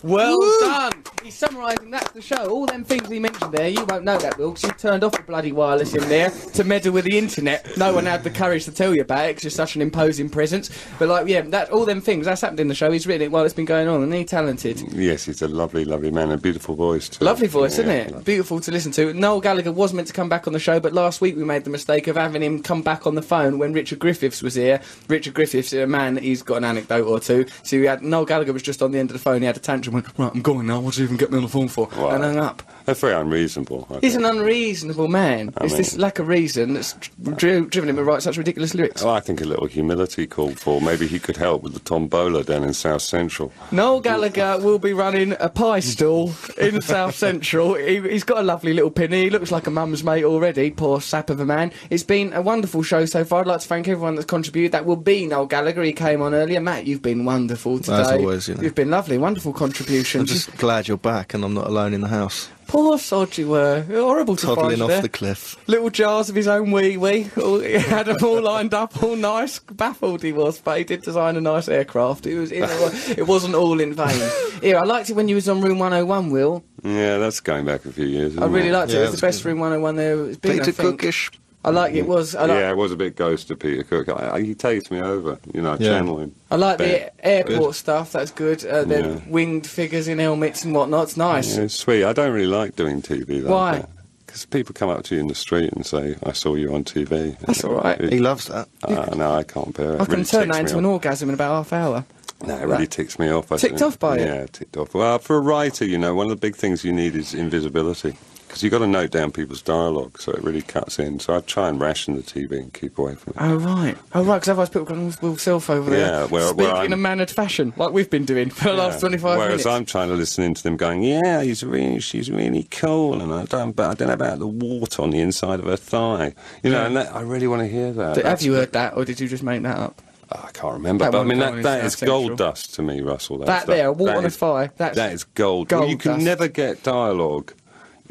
S2: Well done. He's summarising that's the show. All them things he mentioned there, you won't know that, Will, 'cause you turned off the bloody wireless in there to meddle with the internet. No one had the courage to tell you about it 'cause you're such an imposing presence. But like, yeah, that all them things that's happened in the show. He's written it while it's been going on, and he's talented.
S9: Yes, he's a lovely, lovely man, a beautiful voice too.
S2: Lovely voice,
S9: Yeah,
S2: isn't it? Beautiful to listen to. Noel Gallagher was meant to come back on the show, but last week we made the mistake of having him come back on the phone when Richard Griffiths was here. Richard Griffiths, a man, he's got an anecdote or two. So we had Noel Gallagher was just on the end of the phone. He had a tantrum
S18: and went, right, I'm going now. What do you even get me on the phone for? And hung up.
S9: That's very unreasonable. I
S2: He's
S9: think.
S2: an unreasonable man.
S9: I
S2: it's this
S9: mean-
S2: lack of reason that's dri- driven him to write such ridiculous lyrics.
S9: *laughs* Well, I think a little humility called for. Maybe he could help with the tombola down in South Central.
S2: Noel Gallagher will be running a pie stall in South Central. He, he's got a lovely little pin. He looks like a mum's mate already, poor sap of a man. It's been a wonderful show so far. I'd like to thank everyone that's contributed. That will be Noel Gallagher. He came on earlier. Matt, you've been wonderful today.
S3: As always, you know.
S2: have been lovely.
S3: *laughs*
S2: Wonderful contributions.
S3: I'm just glad you're back and I'm not alone in the house.
S2: Poor sod you were. Horrible to find
S3: Toddling
S2: you
S3: off
S2: there.
S3: the cliff.
S2: Little jars of his own wee wee. All- He had them all lined up, all nice. Baffled he was, but he did design a nice aircraft. It was, it, wa- it wasn't all in vain. Here, I liked it when you was on Room 101, Will.
S9: Yeah, that's going back a few years.
S2: I
S9: isn't
S2: really
S9: it?
S2: liked it. It was the best Room 101 there has been. I
S9: Peter
S2: think. I like it was. I, like,
S9: yeah, it was a bit ghost of Peter Cook. I, I, he takes me over, you know, I
S2: Yeah.
S9: channel him.
S2: I like the
S9: Bit.
S2: airport
S9: Good.
S2: stuff. That's good. Uh, the
S9: Yeah.
S2: winged figures in helmets and whatnot. It's nice.
S9: Yeah, it's sweet. I don't really like doing TV. Like
S2: Why?
S9: Because people come up to you in the street and say, "I saw you on TV."
S2: That's all right. He
S9: loves that. no, I can't bear it.
S2: I
S9: It
S2: can
S9: really
S2: turn that
S9: ticks me
S2: into an
S9: off.
S2: orgasm in about half hour.
S9: No, it really ticks me off. I
S2: Ticked
S9: think.
S2: off by it?
S9: Yeah, ticked off. Well, for a writer, you know, one of the big things you need is invisibility. Because you've got to note down people's dialogue, so it really cuts in. So I try and ration the TV and keep away from it.
S2: Oh right, oh right, because otherwise people can will self over there
S9: Yeah, well-
S2: speak
S9: well,
S2: in
S9: I'm-
S2: a mannered fashion, like we've been doing for the last
S9: Yeah.
S2: twenty five
S9: Whereas
S2: minutes.
S9: I'm trying to listen into them going, yeah, he's really, she's really cool, and I don't, but I don't know about the wart on the inside of her thigh, you know. And that, I really want to hear that.
S2: Did- have
S9: That's- Ah,
S2: you heard that, or did you just make that up?
S9: I can't remember,
S2: That
S9: but I
S2: one
S9: mean
S2: going
S9: that, that
S2: into
S9: is
S2: South Central.
S9: gold dust to me, Russell. That's,
S2: That there, wart
S9: that
S2: on a
S9: is-
S2: thigh, that's
S9: that is gold.
S2: gold
S9: you can
S2: dust.
S9: never get dialogue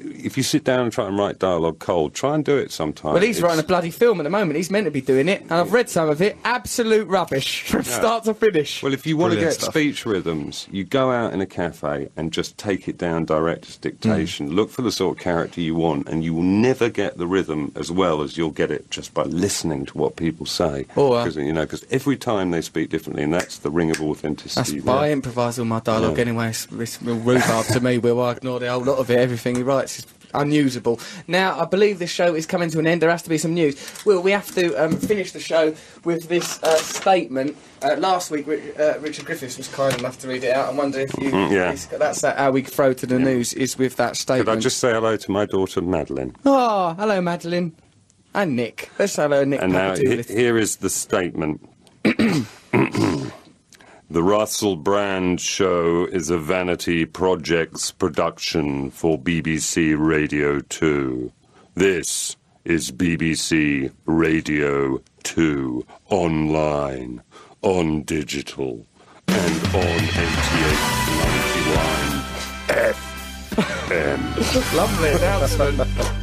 S9: if you sit down and try and write dialogue cold. Try and do it sometime.
S2: Well, he's
S9: It's-
S2: writing a bloody film at the moment. He's meant to be doing it, and I've read some of it. Absolute rubbish *laughs* from
S9: Yeah.
S2: start to finish.
S9: Well, if you want to
S2: Brilliant
S9: get
S2: stuff.
S9: speech rhythms, you go out in a cafe and just take it down director's dictation. Look for the sort of character you want, and you will never get the rhythm as well as you'll get it just by listening to what people say.
S2: Oh, wow.
S9: 'Cause, you know, because every time they speak differently, and that's the ring of
S2: That's
S9: authenticity.
S2: why I
S9: there.
S2: improvise all my dialogue
S9: Yeah.
S2: anyway. It's, it's real rhubarb to me, where I ignore the whole lot of it. Everything he writes is unusable. Now, I believe this show is coming to an end. There has to be some news. Well, we have to um, finish the show with this uh, statement. Uh, last week, Ri- uh, Richard Griffiths was kind enough to read it out. I wonder if you.
S9: Mm, yeah.
S2: it's- That's uh, how we throw to the news, is with that
S9: Could I
S2: statement.
S9: just say hello to my daughter Madeline?
S2: Oh, hello, Madeline. And Nick. Let's say hello, Nick.
S9: And now he-
S2: Papadoulis.
S9: here is the statement. *clears throat* The Russell Brand Show is a Vanity Projects production for BBC Radio 2. This is BBC Radio 2 online, on digital, and on 8891 FM.
S2: Lovely announcement.